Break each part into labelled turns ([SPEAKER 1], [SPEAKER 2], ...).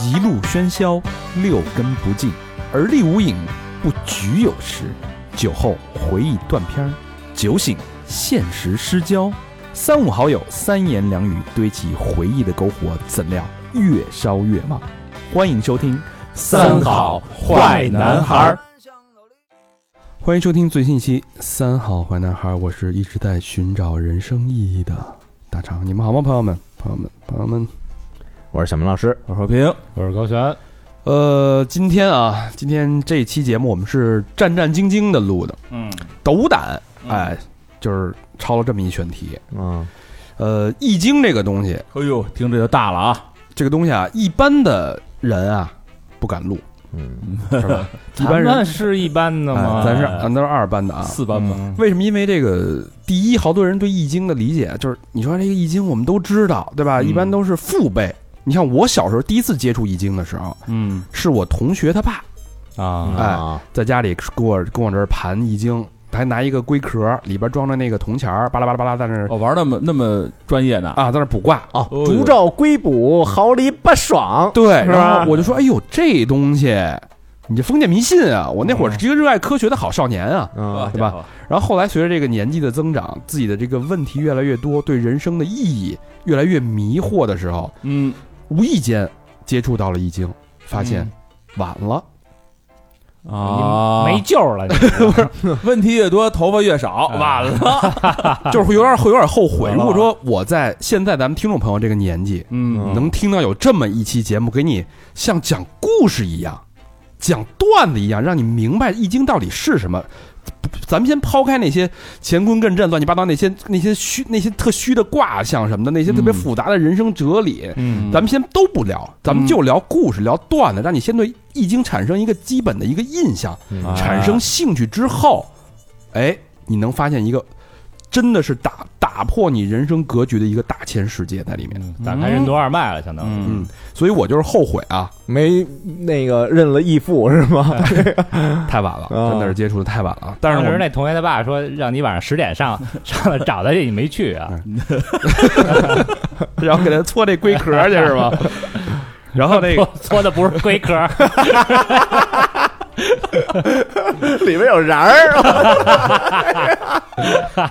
[SPEAKER 1] 一路喧嚣，六根不净，而立无影，不局有时。酒后回忆断片儿，酒醒现实失焦。三五好友，三言两语堆起回忆的篝火，怎料越烧越旺。欢迎收听《
[SPEAKER 2] 三好坏男孩儿》。
[SPEAKER 3] 欢迎收听最新一期《三好坏男孩》，我是一直在寻找人生意义的大肠。你们好吗，朋友们？朋友们，朋友们，
[SPEAKER 2] 我是小明老师，
[SPEAKER 1] 我和平
[SPEAKER 4] 我是高璇，
[SPEAKER 3] 呃，今天啊，今天这一期节目我们是战战兢兢的录的，
[SPEAKER 4] 嗯，
[SPEAKER 3] 斗胆，哎，就是抄了这么一选题。
[SPEAKER 2] 嗯，
[SPEAKER 3] 呃，《易经》这个东西，
[SPEAKER 4] 哎呦，听着就大了啊，
[SPEAKER 3] 这个东西啊，一般的人啊不敢录，
[SPEAKER 2] 嗯，
[SPEAKER 3] 是吧？一
[SPEAKER 4] 咱
[SPEAKER 3] 般人
[SPEAKER 4] 们，是一般的吗？
[SPEAKER 3] 哎咱是咱都是二班的啊，
[SPEAKER 4] 四班吧，
[SPEAKER 2] 嗯
[SPEAKER 3] 为什么？因为这个，第一，好多人对《易经》的理解就是，你说这个《易经》，我们都知道，对吧？
[SPEAKER 4] 嗯
[SPEAKER 3] 一般都是父辈。你像我小时候第一次接触《易经》的时候，
[SPEAKER 4] 嗯
[SPEAKER 3] 是我同学他爸
[SPEAKER 5] 嗯
[SPEAKER 4] 啊，
[SPEAKER 2] 啊，
[SPEAKER 3] 在家里跟我跟我这儿盘《易经》，还拿一个龟壳，里边装着那个铜钱儿，巴拉巴拉巴拉，在那儿
[SPEAKER 4] 我哦玩那么那么专业呢，
[SPEAKER 3] 哦啊，在那儿卜卦。
[SPEAKER 2] 哦，
[SPEAKER 4] 哦
[SPEAKER 2] 烛照龟卜，毫厘不爽，
[SPEAKER 3] 对，
[SPEAKER 2] 是吧
[SPEAKER 3] 然后我就说，哎呦，这东西，你这封建迷信啊！我那会儿是一个热爱科学的好少年啊。
[SPEAKER 2] 嗯，
[SPEAKER 3] 对吧？然后后来随着这个年纪的增长，自己的这个问题越来越多，对人生的意义越来越迷惑的时候，
[SPEAKER 4] 嗯，
[SPEAKER 3] 无意间接触到了《易经》，发现
[SPEAKER 4] 嗯
[SPEAKER 3] 晚了。
[SPEAKER 4] 啊，
[SPEAKER 5] 没救了，你
[SPEAKER 4] 问题越多，头发越少，
[SPEAKER 5] 哎
[SPEAKER 4] 完了，
[SPEAKER 3] 就是会有点会有点后悔。
[SPEAKER 4] 晚了
[SPEAKER 3] 如果说我在现在咱们听众朋友这个年纪，
[SPEAKER 4] 嗯
[SPEAKER 3] 能听到有这么一期节目，给你像讲故事一样，讲段子一样，让你明白《易经》到底是什么。咱们先抛开那些乾坤艮震、乱七八糟那些那些虚那些特虚的卦象什么的，那些特别
[SPEAKER 4] 嗯
[SPEAKER 3] 复杂的人生哲理，
[SPEAKER 4] 嗯
[SPEAKER 3] 咱们先都不聊，咱们就聊故事，聊段子，让你先对《易经》产生一个基本的一个印象，
[SPEAKER 2] 嗯
[SPEAKER 3] 产生兴趣之后，哎，你能发现一个真的是打打破你人生格局的一个大千世界在里面。
[SPEAKER 5] 打开任督二脉了，相当于。
[SPEAKER 4] 嗯，
[SPEAKER 3] 所以我就是后悔啊，
[SPEAKER 2] 没那个认了义父是吗？
[SPEAKER 3] 太晚了，
[SPEAKER 2] 啊
[SPEAKER 3] 真的是接触的太晚 了。
[SPEAKER 5] 当
[SPEAKER 3] 但是我
[SPEAKER 5] 时
[SPEAKER 3] 们
[SPEAKER 5] 那同学他爸说让你晚上十点上 上来找他去，你没去啊？
[SPEAKER 3] 然后给他搓这龟壳去是吗？然后那个
[SPEAKER 5] 搓的不是龟壳，
[SPEAKER 2] 里面有人儿，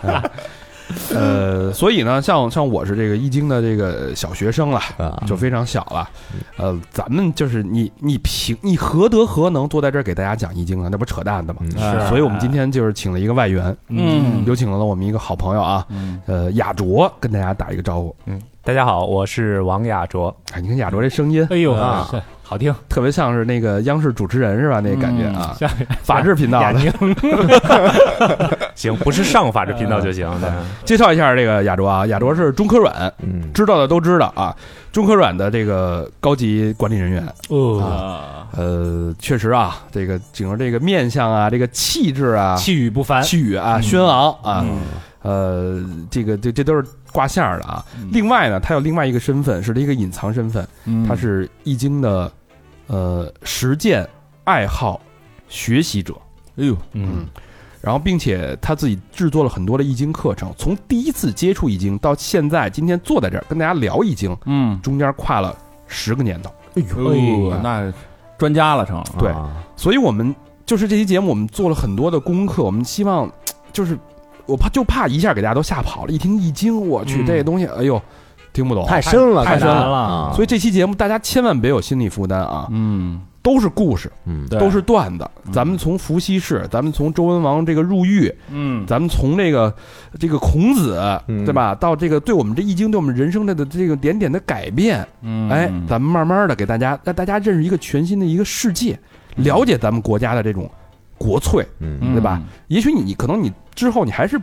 [SPEAKER 3] 呃，所以呢，像像我是这个易经的这个小学生了，
[SPEAKER 2] 啊
[SPEAKER 3] 就非常小了。呃，咱们就是你你凭你何德何能坐在这儿给大家讲易经啊？那不扯淡的吗？
[SPEAKER 2] 嗯
[SPEAKER 6] 啊
[SPEAKER 5] 是
[SPEAKER 3] 所以我们今天就是请了一个外援，
[SPEAKER 4] 嗯
[SPEAKER 3] 有请了我们一个好朋友啊，
[SPEAKER 4] 嗯
[SPEAKER 3] 呃，雅卓跟大家打一个招呼。
[SPEAKER 5] 大家好，我是王亚卓。
[SPEAKER 3] 哎，你看雅卓这声音
[SPEAKER 5] 哎呦
[SPEAKER 2] 啊，
[SPEAKER 5] 是好听，
[SPEAKER 3] 特别像是那个央视主持人是吧？那感觉啊，
[SPEAKER 5] 嗯像
[SPEAKER 3] 法制频道
[SPEAKER 5] 雅
[SPEAKER 3] 的。
[SPEAKER 5] 宁。
[SPEAKER 6] 行，不是上法制频道就行。对
[SPEAKER 3] 介绍一下这个雅卓啊，雅卓是中科软，
[SPEAKER 2] 嗯，
[SPEAKER 3] 知道的都知道啊，中科软的这个高级管理人员。
[SPEAKER 5] 哦，
[SPEAKER 4] 啊，
[SPEAKER 3] 呃，确实啊，这个整个这个面相啊，这个气质
[SPEAKER 2] 嗯
[SPEAKER 3] 啊，
[SPEAKER 5] 气宇不凡。
[SPEAKER 3] 气宇啊，
[SPEAKER 4] 嗯
[SPEAKER 3] 轩昂啊，
[SPEAKER 4] 嗯
[SPEAKER 3] 呃，这个这这都是挂线儿的啊。另外呢，他有另外一个身份，是一个隐藏身份，
[SPEAKER 4] 嗯
[SPEAKER 3] 他是易经的呃实践爱好学习者，
[SPEAKER 4] 哎呦，
[SPEAKER 5] 嗯，
[SPEAKER 3] 然后并且他自己制作了很多的易经课程，从第一次接触易经到现在，今天坐在这儿跟大家聊易经，
[SPEAKER 4] 嗯，
[SPEAKER 3] 中间跨了十个年头。
[SPEAKER 2] 哎啊
[SPEAKER 4] 哎呦，那专家了成，
[SPEAKER 3] 对所以我们就是这期节目，我们做了很多的功课，我们希望就是呃我怕就怕一下给大家都吓跑了，一听易经，我去
[SPEAKER 5] 嗯
[SPEAKER 3] 这东西，哎呦，听不懂。
[SPEAKER 2] 太深了，
[SPEAKER 5] 太
[SPEAKER 2] 哦太
[SPEAKER 5] 难了。
[SPEAKER 2] 啊，
[SPEAKER 3] 所以这期节目大家千万别有心理负担啊，
[SPEAKER 4] 嗯，
[SPEAKER 3] 都是故事，
[SPEAKER 2] 嗯，
[SPEAKER 4] 对
[SPEAKER 3] 都是段子。
[SPEAKER 4] 嗯
[SPEAKER 3] 咱们从伏羲氏，咱们从周文王这个入狱，
[SPEAKER 4] 嗯，
[SPEAKER 3] 咱们从这个这个孔子，
[SPEAKER 2] 嗯
[SPEAKER 3] 对吧？到这个对我们这易经对我们人生的这个点点的改变，
[SPEAKER 4] 嗯，
[SPEAKER 3] 哎，咱们慢慢的给大家让大家认识一个全新的一个世界，了解咱们国家的这种国粹。
[SPEAKER 2] 嗯
[SPEAKER 4] 嗯
[SPEAKER 3] 对吧？也许你可能你之后你还是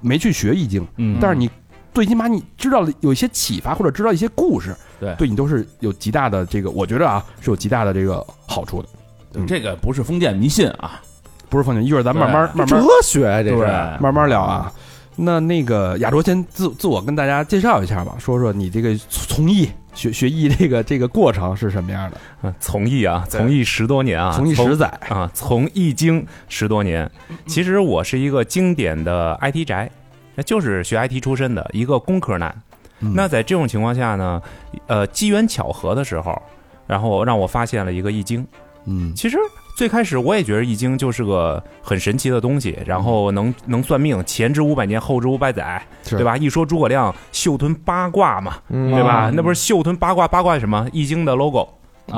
[SPEAKER 3] 没去学易经，
[SPEAKER 5] 嗯，
[SPEAKER 3] 但是你最起码你知道了有一些启发，或者知道一些故事，
[SPEAKER 4] 对
[SPEAKER 3] 对你都是有极大的这个，我觉得啊是有极大的这个好处的，
[SPEAKER 4] 嗯这个不是封建迷信啊，
[SPEAKER 3] 不是封建。一会儿咱们慢慢慢
[SPEAKER 2] 哲
[SPEAKER 3] 慢
[SPEAKER 2] 学啊这
[SPEAKER 4] 对
[SPEAKER 2] 是，
[SPEAKER 3] 慢慢聊啊。那那个亚卓先自自我跟大家介绍一下吧，说说你这个从艺学学艺这个这个过程是什么样的？
[SPEAKER 6] 嗯从艺啊，从艺十多年啊，
[SPEAKER 3] 从艺十载，
[SPEAKER 6] 啊，从易经十多年。其实我是一个经典的 IT 宅，那就是学 IT 出身的一个工科男。
[SPEAKER 3] 嗯
[SPEAKER 6] 那在这种情况下呢，呃，机缘巧合的时候，然后让我发现了一个易经。
[SPEAKER 3] 嗯
[SPEAKER 6] 其实最开始我也觉得易经就是个很神奇的东西，然后能能算命，前知五百年，后知五百载，
[SPEAKER 3] 是
[SPEAKER 6] 对吧？一说诸葛亮袖吞八卦嘛，对
[SPEAKER 2] 对
[SPEAKER 6] 吧？
[SPEAKER 5] 嗯
[SPEAKER 6] 那不是袖吞八卦，八卦是什么？易经的 logo，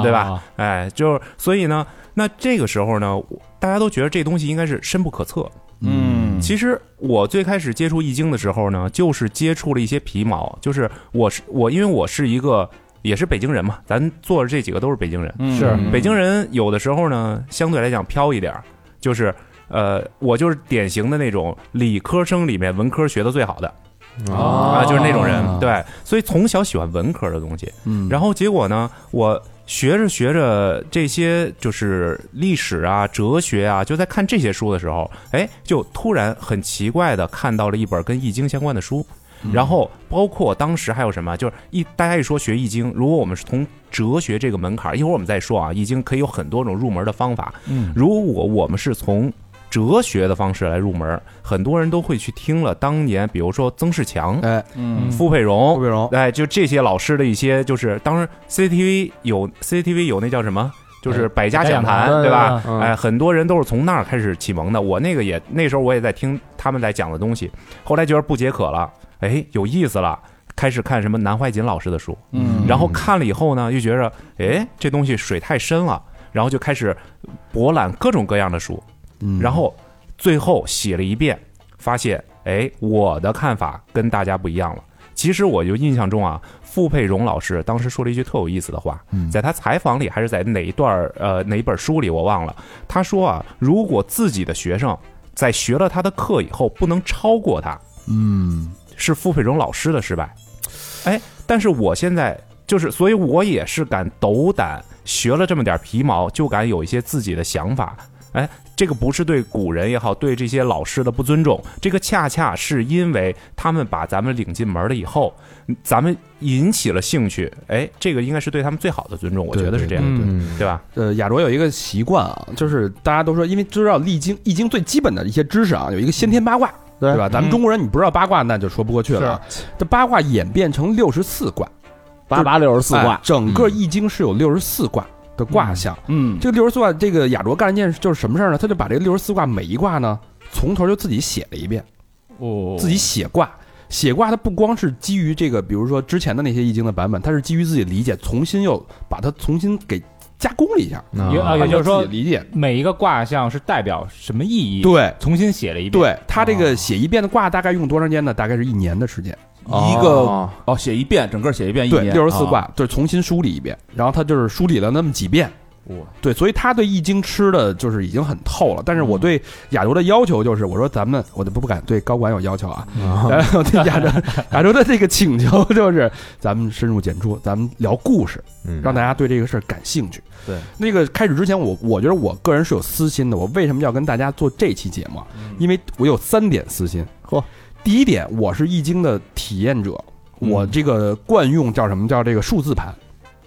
[SPEAKER 6] 对吧？
[SPEAKER 5] 啊
[SPEAKER 6] 哎，就是所以呢，那这个时候呢，我大家都觉得这东西应该是深不可测。
[SPEAKER 3] 嗯，
[SPEAKER 6] 其实我最开始接触易经的时候呢，就是接触了一些皮毛，就是我是我，因为我是一个也是北京人嘛，咱坐着这几个都是北京人，
[SPEAKER 4] 嗯
[SPEAKER 2] 是
[SPEAKER 6] 北京人有的时候呢，相对来讲飘一点儿，就是呃，我就是典型的那种理科生里面文科学的最好的
[SPEAKER 3] 嗯
[SPEAKER 6] 啊，就是那种人，对，所以从小喜欢文科的东西。
[SPEAKER 3] 嗯
[SPEAKER 6] 然后结果呢，我学着学着这些就是历史啊、哲学啊，就在看这些书的时候，哎，就突然很奇怪的看到了一本跟易经相关的书。
[SPEAKER 4] 嗯
[SPEAKER 5] 嗯
[SPEAKER 6] 然后包括当时还有什么，就是一大家一说学易经，如果我们是从哲学这个门槛儿，一会儿我们再说啊，易经可以有很多种入门的方法。
[SPEAKER 4] 嗯
[SPEAKER 6] 如果我们是从哲学的方式来入门，很多人都会去听了当年，比如说曾仕强、
[SPEAKER 3] 哎，
[SPEAKER 4] 嗯
[SPEAKER 6] 傅佩荣、
[SPEAKER 3] 郭碧荣，
[SPEAKER 6] 哎，就这些老师的一些，就是当时 CCTV 有 CCTV 有那叫什么，就是哎百家讲坛，
[SPEAKER 2] 嗯
[SPEAKER 6] 对吧？
[SPEAKER 2] 嗯
[SPEAKER 6] 哎，很多人都是从那儿开始启蒙的。我那个也那时候我也在听他们在讲的东西，后来觉得不解渴了，哎，有意思了，开始看什么南怀瑾老师的书，
[SPEAKER 4] 嗯
[SPEAKER 6] 然后看了以后呢，又觉着哎这东西水太深了，然后就开始博览各种各样的书，
[SPEAKER 3] 嗯
[SPEAKER 6] 然后最后写了一遍，发现哎，我的看法跟大家不一样了。其实我就印象中啊，傅佩荣老师当时说了一句特有意思的话，
[SPEAKER 3] 嗯
[SPEAKER 6] 在他采访里还是在哪一段儿呃哪一本书里我忘了，他说啊，如果自己的学生在学了他的课以后不能超过他，
[SPEAKER 3] 嗯
[SPEAKER 6] 是傅佩荣老师的失败。哎，但是我现在就是，所以我也是敢斗胆学了这么点皮毛，就敢有一些自己的想法。哎，这个不是对古人也好，对这些老师的不尊重，这个恰恰是因为他们把咱们领进门了以后，咱们引起了兴趣。哎，这个应该是对他们最好的尊重，我觉得是这样，
[SPEAKER 3] 对
[SPEAKER 2] 嗯
[SPEAKER 6] 对吧？
[SPEAKER 3] 呃，亚卓有一个习惯啊，就是大家都说，因为知道《易经》，《易经》最基本的一些知识啊，有一个先天八卦，
[SPEAKER 2] 对
[SPEAKER 3] 对吧？咱们
[SPEAKER 6] 嗯
[SPEAKER 3] 中国人，你不知道八卦，那就说不过去了啊。这八卦演变成六十四卦，
[SPEAKER 2] 八八六十四
[SPEAKER 3] 哎
[SPEAKER 2] 卦，
[SPEAKER 3] 整
[SPEAKER 6] 嗯
[SPEAKER 3] 个《易经》是有六十四卦的卦象。
[SPEAKER 4] 嗯
[SPEAKER 3] 这个六十四卦，这个亚卓干了一件事就是什么事儿呢？他就把这个六十四卦每一卦呢，从头就自己写了一遍，
[SPEAKER 4] 哦
[SPEAKER 3] 自己写卦。写卦，它不光是基于这个，比如说之前的那些易经的版本，它是基于自己理解，重新又把它重新给加工了一下，
[SPEAKER 7] 哎
[SPEAKER 5] 有啊，
[SPEAKER 3] 按照
[SPEAKER 5] 也就是
[SPEAKER 3] 自
[SPEAKER 5] 说
[SPEAKER 3] 己，理解。
[SPEAKER 5] 每一个卦象是代表什么意义？，
[SPEAKER 3] 对，
[SPEAKER 5] 重新写了一遍。，
[SPEAKER 3] 对他这
[SPEAKER 5] 哦
[SPEAKER 3] 个写一遍的卦大概用多长时间呢？大概是一年的时间。
[SPEAKER 4] 一个
[SPEAKER 2] 哦
[SPEAKER 4] 哦，写一遍，整个写一遍，一
[SPEAKER 3] 对，
[SPEAKER 4] 年
[SPEAKER 3] 六十四
[SPEAKER 4] 啊
[SPEAKER 3] 卦就是重新梳理一遍，然后他就是梳理了那么几遍。对，所以他对易经吃的就是已经很透了。但是我
[SPEAKER 4] 嗯
[SPEAKER 3] 对亚洲的要求就是，我说咱们我就不敢对高管有 要求啊。
[SPEAKER 7] 嗯
[SPEAKER 3] 然后对亚洲亚洲的这个请求就是，咱们深入浅出，咱们聊故事，
[SPEAKER 2] 嗯
[SPEAKER 3] 让大家对这个事儿感兴趣。
[SPEAKER 4] 对，
[SPEAKER 3] 那个开始之前我，我觉得我个人是有私心的。我为什么要跟大家做这期节目啊？
[SPEAKER 5] 嗯
[SPEAKER 3] 因为我有三点私心。
[SPEAKER 2] 嚯，
[SPEAKER 3] 第一点，我是易经的体验者，
[SPEAKER 5] 嗯
[SPEAKER 3] 我这个惯用叫什么叫这个数字盘。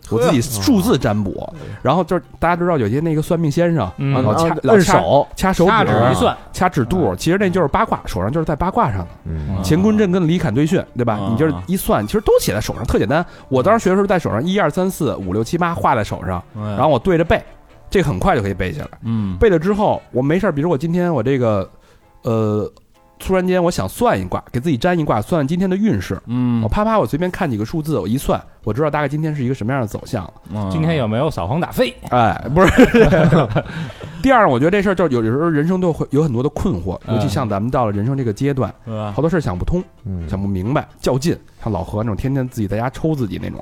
[SPEAKER 3] 我自己数字占卜，然后就是大家都知道有些那个算命先生，
[SPEAKER 5] 哦
[SPEAKER 3] 啊
[SPEAKER 5] 嗯
[SPEAKER 3] 老掐老
[SPEAKER 2] 摁
[SPEAKER 3] 掐
[SPEAKER 2] 手，
[SPEAKER 3] 掐手
[SPEAKER 5] 掐
[SPEAKER 3] 指啊
[SPEAKER 5] 指一算，嗯
[SPEAKER 3] 掐指肚，其实那就是八卦，手上就是在八卦上的。
[SPEAKER 2] 嗯
[SPEAKER 4] 啊
[SPEAKER 3] 乾坤震跟离坎兑巽，对吧？
[SPEAKER 4] 啊
[SPEAKER 3] 你就是一算，其实都写在手上，特简单。我当时学的时候，在手上一二三四五六七八画在手上，
[SPEAKER 4] 然
[SPEAKER 3] 然后我对着背，这个很快就可以背下来。
[SPEAKER 4] 嗯
[SPEAKER 3] 背了之后，我没事儿，比如我今天我这个，呃，突然间我想算一卦，给自己占一卦，算今天的运势。
[SPEAKER 4] 嗯
[SPEAKER 3] 我啪啪，我随便看几个数字，我一算，我知道大概今天是一个什么样的走 向了。
[SPEAKER 5] 今天有没有扫黄打非？
[SPEAKER 3] 哎，不是。 第二，我觉得这事儿就是有的时候人生都会有很多的困惑，尤其像咱们到了人生这个阶段，
[SPEAKER 4] 嗯啊
[SPEAKER 3] 好多事儿想不通。
[SPEAKER 2] 嗯
[SPEAKER 3] 想不明白，较劲，像老何那种天天自己在家抽自己那种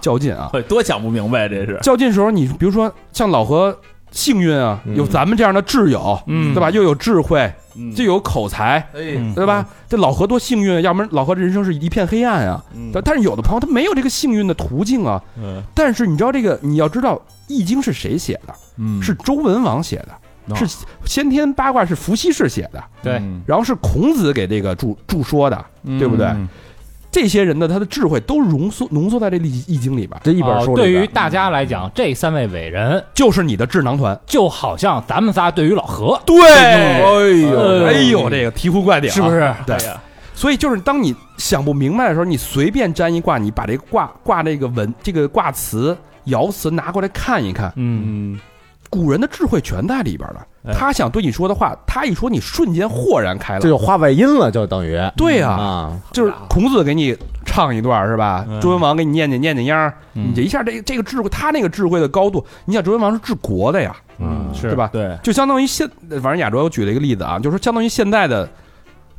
[SPEAKER 3] 较劲啊。
[SPEAKER 4] 会多想不明白，这是
[SPEAKER 3] 较劲时候，你比如说像老何幸运啊，
[SPEAKER 2] 嗯
[SPEAKER 3] 有咱们这样的挚友，
[SPEAKER 5] 嗯
[SPEAKER 3] 对吧？又有智慧，
[SPEAKER 4] 这
[SPEAKER 3] 又有口才，
[SPEAKER 4] 嗯哎
[SPEAKER 3] 对吧？这老何多幸运啊，要不然老何这人生是一片黑暗啊。
[SPEAKER 4] 嗯
[SPEAKER 3] 但但是有的朋友他没有这个幸运的途径啊。
[SPEAKER 4] 嗯
[SPEAKER 3] 但是你知道这个，你要知道《易经》是谁写的？
[SPEAKER 4] 嗯
[SPEAKER 3] 是周文王写的，
[SPEAKER 4] 哦
[SPEAKER 3] 是先天八卦是伏羲氏写的，
[SPEAKER 5] 对
[SPEAKER 4] 嗯
[SPEAKER 3] 然后是孔子给这个注注说的，对不对？
[SPEAKER 4] 嗯
[SPEAKER 3] 这些人的他的智慧都浓缩浓缩在这《易易经》里边，
[SPEAKER 2] 这一本
[SPEAKER 5] 哦
[SPEAKER 2] 书里边
[SPEAKER 5] 对于大家来讲，
[SPEAKER 4] 嗯
[SPEAKER 5] 这三位伟人
[SPEAKER 3] 就是你的智囊团。
[SPEAKER 5] 就好像咱们仨对于老何，
[SPEAKER 3] 对，哎
[SPEAKER 5] 呦
[SPEAKER 2] 嗯
[SPEAKER 3] 哎呦，这个醍醐灌顶，
[SPEAKER 5] 是不？是？
[SPEAKER 3] 对，所以就是当你想不明白的时候，你随便占一卦，你把这个卦卦这个文这个卦辞爻辞拿过来看一看，
[SPEAKER 5] 嗯，
[SPEAKER 3] 古人的智慧全在里边了。
[SPEAKER 4] 哎
[SPEAKER 3] 他想对你说的话，他一说你瞬间豁然开
[SPEAKER 2] 这
[SPEAKER 3] 朗。
[SPEAKER 2] 就化外音了，就等于
[SPEAKER 5] 嗯
[SPEAKER 3] 对呀、
[SPEAKER 2] 啊，
[SPEAKER 3] 就是孔子给你唱一段是吧？
[SPEAKER 4] 嗯
[SPEAKER 3] 周文王给你念念念念秧儿，你这一下这这个智慧，他那个智慧的高度，你想周文王是治国的呀，
[SPEAKER 4] 嗯，
[SPEAKER 3] 对吧
[SPEAKER 4] 对，
[SPEAKER 3] 就相当于现，反正亚洲我举了一个例子啊，就是说相当于现在的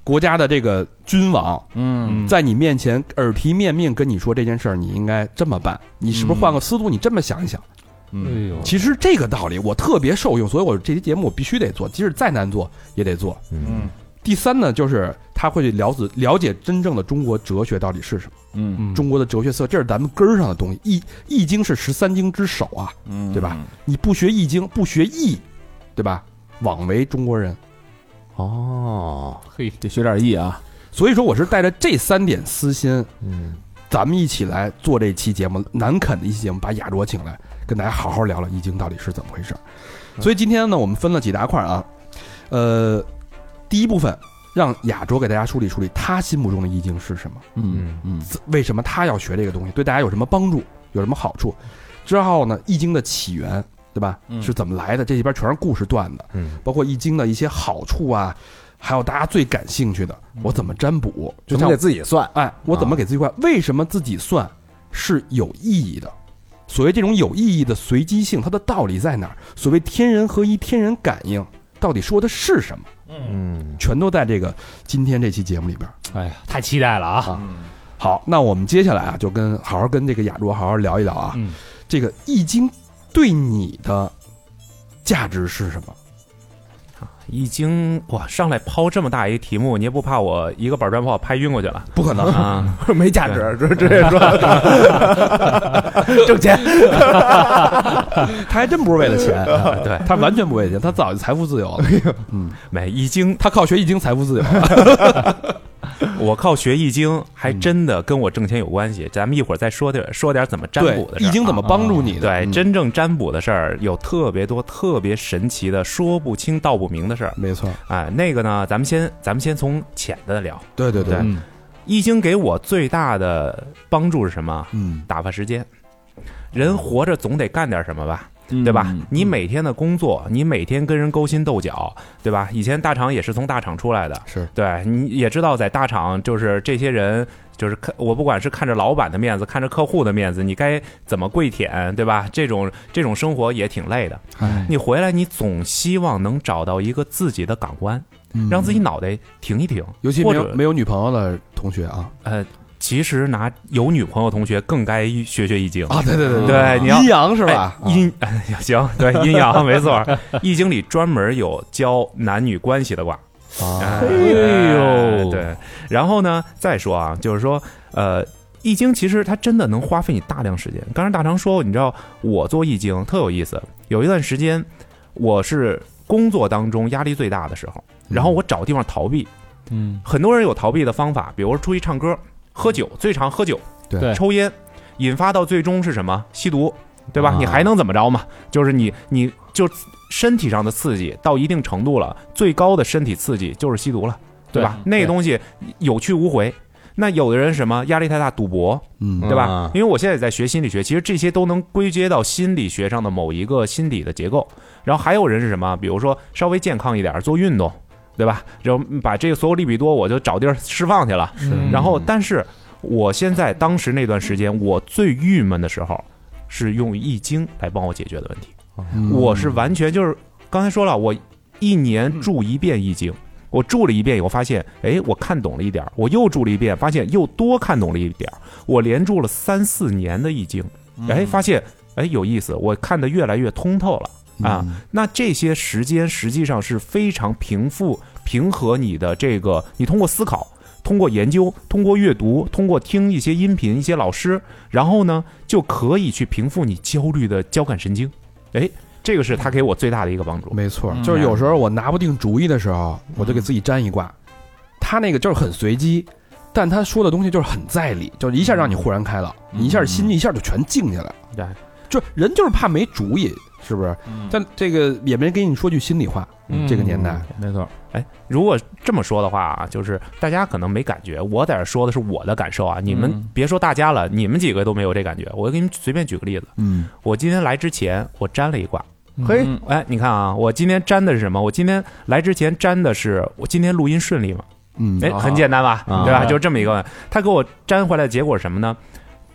[SPEAKER 3] 国家的这个君王，
[SPEAKER 4] 嗯
[SPEAKER 3] 在你面前耳提面命跟你说这件事儿，你应该这么办，你是不是换个思路，你这么想一想？
[SPEAKER 5] 哎
[SPEAKER 4] 嗯，
[SPEAKER 5] 呦，
[SPEAKER 3] 其实这个道理我特别受用，所以我这期节目我必须得做，即使再难做也得做。
[SPEAKER 4] 嗯
[SPEAKER 3] 第三呢，就是他会了解了解真正的中国哲学到底是什么，
[SPEAKER 4] 嗯
[SPEAKER 3] 中国的哲学色，这是咱们根儿上的东西。易易经是十三经之首啊，
[SPEAKER 4] 嗯，
[SPEAKER 3] 对吧？你不学易经，不学易，对吧？枉为中国人。
[SPEAKER 2] 哦，
[SPEAKER 5] 嘿，
[SPEAKER 4] 得学点艺啊，
[SPEAKER 3] 所以说，我是带着这三点私心，
[SPEAKER 2] 嗯，
[SPEAKER 3] 咱们一起来做这期节目，南肯的一期节目，把亚卓请来，跟大家好好聊聊易经到底是怎么回事儿。所以今天呢，我们分了几大块儿啊，呃，第一部分让亚卓给大家梳理梳理他心目中的易经是什么，
[SPEAKER 4] 嗯嗯
[SPEAKER 3] 自为什么他要学这个东西，对大家有什么帮助，有什么好处。之后呢，易经的起源，对吧？
[SPEAKER 4] 嗯
[SPEAKER 3] 是怎么来的？这里边全是故事段子，
[SPEAKER 2] 嗯，
[SPEAKER 3] 包括易经的一些好处啊，还有大家最感兴趣的，我怎么占卜，就
[SPEAKER 2] 就
[SPEAKER 3] 像
[SPEAKER 2] 得自己算，
[SPEAKER 3] 哎，我怎么给自己算？为什么自己算是有意义的？所谓这种有意义的随机性，它的道理在哪儿？所谓天人合一、天人感应，到底说的是什么？
[SPEAKER 2] 嗯，
[SPEAKER 3] 全都在这个今天这期节目里边。
[SPEAKER 5] 哎呀，太期待了啊！
[SPEAKER 4] 嗯
[SPEAKER 3] 好，那我们接下来啊，就跟好好跟这个雅卓好好聊一聊啊，
[SPEAKER 5] 嗯
[SPEAKER 3] 这个《易经》对你的价值是什么？
[SPEAKER 6] 易经哇，上来抛这么大一题目，你也不怕我一个板砖把我拍晕过去了
[SPEAKER 3] 不可能，
[SPEAKER 6] 啊？
[SPEAKER 2] 没价值，这这 也说挣钱，
[SPEAKER 3] 他还真不是为 了钱，
[SPEAKER 6] 啊对，
[SPEAKER 3] 他完全不为了钱，他早就财富自由了，
[SPEAKER 6] 没易经，
[SPEAKER 3] 他靠学《易经》财富自由。
[SPEAKER 6] 我靠学易经还真的跟我挣钱有关系。咱们一会儿再说点说点怎么占
[SPEAKER 3] 对
[SPEAKER 6] 卜的，事儿
[SPEAKER 3] 易经
[SPEAKER 6] 啊
[SPEAKER 3] 怎么帮助你的？
[SPEAKER 6] 对，
[SPEAKER 3] 嗯
[SPEAKER 6] 真正占卜的事儿有特别多、特别神奇的、说不清道不明的事儿。
[SPEAKER 3] 没错，
[SPEAKER 6] 哎，那个呢，咱们先咱们先从浅的聊。
[SPEAKER 3] 对对
[SPEAKER 6] 对
[SPEAKER 4] 嗯
[SPEAKER 6] 易经给我最大的帮助是什么？
[SPEAKER 3] 嗯，
[SPEAKER 6] 打发时间。人活着总得干点什么吧，
[SPEAKER 4] 嗯
[SPEAKER 6] 对吧？你每天的工作，你每天跟人勾心斗角，对吧？以前大厂也是从大厂出来的，
[SPEAKER 3] 是
[SPEAKER 6] 对，你也知道，在大厂就是这些人，就是看我不管是看着老板的面子，看着客户的面子，你该怎么跪舔，对吧？这种这种生活也挺累的。
[SPEAKER 4] 哎
[SPEAKER 6] 你回来，你总希望能找到一个自己的港湾，让自己脑袋停一停。
[SPEAKER 3] 嗯尤其
[SPEAKER 6] 或
[SPEAKER 3] 没
[SPEAKER 6] 者
[SPEAKER 3] 有没有女朋友的同学啊
[SPEAKER 6] 呃，其实拿有女朋友同学更该学学易经。
[SPEAKER 3] 啊，对对对
[SPEAKER 6] 对，你要
[SPEAKER 3] 阴阳是
[SPEAKER 6] 是
[SPEAKER 3] 吧？啊
[SPEAKER 6] 阴、 哎、行，对阴 阳没错，《易经》里专门有教男女关系的卦。
[SPEAKER 2] 啊
[SPEAKER 6] 哎
[SPEAKER 5] 哎
[SPEAKER 3] 哦
[SPEAKER 5] 呦
[SPEAKER 6] 对。然后呢，再说啊，就是说，呃，《易经》其实它真的能花费你大量时间。刚才大长说，你知道我做《易经》特有意思，有一段时间我是工作当中压力最大的时候，然后我找地方逃避。
[SPEAKER 4] 嗯
[SPEAKER 6] 很多人有逃避的方法，比如说出去唱歌、喝酒，最常喝酒，
[SPEAKER 3] 对
[SPEAKER 5] 对
[SPEAKER 6] 抽烟，引发到最终是什么？吸毒，对吧？
[SPEAKER 2] 啊
[SPEAKER 6] 你还能怎么着嘛？就是你，你就身体上的刺激到一定程度了，最高的身体刺激就是吸毒了，对吧？
[SPEAKER 5] 嗯对
[SPEAKER 6] 那个东西有去无回。那有的人什么压力太大，赌博，
[SPEAKER 3] 嗯
[SPEAKER 6] 对吧？
[SPEAKER 2] 啊
[SPEAKER 6] 因为我现在也在学心理学，其实这些都能归结到心理学上的某一个心理的结构。然后还有人是什么？比如说稍微健康一点，做运动，对吧？然后把这个所有利比多，我就找地儿释放去了。
[SPEAKER 5] 嗯
[SPEAKER 6] 然后，但是我现在当时那段时间，我最郁闷的时候是用易经来帮我解决的问题。
[SPEAKER 3] 嗯
[SPEAKER 6] 我是完全就是刚才说了，我一年住一遍易经。我住了一遍以后，发现，哎，我看懂了一点儿；我又住了一遍，发现又多看懂了一点儿。我连住了三四年的易经，
[SPEAKER 3] 嗯
[SPEAKER 6] 哎，发现，哎，有意思，我看得越来越通透了
[SPEAKER 3] 嗯
[SPEAKER 6] 啊。那这些时间实际上是非常平复、平和你的这个，你通过思考。通过研究，通过阅读，通过听一些音频、一些老师，然后呢，就可以去平复你焦虑的交感神经。哎，这个是他给我最大的一个帮助。
[SPEAKER 3] 没错，
[SPEAKER 4] 嗯
[SPEAKER 3] 就是有时候我拿不定主意的时候，我就给自己占一卦，他那个就是很随机。但他说的东西就是很在理，就是一下让你豁然开朗，
[SPEAKER 4] 嗯
[SPEAKER 3] 你一下心一下就全静下来了。
[SPEAKER 6] 对，
[SPEAKER 3] 就人就是怕没主意，是不是？
[SPEAKER 4] 嗯
[SPEAKER 3] 但这个也没跟你说句心里话，
[SPEAKER 4] 嗯
[SPEAKER 3] 这个年代，
[SPEAKER 4] 没错，
[SPEAKER 6] 哎，如果这么说的话啊，就是大家可能没感觉，我在这说的是我的感受啊，你们
[SPEAKER 4] 嗯
[SPEAKER 6] 别说大家了，你们几个都没有这感觉。我给你们随便举个例子，
[SPEAKER 4] 嗯，
[SPEAKER 6] 我今天来之前我占了一卦，
[SPEAKER 2] 嘿
[SPEAKER 4] 嗯
[SPEAKER 6] 哎，你看啊，我今天占的是什么？我今天来之前占的是我今天录音顺利吗？
[SPEAKER 3] 嗯
[SPEAKER 6] 哎，
[SPEAKER 2] 啊
[SPEAKER 6] 很简单吧，
[SPEAKER 3] 啊
[SPEAKER 6] 对吧？就这么一个，他给我粘回来的结果是什么呢？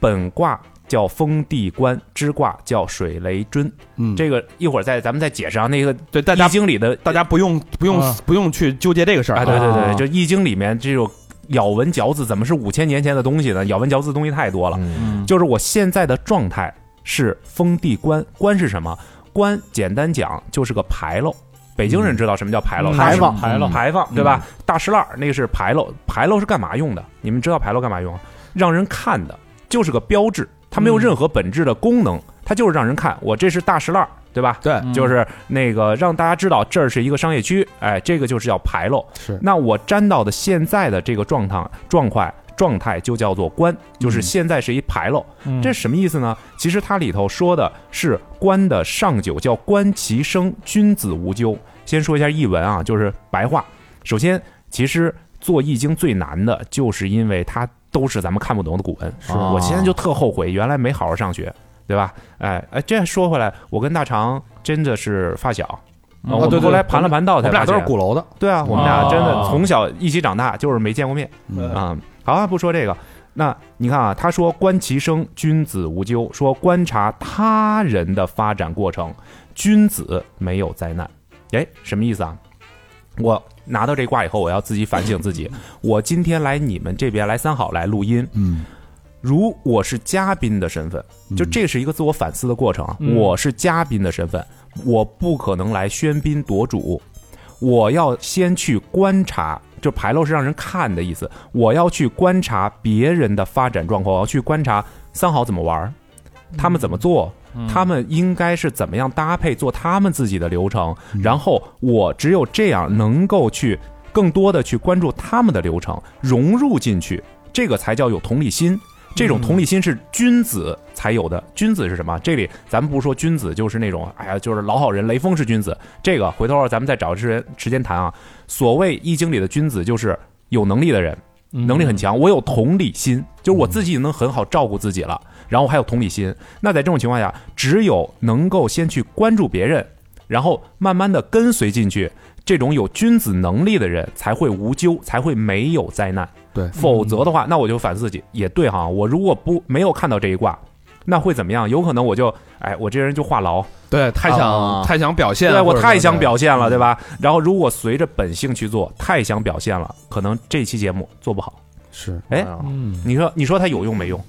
[SPEAKER 6] 本卦叫风地官，支卦叫水雷鳟。
[SPEAKER 3] 嗯，
[SPEAKER 6] 这个一会儿再咱们再解释啊。那个《
[SPEAKER 3] 对大
[SPEAKER 6] 易
[SPEAKER 3] 家
[SPEAKER 6] 经》里的
[SPEAKER 3] 大家不用不用
[SPEAKER 5] 啊
[SPEAKER 3] 不用去纠结这个事儿
[SPEAKER 6] 啊，
[SPEAKER 3] 啊，
[SPEAKER 6] 对对对，
[SPEAKER 5] 啊
[SPEAKER 6] 就《易经》里面这种咬文嚼字，怎么是五千年前的东西呢？咬文嚼字东西太多了。
[SPEAKER 4] 嗯
[SPEAKER 6] 就是我现在的状态是风地官，官是什么？官简单讲就是个牌楼。北京人知道什么叫牌楼？
[SPEAKER 2] 嗯牌坊嗯
[SPEAKER 5] 牌楼，
[SPEAKER 6] 牌坊对吧？大石烂儿那个是牌楼，牌楼是干嘛用的？你们知道牌楼干嘛用啊？让人看的，就是个标志，它
[SPEAKER 2] 嗯
[SPEAKER 6] 没有任何本质的功能，它就是让人看我这是大石烂儿，对吧？
[SPEAKER 3] 对
[SPEAKER 4] 嗯
[SPEAKER 6] 就是那个让大家知道这儿是一个商业区，哎，这个就是叫牌楼。
[SPEAKER 3] 是
[SPEAKER 6] 那我沾到的现在的这个状态状态状态就叫做官，就是现在是一牌楼。
[SPEAKER 5] 嗯
[SPEAKER 6] 这什么意思呢？其实它里头说的是官的上九，叫观其生，君子无咎。先说一下译文啊，就是白话。首先，其实做易经最难的就是因为它都是咱们看不懂的古文。
[SPEAKER 4] 是
[SPEAKER 6] 我现在就特后悔，原来没好好上学，对吧？哎哎，这说回来，我跟大长真的是发小。啊我们
[SPEAKER 3] 嗯对对
[SPEAKER 6] 后来盘了盘道
[SPEAKER 3] 我
[SPEAKER 6] 才
[SPEAKER 3] 们
[SPEAKER 6] 发
[SPEAKER 3] 俩
[SPEAKER 6] 现，
[SPEAKER 3] 都是鼓楼的，
[SPEAKER 6] 对啊，我们俩
[SPEAKER 5] 哦
[SPEAKER 6] 真的从小一起长大，就是没见过面。
[SPEAKER 3] 嗯
[SPEAKER 6] 啊、好啊，不说这个。那你看啊，他说观其生，君子无咎，说观察他人的发展过程，君子没有灾难。哎，什么意思啊？我拿到这卦以后，我要自己反省自己。我今天来你们这边来三好来录音，
[SPEAKER 3] 嗯，
[SPEAKER 6] 如我是嘉宾的身份，就这是一个自我反思的过程啊。
[SPEAKER 5] 嗯
[SPEAKER 6] 我是嘉宾的身份，我不可能来喧宾夺主，我要先去观察。就牌楼是让人看的意思，我要去观察别人的发展状况，我要去观察三好怎么玩儿，他们怎么做，他们应该是怎么样搭配做他们自己的流程，然后我只有这样能够去更多的去关注他们的流程，融入进去，这个才叫有同理心。这种同理心是君子才有的。君子是什么？这里咱们不是说君子就是那种，哎呀，就是老好人。雷锋是君子，这个回头咱们再找时间时间谈啊。所谓《易经》里的君子，就是有能力的人，能力很强，我有同理心，就是我自己能很好照顾自己了，然后我还有同理心。那在这种情况下，只有能够先去关注别人，然后慢慢的跟随进去，这种有君子能力的人才会无咎，才会没有灾难。
[SPEAKER 3] 对
[SPEAKER 6] 否则的话，那我就反思自己，也对哈，我如果不没有看到这一卦。那会怎么样？有可能我就，哎，我这人就话痨，
[SPEAKER 3] 对，太想太想表现，
[SPEAKER 6] 对我太想
[SPEAKER 3] 表。
[SPEAKER 6] 表现了，对吧？然后如果随着本性去做，太想表现了，可能这期节目做不好。
[SPEAKER 3] 是，
[SPEAKER 6] 哎
[SPEAKER 2] 啊
[SPEAKER 5] 嗯，
[SPEAKER 6] 你说，你说它有用没用？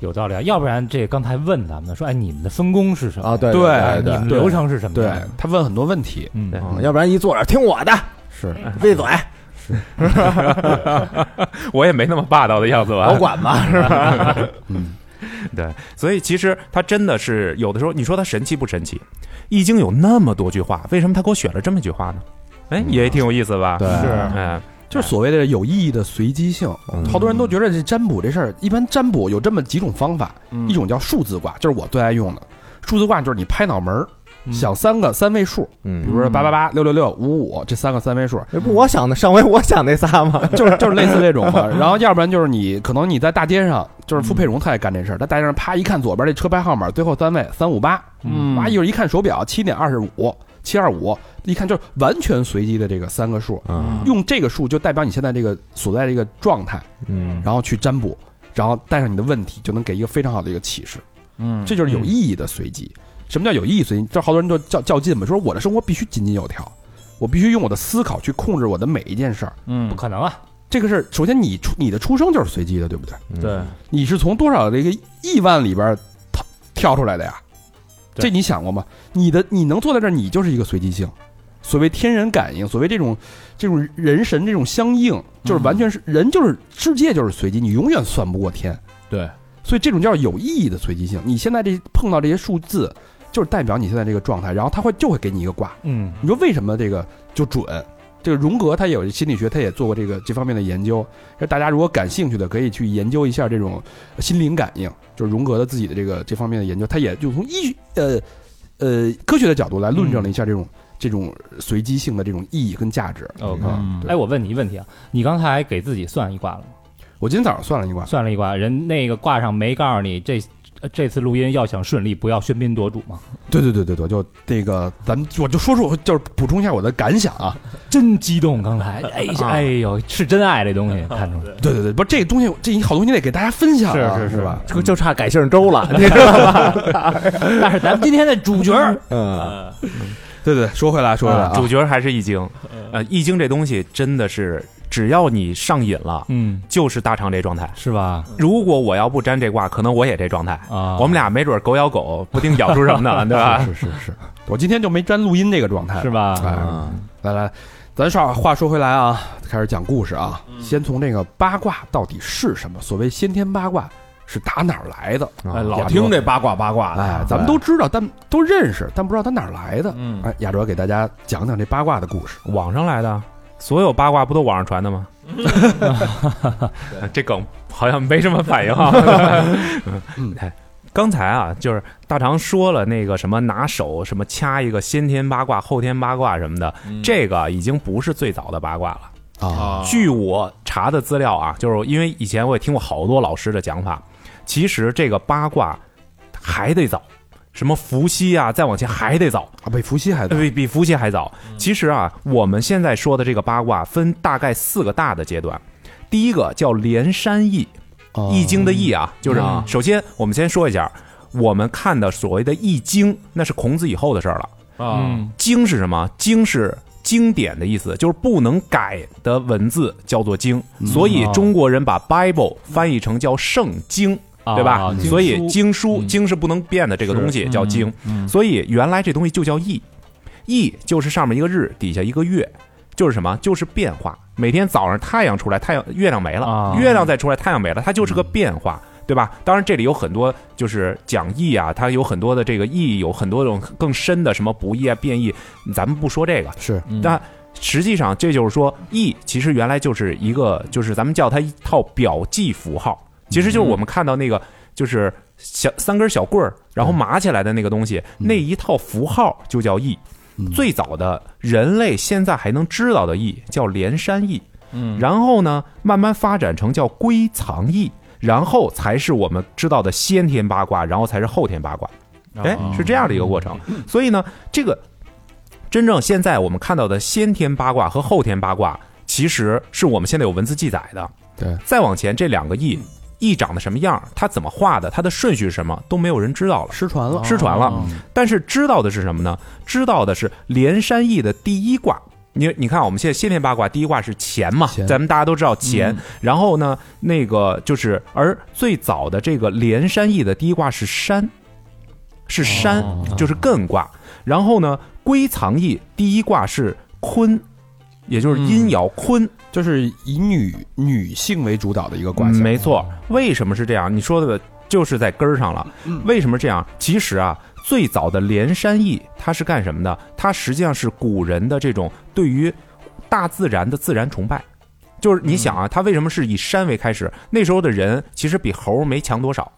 [SPEAKER 5] 有道理啊。要不然这刚才问咱们的说，哎，你们的分工是什么
[SPEAKER 2] 啊，对
[SPEAKER 5] 哎
[SPEAKER 2] 对
[SPEAKER 5] 你们
[SPEAKER 2] 对，
[SPEAKER 5] 流程是什么
[SPEAKER 3] 对
[SPEAKER 5] 样的？
[SPEAKER 3] 他问很多问题，
[SPEAKER 5] 嗯
[SPEAKER 6] 对
[SPEAKER 2] 嗯要不然一坐着听我的，
[SPEAKER 3] 是
[SPEAKER 2] 闭嘴，
[SPEAKER 6] 我也没那么霸道的样子
[SPEAKER 2] 我
[SPEAKER 6] 吧。
[SPEAKER 2] 管 吧，是吧？
[SPEAKER 6] 对，所以其实他真的是有的时候，你说他神奇不神奇？《易经》有那么多句话，为什么他给我选了这么一句话呢？哎，也挺有意思吧？
[SPEAKER 3] 对，
[SPEAKER 5] 是
[SPEAKER 6] 嗯，
[SPEAKER 3] 就是所谓的有意义的随机性。好多人都觉得这占卜这事儿，一般占卜有这么几种方法，一种叫数字卦，就是我最爱用的。数字卦就是你拍脑门儿，想三个三位数，比
[SPEAKER 6] 嗯，
[SPEAKER 3] 如说八八八、六六六、五五这三个三位数，
[SPEAKER 2] 哎这不我想的，上回我想那仨吗？
[SPEAKER 3] 就是就是类似这种嘛。然后要不然就是你可能你在大街上，就是傅佩荣他也干这事儿，在大街上啪一看左边这车牌号码，最后三位三五八，
[SPEAKER 5] 嗯
[SPEAKER 3] 哇，一会儿一看手表七点二十五七二五，一看就是完全随机的这个三个数，
[SPEAKER 6] 嗯
[SPEAKER 3] 用这个数就代表你现在这个所在的一个状态，
[SPEAKER 6] 嗯
[SPEAKER 3] 然后去占卜，然后带上你的问题，就能给一个非常好的一个启示。
[SPEAKER 4] 嗯
[SPEAKER 3] 这就是有意义的随机。什么叫有意义随机？这好多人都较较劲嘛，说我的生活必须井井有条，我必须用我的思考去控制我的每一件事儿。
[SPEAKER 4] 嗯
[SPEAKER 5] 不可能啊，
[SPEAKER 3] 这个事儿，首先你出你的出生就是随机的，对不对？
[SPEAKER 2] 嗯
[SPEAKER 4] 对，
[SPEAKER 3] 你是从多少这个亿万里边儿跳跳出来的呀？
[SPEAKER 5] 对
[SPEAKER 3] 这你想过吗？你的你能坐在这儿，你就是一个随机性。所谓天人感应，所谓这种这种人神这种相应，就是完全是、人就是世界就是随机，你永远算不过天。
[SPEAKER 4] 对，
[SPEAKER 3] 所以这种叫有意义的随机性。你现在这碰到这些数字，就是代表你现在这个状态，然后他会就会给你一个卦。
[SPEAKER 5] 嗯
[SPEAKER 3] 你说为什么这个就准？这个荣格他也有心理学，他也做过这个这方面的研究。那大家如果感兴趣的，可以去研究一下这种心灵感应，就是荣格的自己的这个这方面的研究。他也就从医呃呃科学的角度来论证了一下这种这种随机性的这种意义跟价值。
[SPEAKER 5] 嗯 OK，
[SPEAKER 3] 嗯
[SPEAKER 5] 哎，我问你一问题啊，你刚才给自己算一卦了吗？
[SPEAKER 3] 我今天早上算了一卦，
[SPEAKER 5] 算了一卦，人那个卦上没告诉你这呃这次录音要想顺利，不要喧宾夺主嘛。
[SPEAKER 3] 对对对对对，就那个咱们我就说说，就是补充一下我的感想啊。
[SPEAKER 5] 真激动，刚才，哎
[SPEAKER 6] 啊
[SPEAKER 5] 哎呦，是真爱这东西，看出来。
[SPEAKER 3] 对对对，不是这个东西，这好东西得给大家分享啊，
[SPEAKER 5] 是是
[SPEAKER 3] 是吧？
[SPEAKER 2] 就就差改姓周 了，你知道吗？
[SPEAKER 5] 但是咱们今天的主角儿
[SPEAKER 2] 嗯，
[SPEAKER 3] 对对，对说回来说回来啊，
[SPEAKER 6] 呃主角还是易经，呃，易经这东西真的是，只要你上瘾了，
[SPEAKER 5] 嗯，
[SPEAKER 6] 就是大肠这状态。
[SPEAKER 5] 是吧？
[SPEAKER 6] 如果我要不沾这卦，可能我也这状态。
[SPEAKER 5] 啊，
[SPEAKER 6] 我们俩没准狗咬狗，不定咬出什么 呢， 对吧？
[SPEAKER 3] 是是是是，我今天就没沾录音这个状态，
[SPEAKER 5] 是？吧？
[SPEAKER 3] 哎，来来，咱说话说回来啊，开始讲故事啊，先从这个八卦到底是什么？所谓先天八卦是打哪儿来的？啊
[SPEAKER 4] 哎，老
[SPEAKER 3] 亚洲
[SPEAKER 4] 听这八卦八卦的，
[SPEAKER 3] 哎，咱们都知道，但都认识，但不知道它哪儿来的。
[SPEAKER 4] 嗯
[SPEAKER 3] 哎，亚卓给大家讲讲这八卦的故事。
[SPEAKER 6] 网上来的，所有八卦不都网上传的吗？这梗好像没什么反应啊。嗯，哎刚才啊，就是大长说了那个什么拿手什么掐一个先天八卦、后天八卦什么的，
[SPEAKER 4] 嗯
[SPEAKER 6] 这个已经不是最早的八卦了。
[SPEAKER 4] 啊
[SPEAKER 6] 据我查的资料啊，就是因为以前我也听过好多老师的讲法，其实这个八卦还得早，什么伏羲啊，再往前还得早，
[SPEAKER 3] 啊，比伏羲还早
[SPEAKER 6] 呃比比伏羲还早。其实啊，我们现在说的这个八卦分大概四个大的阶段。第一个叫连山易，
[SPEAKER 3] 哦
[SPEAKER 6] 《易经》的易啊，就是首先我们先说一下，我们看的所谓的《易经》，那是孔子以后的事儿了。
[SPEAKER 5] 嗯
[SPEAKER 4] 啊，
[SPEAKER 7] 嗯
[SPEAKER 6] 经是什么？经是经典的意思，就是不能改的文字叫做经，所以中国人把 Bible 翻译成叫圣经。
[SPEAKER 5] 啊
[SPEAKER 6] 对吧？
[SPEAKER 5] 经书
[SPEAKER 6] 所以经书、
[SPEAKER 4] 嗯
[SPEAKER 6] 经是不能变的，这个东西
[SPEAKER 7] 嗯
[SPEAKER 6] 叫经。所以原来这东西就叫易，易就是上面一个日，底下一个月，就是什么？就是变化。每天早上太阳出来，太阳月亮没了，
[SPEAKER 5] 啊
[SPEAKER 6] 月亮再出来，太阳没了，它就是个变化。对吧？当然，这里有很多就是讲义啊，它有很多的这个义，有很多种更深的什么不义啊、变义，咱们不说这个。
[SPEAKER 3] 啊是
[SPEAKER 7] 嗯
[SPEAKER 6] 但实际上，这就是说，易其实原来就是一个，就是咱们叫它一套表记符号，其实就是我们看到那个，就是小三根小棍儿，然后码起来的那个东西，那一套符号就叫易。
[SPEAKER 3] 嗯
[SPEAKER 6] 最早的人类现在还能知道的易叫连山易，嗯，然后呢，慢慢发展成叫归藏易，然后才是我们知道的先天八卦，然后才是后天八卦。
[SPEAKER 7] 哦
[SPEAKER 6] 哎，是这样的一个过程。所以呢，这个真正现在我们看到的先天八卦和后天八卦，其实是我们现在有文字记载的。
[SPEAKER 3] 对，
[SPEAKER 6] 再往前这两个易，易长得什么样，它怎么画的，它的顺序是什么，都没有人知道了。
[SPEAKER 3] 失传了，
[SPEAKER 6] 失传了。但是知道的是什么呢？知道的是连山易的第一卦。你你看，我们现在先天八卦第一卦是乾嘛，
[SPEAKER 3] 乾
[SPEAKER 6] 咱们大家都知道乾。
[SPEAKER 7] 嗯
[SPEAKER 6] 然后呢，那个就是，而最早的这个连山易的第一卦是山，是山，就是艮卦。然后呢，归藏易第一卦是坤，也就是阴爻坤。
[SPEAKER 3] 就是以女女性为主导的一个卦象。
[SPEAKER 6] 嗯没错，为什么是这样？你说的就是在根儿上了。
[SPEAKER 3] 嗯
[SPEAKER 6] 为什么这样？其实啊，最早的连山易它是干什么的？它实际上是古人的这种对于大自然的自然崇拜。就是你想
[SPEAKER 3] 嗯
[SPEAKER 6] 啊，它为什么是以山为开始？那时候的人其实比猴儿没强多少。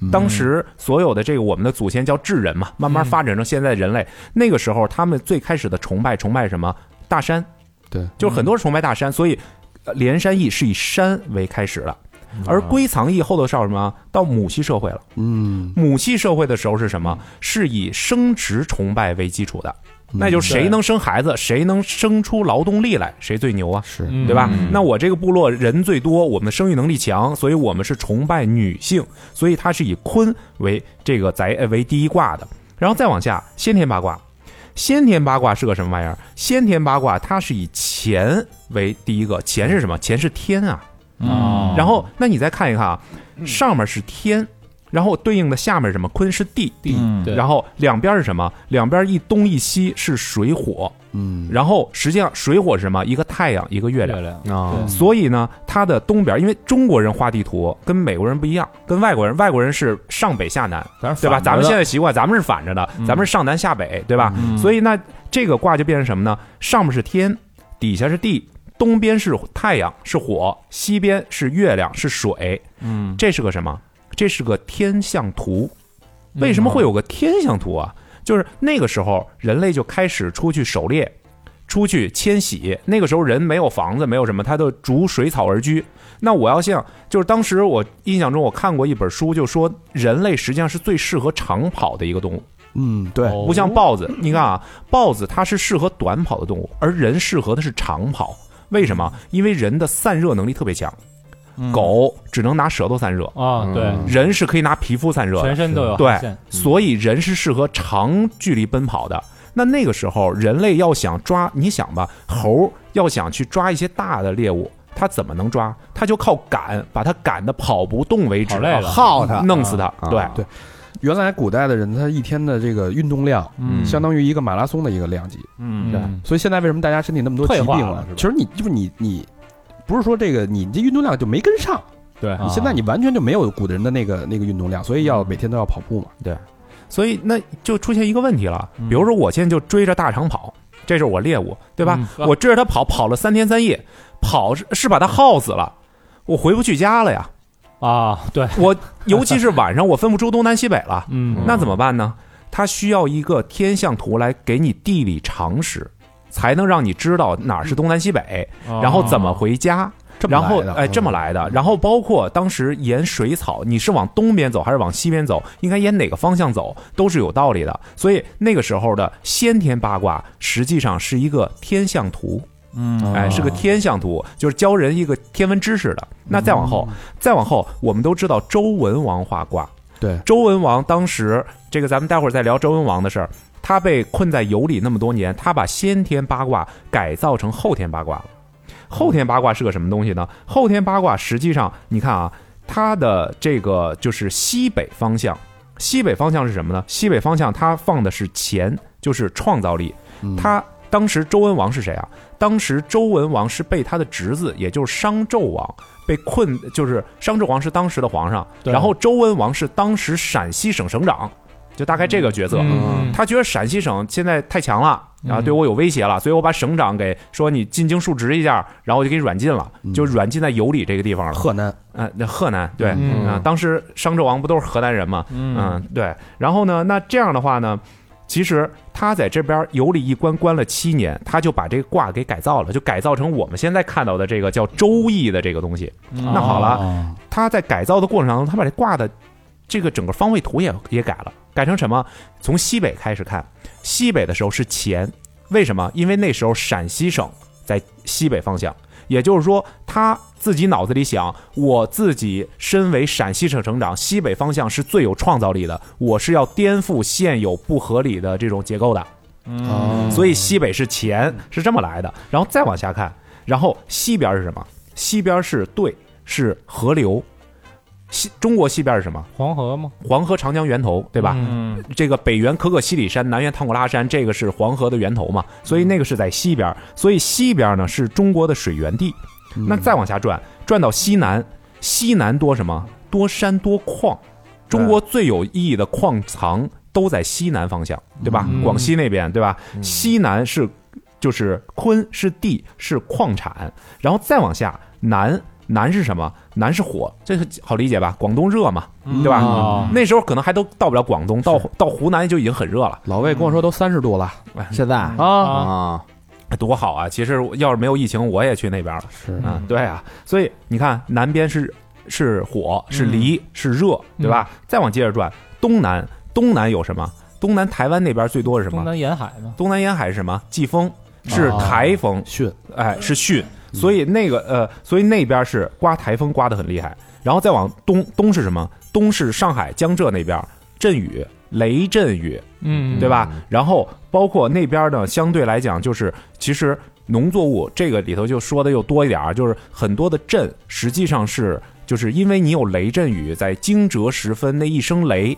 [SPEAKER 3] 嗯
[SPEAKER 6] 当时所有的这个我们的祖先叫智人嘛，慢慢发展成现在人类。那个时候他们最开始的崇拜，崇拜什么？大山。
[SPEAKER 3] 对，
[SPEAKER 6] 就是很多人崇拜大山，所以呃连山易是以山为开始的。而归藏易后头到什么？到母系社会了。
[SPEAKER 3] 嗯，
[SPEAKER 6] 母系社会的时候是什么？是以生殖崇拜为基础的，
[SPEAKER 3] 嗯
[SPEAKER 6] 那就是谁能生孩子，谁能生出劳动力来，谁最牛啊？
[SPEAKER 3] 是
[SPEAKER 5] 嗯
[SPEAKER 6] 对吧？那我这个部落人最多，我们的生育能力强，所以我们是崇拜女性，所以它是以坤为这个宅呃为第一卦的。然后再往下，先天八卦，先天八卦是个什么玩意儿？先天八卦它是以乾为第一个，乾是什么？乾是天啊。
[SPEAKER 7] 嗯哦
[SPEAKER 4] 啊，
[SPEAKER 6] 然后，那你再看一看啊，上面是天，然后对应的下面是什么？坤是地，地
[SPEAKER 4] 嗯
[SPEAKER 5] 对
[SPEAKER 6] 然后两边是什么？两边一东一西是水火，
[SPEAKER 3] 嗯，
[SPEAKER 6] 然后实际上水火是什么？一个太阳，一个月亮
[SPEAKER 5] 月。亮
[SPEAKER 2] 啊，
[SPEAKER 6] 所以呢，它的东边，因为中国人画地图跟美国人不一样，跟外国人，外国人是上北下南，
[SPEAKER 4] 咱是
[SPEAKER 6] 对吧？
[SPEAKER 4] 反
[SPEAKER 6] 咱
[SPEAKER 4] 着
[SPEAKER 6] 们
[SPEAKER 4] 的
[SPEAKER 6] 现在习惯，咱们是反着的，
[SPEAKER 4] 嗯
[SPEAKER 6] 咱们是上南下北，对吧？
[SPEAKER 4] 嗯
[SPEAKER 6] 所以那这个卦就变成什么呢？上面是天，底下是地，东边是太阳是火，西边是月亮是水，
[SPEAKER 4] 嗯
[SPEAKER 6] 这是个什么？这是个天象图。为什么会有个天象图啊？就是那个时候人类就开始出去狩猎，出去迁徙。那个时候人没有房子，没有什么，他都逐水草而居。那我要像，就是当时我印象中我看过一本书，就说人类实际上是最适合长跑的一个动物。
[SPEAKER 3] 嗯，对，
[SPEAKER 5] 哦
[SPEAKER 6] 不像豹子，你看啊，豹子它是适合短跑的动物，而人适合的是长跑。为什么？因为人的散热能力特别强，狗只能拿舌头散热，
[SPEAKER 5] 啊，对，
[SPEAKER 6] 人是可以拿皮肤散热的，
[SPEAKER 5] 全身都有汗
[SPEAKER 6] 对
[SPEAKER 5] 腺，
[SPEAKER 6] 所以人是适合长距离奔跑的。那那个时候，人类要想抓，你想吧，猴要想去抓一些大的猎物，它怎么能抓？它就靠赶，把它赶的跑不动为止，啊
[SPEAKER 5] 跑累了
[SPEAKER 4] 耗它
[SPEAKER 6] 弄死它。对
[SPEAKER 3] 啊对，原来古代的人他一天的这个运动量，
[SPEAKER 5] 嗯
[SPEAKER 3] 相当于一个马拉松的一个量级，
[SPEAKER 5] 嗯
[SPEAKER 6] 对
[SPEAKER 3] 所以现在为什么大家身体那么多疾病啊
[SPEAKER 5] 退化了是吧
[SPEAKER 3] 其实你就是你你。不是说这个，你这运动量就没跟上，
[SPEAKER 5] 对，
[SPEAKER 6] 啊
[SPEAKER 3] 你现在你完全就没有古人的那个那个运动量，所以
[SPEAKER 6] 嗯
[SPEAKER 3] 要每天都要跑步嘛。
[SPEAKER 6] 所以那就出现一个问题了，
[SPEAKER 5] 嗯
[SPEAKER 6] 比如说我现在就追着大肠跑，这是我猎物，对吧？
[SPEAKER 5] 嗯
[SPEAKER 6] 我追着它跑，跑了三天三夜，跑是是把它耗死了，我回不去家了呀。
[SPEAKER 5] 啊，对，
[SPEAKER 6] 我尤其是晚上，我分不出东南西北了，
[SPEAKER 5] 嗯，
[SPEAKER 6] 那怎么办呢？它需要一个天象图来给你地理常识，才能让你知道哪儿是东南西北，然后怎么回家。
[SPEAKER 3] 嗯哦这么
[SPEAKER 6] 然后
[SPEAKER 3] 来的嗯
[SPEAKER 6] 哎，这么来的。然后包括当时沿水草，你是往东边走还是往西边走，应该沿哪个方向走，都是有道理的。所以那个时候的先天八卦实际上是一个天象图，
[SPEAKER 4] 嗯
[SPEAKER 3] 哦
[SPEAKER 6] 哎，是个天象图，就是教人一个天文知识的。那再往
[SPEAKER 3] 嗯
[SPEAKER 6] 后，再往后，我们都知道周文王画卦。
[SPEAKER 3] 嗯对，
[SPEAKER 6] 周文王当时这个，咱们待会儿再聊周文王的事儿。他被困在油里那么多年，他把先天八卦改造成后天八卦了。后天八卦是个什么东西呢？后天八卦实际上，你看啊，它的这个就是西北方向。西北方向是什么呢？西北方向它放的是钱，就是创造力。
[SPEAKER 3] 嗯
[SPEAKER 6] 他当时周文王是谁啊？当时周文王是被他的侄子，也就是商纣王被困，就是商纣王是当时的皇上，
[SPEAKER 5] 对
[SPEAKER 6] 然后周文王是当时陕西省省长，就大概这个角色。
[SPEAKER 5] 嗯
[SPEAKER 6] 他觉得陕西省现在太强了啊，对我有威胁了，所以我把省长给说你进京述职一下，然后我就给你软禁了，就软禁在有里这个地方了。
[SPEAKER 3] 河南，
[SPEAKER 6] 呃，那河南对，啊、
[SPEAKER 4] 嗯
[SPEAKER 6] 当时商纣王不都是河南人吗？嗯、对。然后呢，那这样的话呢，其实他在这边有里一关关了七年，他就把这个卦给改造了，就改造成我们现在看到的这个叫《周易》的这个东西。那好了，
[SPEAKER 5] 了，
[SPEAKER 6] 他在改造的过程当中，他把这卦的这个整个方位图也也改了，改成什么？从西北开始看，西北的时候是乾，为什么？因为那时候陕西省在西北方向，也就是说他自己脑子里想，我自己身为陕西省省长，西北方向是最有创造力的，我是要颠覆现有不合理的这种结构的，
[SPEAKER 3] 嗯
[SPEAKER 6] 所以西北是乾，是这么来的。然后再往下看，然后西边是什么？西边是对，是河流。西中国西边是什么？
[SPEAKER 5] 黄河吗？
[SPEAKER 6] 黄河、长江源头，对吧？
[SPEAKER 5] 嗯
[SPEAKER 6] 这个北缘可可西里山，南缘唐古拉山，这个是黄河的源头嘛，所以那个是在西边，所以西边呢是中国的水源地。
[SPEAKER 3] 嗯
[SPEAKER 6] 那再往下转，转到西南，西南多什么？多山多矿，中国最有意义的矿藏都在西南方向，对吧？
[SPEAKER 5] 嗯
[SPEAKER 6] 广西那边，对吧？西南是就是坤是地是矿产，然后再往下南。南是什么？南是火，这是好理解吧？广东热嘛，对吧？
[SPEAKER 5] 哦
[SPEAKER 6] 那时候可能还都到不了广东，到到湖南就已经很热了，
[SPEAKER 3] 老魏跟我
[SPEAKER 2] 嗯
[SPEAKER 3] 说都三十度了
[SPEAKER 4] 现在
[SPEAKER 3] 啊，
[SPEAKER 4] 啊，
[SPEAKER 6] 多好啊！其实要是没有疫情，我也去那边了。
[SPEAKER 3] 是
[SPEAKER 6] 嗯，对啊，所以你看，南边是是火，是离，
[SPEAKER 5] 嗯
[SPEAKER 6] 是热，对吧？再往接着转，东南，东南有什么？东南台湾那边最多是什
[SPEAKER 5] 东
[SPEAKER 6] 么？
[SPEAKER 5] 南沿海嘛，
[SPEAKER 6] 东南沿海是什么？季风，是
[SPEAKER 5] 哦嗯
[SPEAKER 6] 台风，
[SPEAKER 3] 训
[SPEAKER 6] 哎，是巽，所以那个呃，所以那边是刮台风刮得很厉害，然后再往东，东是什么？东是上海江浙那边阵雨，雷阵雨，
[SPEAKER 5] 嗯
[SPEAKER 6] 对吧？然后包括那边呢，相对来讲就是其实农作物这个里头就说的又多一点儿，啊就是很多的震实际上是就是因为你有雷阵雨，在惊蛰时分那一声雷，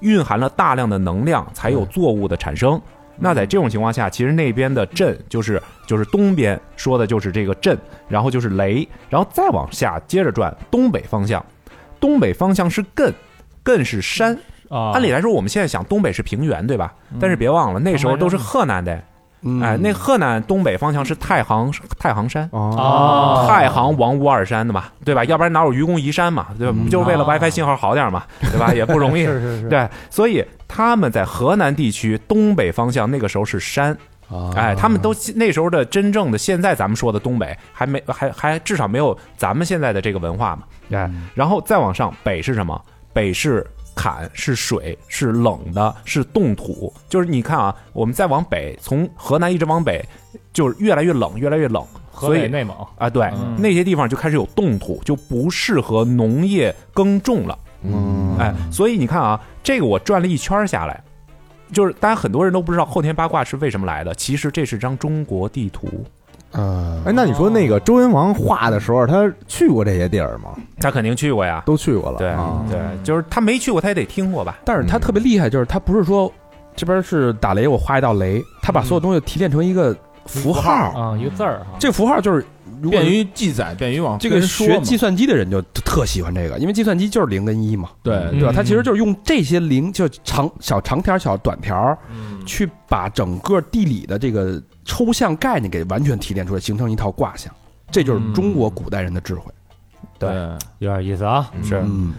[SPEAKER 6] 蕴含了大量的能量，才有作物的产生。那在这种情况下，其实那边的震就是就是东边说的就是这个震，然后就是雷，然后再往下接着转东北方向，东北方向是艮，艮是山，
[SPEAKER 5] 啊，
[SPEAKER 6] 按理来说，我们现在想东北是平原，对吧？但是别忘了，那时候都是河南的，
[SPEAKER 3] 嗯
[SPEAKER 6] 哎，那河南东北方向是太行太行山，
[SPEAKER 5] 哦
[SPEAKER 6] 太行王五二山的嘛，对吧？要不然哪有愚公移山嘛，对吧？
[SPEAKER 3] 嗯
[SPEAKER 6] 就是为了
[SPEAKER 5] 哦
[SPEAKER 6] WiFi 信号好点嘛，对吧？也不容易，
[SPEAKER 4] 是是是，
[SPEAKER 6] 对，所以他们在河南地区东北方向那个时候是山，
[SPEAKER 3] 啊
[SPEAKER 6] 哎，他们都那时候的真正的现在咱们说的东北还没还还至少没有咱们现在的这个文化嘛，哎，然后再往上北是什么？北是坎，是水，是冷的，是冻土，就是你看啊，我们再往北，从河南一直往北，就是越来越冷，越来越冷，
[SPEAKER 5] 河
[SPEAKER 6] 所以
[SPEAKER 5] 北、内蒙，
[SPEAKER 6] 啊，对，
[SPEAKER 5] 嗯
[SPEAKER 6] 那些地方就开始有冻土，就不适合农业耕种了。
[SPEAKER 3] 嗯
[SPEAKER 6] 哎，所以你看啊，这个我转了一圈儿下来，就是大家很多人都不知道后天八卦是为什么来的，其实这是张中国地图，
[SPEAKER 3] 呃
[SPEAKER 2] 哎，那你说那个周文王画的时候，他去过这些地儿
[SPEAKER 7] 嗯
[SPEAKER 2] 吗？
[SPEAKER 6] 他肯定去过呀。
[SPEAKER 2] 都去过了，
[SPEAKER 6] 对
[SPEAKER 2] 啊，
[SPEAKER 6] 对，就是他没去过，他也得听过吧？嗯
[SPEAKER 3] 但是他特别厉害，就是他不是说这边是打雷，我画一道雷，他把所有东西提炼成一个符号，
[SPEAKER 5] 啊，一个字儿哈，
[SPEAKER 3] 这个符号就是如果
[SPEAKER 7] 便于记载，便于往
[SPEAKER 3] 这个
[SPEAKER 7] 跟说
[SPEAKER 3] 学
[SPEAKER 7] 嘛
[SPEAKER 3] 计算机的人就特喜欢这个，因为计算机就是零跟一嘛，
[SPEAKER 7] 对
[SPEAKER 3] 对吧？
[SPEAKER 5] 嗯
[SPEAKER 3] 它其实就是用这些零，就长小长条、小短条，
[SPEAKER 7] 嗯
[SPEAKER 5] 嗯
[SPEAKER 3] 去把整个地理的这个抽象概念给完全提炼出来，形成一套卦象。这就是中
[SPEAKER 7] 嗯
[SPEAKER 3] 国古代人的智慧。
[SPEAKER 7] 对
[SPEAKER 5] 有点意思啊。
[SPEAKER 6] 是
[SPEAKER 3] 嗯，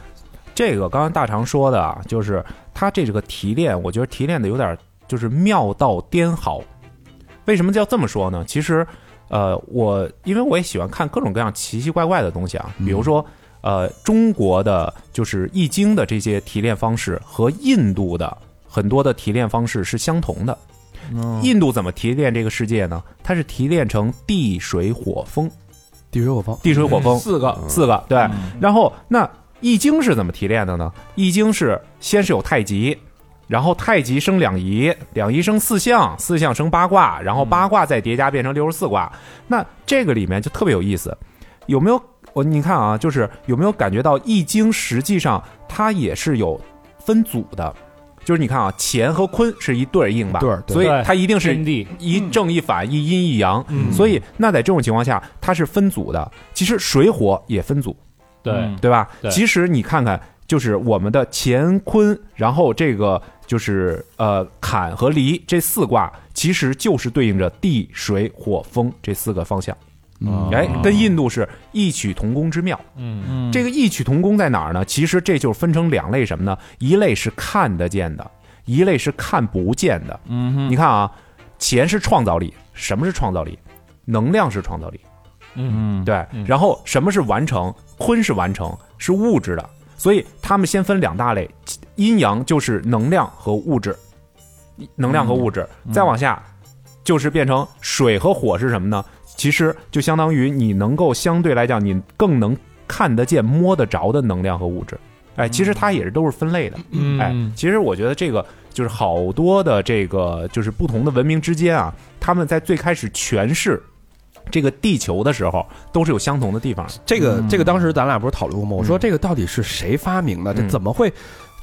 [SPEAKER 6] 这个刚刚大长说的啊，就是他这个提炼，我觉得提炼的有点就是妙到颠毫。为什么要这么说呢？其实，呃，我因为我也喜欢看各种各样奇奇怪怪的东西啊，
[SPEAKER 7] 嗯
[SPEAKER 6] 比如说，呃，中国的就是《易经》的这些提炼方式和印度的很多的提炼方式是相同的。
[SPEAKER 7] 嗯
[SPEAKER 6] 印度怎么提炼这个世界呢？它是提炼成地、水、火、风，
[SPEAKER 3] 地水火风，
[SPEAKER 6] 地、水、火、风
[SPEAKER 7] 嗯四个嗯
[SPEAKER 6] 四个对。然后那《易经》是怎么提炼的呢？《易经》是先是有太极，然后太极生两仪，两仪生四象，四象生八卦，然
[SPEAKER 3] 嗯
[SPEAKER 6] 后八卦再叠加变成六十四卦。那这个里面就特别有意思，有没有？我你看啊，就是有没有感觉到《易经》实际上它也是有分组的？就是你看啊，乾和坤是一对儿应吧？
[SPEAKER 3] 对儿对
[SPEAKER 6] 所以它一定是
[SPEAKER 5] 天地，
[SPEAKER 6] 一正一反，一阴一阳。
[SPEAKER 5] 嗯
[SPEAKER 6] 所以那在这种情况下，它是分组的。其实水火也分组，
[SPEAKER 5] 对
[SPEAKER 7] 嗯
[SPEAKER 6] 对吧？
[SPEAKER 5] 对
[SPEAKER 6] 其实你看看，就是我们的乾坤，然后这个就是呃坎和离这四卦，其实就是对应着地、水、火、风这四个方向。哎，跟印度是异曲同工之妙。
[SPEAKER 5] 嗯
[SPEAKER 7] 哦嗯
[SPEAKER 6] 这个异曲同工在哪儿呢？其实这就是分成两类什么呢？一类是看得见的，一类是看不见的。
[SPEAKER 7] 嗯哼
[SPEAKER 6] 你看啊，钱是创造力，什么是创造力？能量是创造力，
[SPEAKER 7] 嗯
[SPEAKER 6] 对。然后什么是完成？坤是完成，是物质的。所以他们先分两大类，阴阳就是能量和物质，能量和物质。
[SPEAKER 7] 嗯
[SPEAKER 6] 再往下就是变成水和火是什么呢？其实就相当于你能够相对来讲，你更能看得见、摸得着的能量和物质。哎，其实它也是都是分类的。
[SPEAKER 7] 嗯
[SPEAKER 6] 哎，其实我觉得这个就是好多的这个就是不同的文明之间啊，他们在最开始诠释这个地球的时候，都是有相同的地方的。
[SPEAKER 3] 这个
[SPEAKER 7] 嗯
[SPEAKER 3] 这个当时咱俩不是讨论过吗？我说
[SPEAKER 6] 嗯
[SPEAKER 3] 这个到底是谁发明的？这
[SPEAKER 6] 嗯
[SPEAKER 3] 怎么会？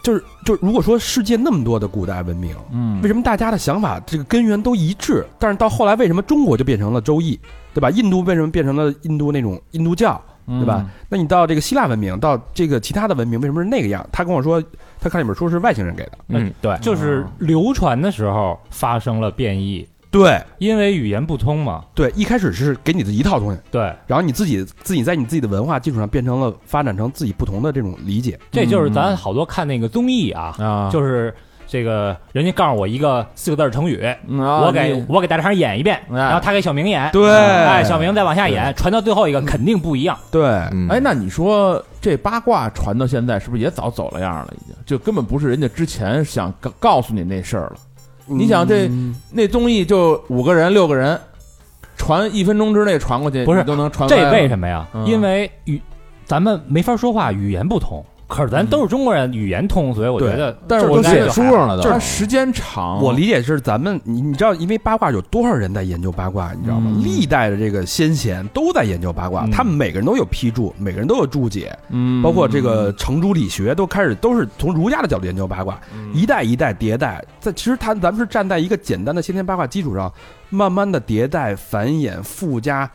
[SPEAKER 3] 就是就如果说世界那么多的古代文明，
[SPEAKER 7] 嗯
[SPEAKER 3] 为什么大家的想法这个根源都一致？但是到后来为什么中国就变成了周易，对吧？印度为什么变成了印度那种印度教？
[SPEAKER 7] 对
[SPEAKER 3] 对吧？？那你到这个希腊文明，到这个其他的文明，为什么是那个样？他跟我说，他看一本书是外星人给的。
[SPEAKER 7] 哎
[SPEAKER 6] 嗯，对，
[SPEAKER 5] 就是流传的时候发生了变异，
[SPEAKER 3] 对
[SPEAKER 5] 因为语言不通嘛。
[SPEAKER 3] 对，一开始是给你的一套东西，
[SPEAKER 5] 对，
[SPEAKER 3] 然后你自己自己在你自己的文化基础上变成了发展成自己不同的这种理解。
[SPEAKER 5] 这就是咱
[SPEAKER 7] 嗯
[SPEAKER 5] 好多看那个综艺啊，
[SPEAKER 7] 啊，
[SPEAKER 5] 就是这个人家告诉我一个四个字儿成语，
[SPEAKER 2] 嗯
[SPEAKER 7] 我
[SPEAKER 2] 啊
[SPEAKER 5] 我给我给大肠演一遍，
[SPEAKER 7] 啊哎
[SPEAKER 5] 然后他给小明演，
[SPEAKER 3] 对
[SPEAKER 5] 哎，小明再往下演，传到最后一个肯定不一样。
[SPEAKER 3] 对，
[SPEAKER 6] 嗯
[SPEAKER 7] 哎，那你说这八卦传到现在，是不是也早走了样了？已经就根本不是人家之前想告告诉你那事儿了。
[SPEAKER 2] 嗯
[SPEAKER 7] 你想
[SPEAKER 3] 嗯
[SPEAKER 7] 这那综艺就五个人、六个人，传一分钟之内传过去，
[SPEAKER 5] 不是
[SPEAKER 7] 你都能传
[SPEAKER 5] 这
[SPEAKER 7] 歪了。
[SPEAKER 5] 为什么呀？
[SPEAKER 7] 嗯
[SPEAKER 5] 因为语咱们没法说话，语言不通。可是咱都是中国人，语言通，所以我觉得
[SPEAKER 7] 但是
[SPEAKER 5] 这
[SPEAKER 7] 我
[SPEAKER 5] 应该
[SPEAKER 7] 写
[SPEAKER 5] 就
[SPEAKER 7] 书
[SPEAKER 5] 还好
[SPEAKER 7] 上了都，
[SPEAKER 3] 就是
[SPEAKER 7] 它时间长，
[SPEAKER 3] 我理解是咱们，你你知道，因为八卦有多少人在研究八卦，你知道吗？
[SPEAKER 7] 嗯
[SPEAKER 3] 历代的这个先贤都在研究八卦，
[SPEAKER 5] 嗯
[SPEAKER 3] 他们每个人都有批注，每个人都有注解，
[SPEAKER 7] 嗯，
[SPEAKER 3] 包括这个程朱理学都开始都是从儒家的角度研究八卦，
[SPEAKER 7] 嗯
[SPEAKER 3] 一代一代迭代。在其实它咱们是站在一个简单的先天八卦基础上，慢慢的迭代、繁衍、附加，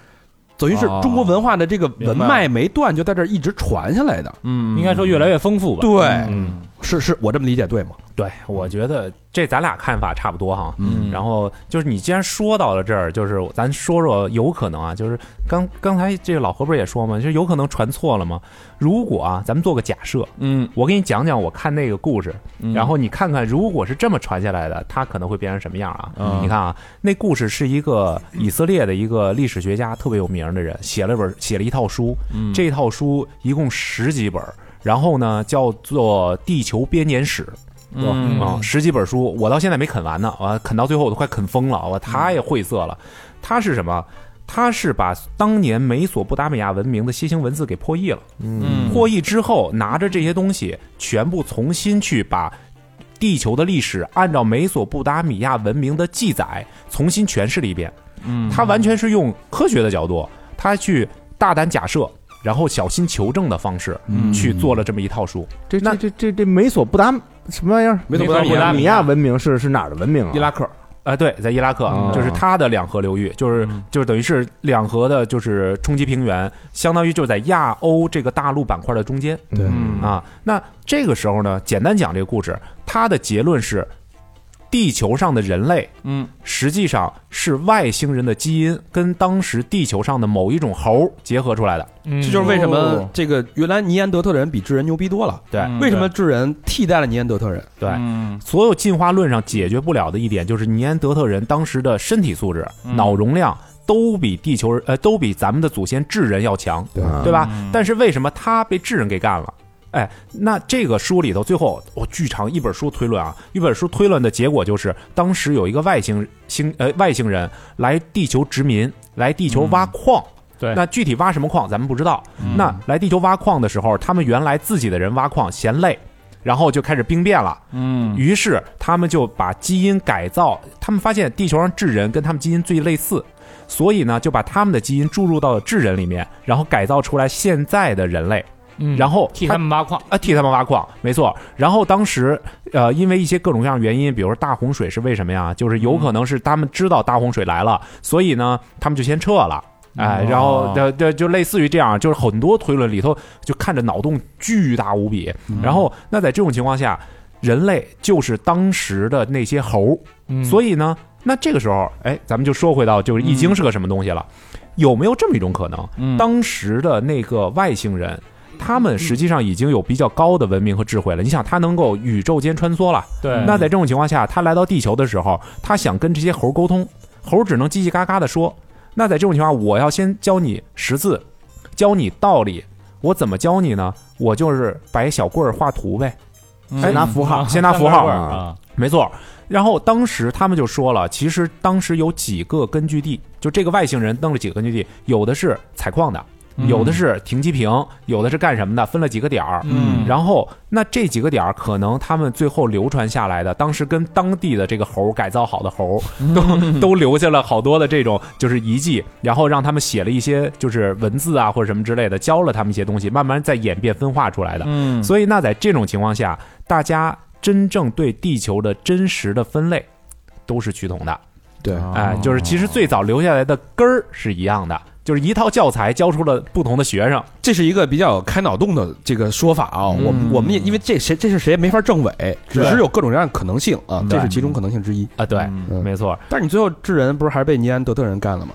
[SPEAKER 3] 等于是
[SPEAKER 7] 哦
[SPEAKER 3] 中国文化的这个
[SPEAKER 7] 明白
[SPEAKER 3] 文脉没断，就在这儿一直传下来的。
[SPEAKER 7] 嗯，
[SPEAKER 5] 应该说越来越丰富吧。
[SPEAKER 3] 对，
[SPEAKER 5] 嗯，
[SPEAKER 3] 是是我这么理解对吗？
[SPEAKER 6] 对，我觉得这咱俩看法差不多哈。
[SPEAKER 7] 嗯
[SPEAKER 6] 然后就是你既然说到了这儿，就是咱说说有可能啊，就是刚刚才这个老何不是也说嘛，就是有可能传错了吗？如果啊，咱们做个假设，
[SPEAKER 7] 嗯，
[SPEAKER 6] 我给你讲讲我看那个故事，
[SPEAKER 7] 嗯
[SPEAKER 6] 然后你看看如果是这么传下来的，它可能会变成什么样啊？
[SPEAKER 7] 嗯
[SPEAKER 6] 你看啊，那故事是一个以色列的一个历史学家，特别有名的人，写了本写了一套书，
[SPEAKER 7] 嗯
[SPEAKER 6] 这套书一共十几本儿，然后呢叫做《地球编年史》。
[SPEAKER 7] 嗯
[SPEAKER 2] 哦
[SPEAKER 6] 啊、十几本书，我到现在没啃完呢，我啃到最后我都快啃
[SPEAKER 7] 嗯
[SPEAKER 6] 疯了，我太晦涩了。它是什么？它是把当年美索不达米亚文明的楔形文字给破译了，
[SPEAKER 7] 嗯
[SPEAKER 6] 破译之后拿着这些东西全部重新去把地球的历史按照美索不达米亚文明的记载重新诠释了一遍。
[SPEAKER 7] 嗯
[SPEAKER 6] 他完全是用科学的角度，他去大胆假设，然后小心求证的方式
[SPEAKER 2] 嗯
[SPEAKER 7] 嗯
[SPEAKER 6] 去做了这么一套书。
[SPEAKER 2] 这
[SPEAKER 6] 那
[SPEAKER 2] 这这这这美索不达什么玩意儿？
[SPEAKER 3] 美索不达米亚
[SPEAKER 2] 米亚文明是是哪儿的文明啊？
[SPEAKER 7] 伊拉克，
[SPEAKER 6] 啊，对，在伊拉克，
[SPEAKER 2] 哦
[SPEAKER 6] 就是它的两河流域，就是
[SPEAKER 7] 嗯
[SPEAKER 6] 就是等于是两河的，就是冲击平原，相当于就是在亚欧这个大陆板块的中间
[SPEAKER 2] 对
[SPEAKER 7] 嗯
[SPEAKER 6] 啊。那这个时候呢，简单讲这个故事，它的结论是，地球上的人类
[SPEAKER 7] 嗯
[SPEAKER 6] 实际上是外星人的基因跟当时地球上的某一种猴结合出来的。
[SPEAKER 3] 这就是为什
[SPEAKER 5] 嗯
[SPEAKER 3] 么
[SPEAKER 7] 哦
[SPEAKER 3] 这个原来尼安德特人比智人牛逼多了。
[SPEAKER 6] 对
[SPEAKER 7] 嗯
[SPEAKER 3] 为什么智人替代了尼安德特人？
[SPEAKER 6] 对，
[SPEAKER 7] 嗯
[SPEAKER 6] 所有进化论上解决不了的一点，就是尼安德特人当时的身体素质、
[SPEAKER 7] 嗯
[SPEAKER 6] 脑容量都比地球人呃都比咱们的祖先智人要强，
[SPEAKER 2] 对
[SPEAKER 6] 对啊吧？
[SPEAKER 7] 嗯
[SPEAKER 6] 但是为什么他被智人给干了？哎，那这个书里头最后我、巨长一本书推论啊，一本书推论的结果就是，当时有一个外星星呃外星人来地球殖民，来地球挖
[SPEAKER 7] 嗯
[SPEAKER 6] 矿。
[SPEAKER 5] 对
[SPEAKER 6] 那具体挖什么矿咱们不知道。那来地球挖矿的时候，他们原来自己的人挖矿嫌累，然后就开始兵变了。
[SPEAKER 7] 嗯
[SPEAKER 6] 于是他们就把基因改造，他们发现地球上智人跟他们基因最类似，所以呢就把他们的基因注入到了智人里面，然后改造出来现在的人类，
[SPEAKER 5] 嗯
[SPEAKER 6] 然后
[SPEAKER 5] 替他们挖矿，
[SPEAKER 6] 啊，替他们挖矿，没错。然后当时，呃，因为一些各种各样的原因，比如说大洪水是为什么呀？就是有可能是他们知道大洪水来了，所以呢，他们就先撤了。哎，然后这这就类似于这样，就是很多推论里头就看着脑洞巨大无比。然后，那在这种情况下，人类就是当时的那些猴，所以呢，那这个时候，哎，咱们就说回到就是《易经》是个什么东西了？有没有这么一种可能？
[SPEAKER 7] 嗯
[SPEAKER 6] 当时的那个外星人，他们实际上已经有比较高的文明和智慧了。你想，他能够宇宙间穿梭了，
[SPEAKER 5] 对，
[SPEAKER 6] 那在这种情况下，他来到地球的时候，他想跟这些猴沟通，猴只能叽叽嘎嘎的说。那在这种情况下，我要先教你识字，教你道理。我怎么教你呢？我就是摆小棍儿画图呗。
[SPEAKER 7] 哎
[SPEAKER 2] 先拿符号，
[SPEAKER 6] 先拿符号
[SPEAKER 5] 啊，
[SPEAKER 6] 没错。然后当时他们就说了，其实当时有几个根据地，就这个外星人弄了几个根据地，有的是采矿的，有的是停机坪，有的是干什么的，分了几个点儿。
[SPEAKER 7] 嗯
[SPEAKER 6] 然后，那这几个点儿，可能他们最后流传下来的，当时跟当地的这个猴儿改造好的猴
[SPEAKER 7] 嗯
[SPEAKER 6] 儿，都都留下了好多的这种就是遗迹，然后让他们写了一些就是文字啊或者什么之类的，教了他们一些东西，慢慢再演变分化出来的。
[SPEAKER 7] 嗯
[SPEAKER 6] 所以，那在这种情况下，大家真正对地球的真实的分类都是趋同的。
[SPEAKER 7] 哦
[SPEAKER 2] 对，
[SPEAKER 7] 啊
[SPEAKER 6] 哎，就是其实最早留下来的根儿是一样的，就是一套教材教出了不同的学生。
[SPEAKER 3] 这是一个比较开脑洞的这个说法啊。我们我们也
[SPEAKER 7] 嗯
[SPEAKER 3] 因为这谁这是谁也没法证伪，只是有各种各样的可能性
[SPEAKER 7] 嗯
[SPEAKER 3] 啊，这是其中可能性之一。
[SPEAKER 6] 啊，对，
[SPEAKER 2] 嗯
[SPEAKER 6] 没错，
[SPEAKER 3] 但是你最后智人不是还是被尼安德特人干了吗？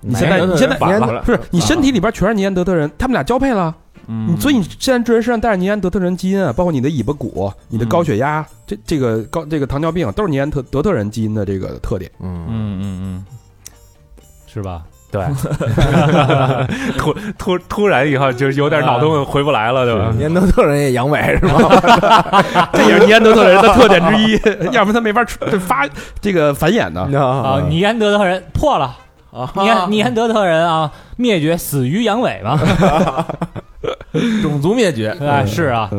[SPEAKER 3] 你现
[SPEAKER 7] 尼安德特
[SPEAKER 3] 在
[SPEAKER 7] 人
[SPEAKER 3] 你现在
[SPEAKER 7] 反了
[SPEAKER 3] 不是你身体里边全是尼安德特人，他们俩交配了，
[SPEAKER 7] 嗯
[SPEAKER 3] 所以你现在智人身上带着尼安德特人基因啊，包括你的尾巴骨、你的
[SPEAKER 7] 嗯
[SPEAKER 3] 高血压、这这个高这个糖尿病都是尼安德德特人基因的这个特点。
[SPEAKER 2] 嗯，
[SPEAKER 7] 嗯嗯
[SPEAKER 5] 是吧？
[SPEAKER 6] 对， 突突突然以后就有点脑洞回不来了，对吧？
[SPEAKER 2] 年德特人也阳痿是吗？
[SPEAKER 3] 这也是尼安德特人的特点之 一，要不然他没法出这发这个繁衍呢。
[SPEAKER 5] 啊，尼安德特人破了。尼安尼安德特人啊，灭绝死于阳痿嘛？
[SPEAKER 7] 嗯，种族灭绝，
[SPEAKER 5] 哎，是啊，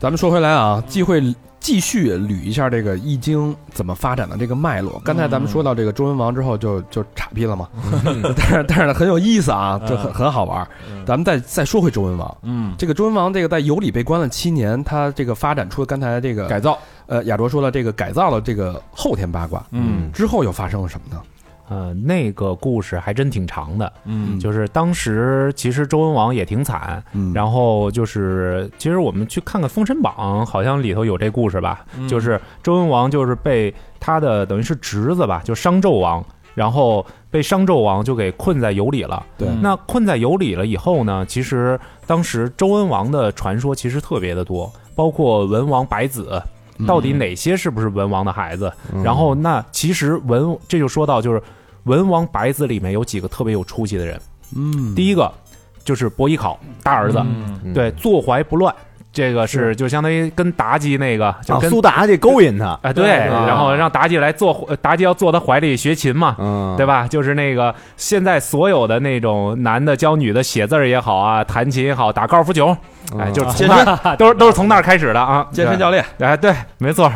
[SPEAKER 3] 咱们说回来啊，继会继续捋一下这个《易经》怎么发展的这个脉络。刚才咱们说到这个周文王之后就，就岔劈了嘛， 但是但是呢很有意思啊，就很很好玩儿。咱们再再说回周文王，
[SPEAKER 7] 嗯，
[SPEAKER 3] 这个周文王这个在有里被关了七年，他这个发展出刚才这个
[SPEAKER 7] 改造，
[SPEAKER 3] 呃，亚卓说了，这个改造了这个后天八卦
[SPEAKER 7] 嗯
[SPEAKER 3] 之后又发生了什么呢？
[SPEAKER 6] 呃，那个故事还真挺长的，
[SPEAKER 7] 嗯
[SPEAKER 6] 就是当时其实周文王也挺惨，
[SPEAKER 3] 嗯
[SPEAKER 6] 然后就是其实我们去看看《封神榜》，好像里头有这故事吧，就是周文王就是被他的等于是侄子吧，就商纣王，然后被商纣王就给困在油里了。
[SPEAKER 3] 对
[SPEAKER 2] 嗯
[SPEAKER 6] 那困在油里了以后呢，其实当时周文王的传说其实特别的多，包括文王白子。
[SPEAKER 2] 嗯
[SPEAKER 6] 到底哪些是不是文王的孩子？然后那其实文这就说到就是文王白子里面有几个特别有出息的人，
[SPEAKER 3] 嗯
[SPEAKER 6] 第一个就是伯邑考大儿子，
[SPEAKER 2] 嗯
[SPEAKER 6] 对坐怀不乱，这个是就相当于跟妲己那个就
[SPEAKER 2] 啊，
[SPEAKER 6] 跟
[SPEAKER 2] 苏妲己勾引他，
[SPEAKER 6] 啊，对，然后让妲己来坐，呃妲己要坐他怀里学琴嘛，
[SPEAKER 2] 嗯，
[SPEAKER 3] 啊
[SPEAKER 6] 对吧？就是那个现在所有的那种男的教女的写字儿也好啊，弹琴也好，打高尔夫球，
[SPEAKER 3] 嗯
[SPEAKER 6] 哎，就是从那儿都是都是从那儿开始的啊。
[SPEAKER 3] 健身
[SPEAKER 6] 对
[SPEAKER 3] 教练，
[SPEAKER 6] 哎，对，没错，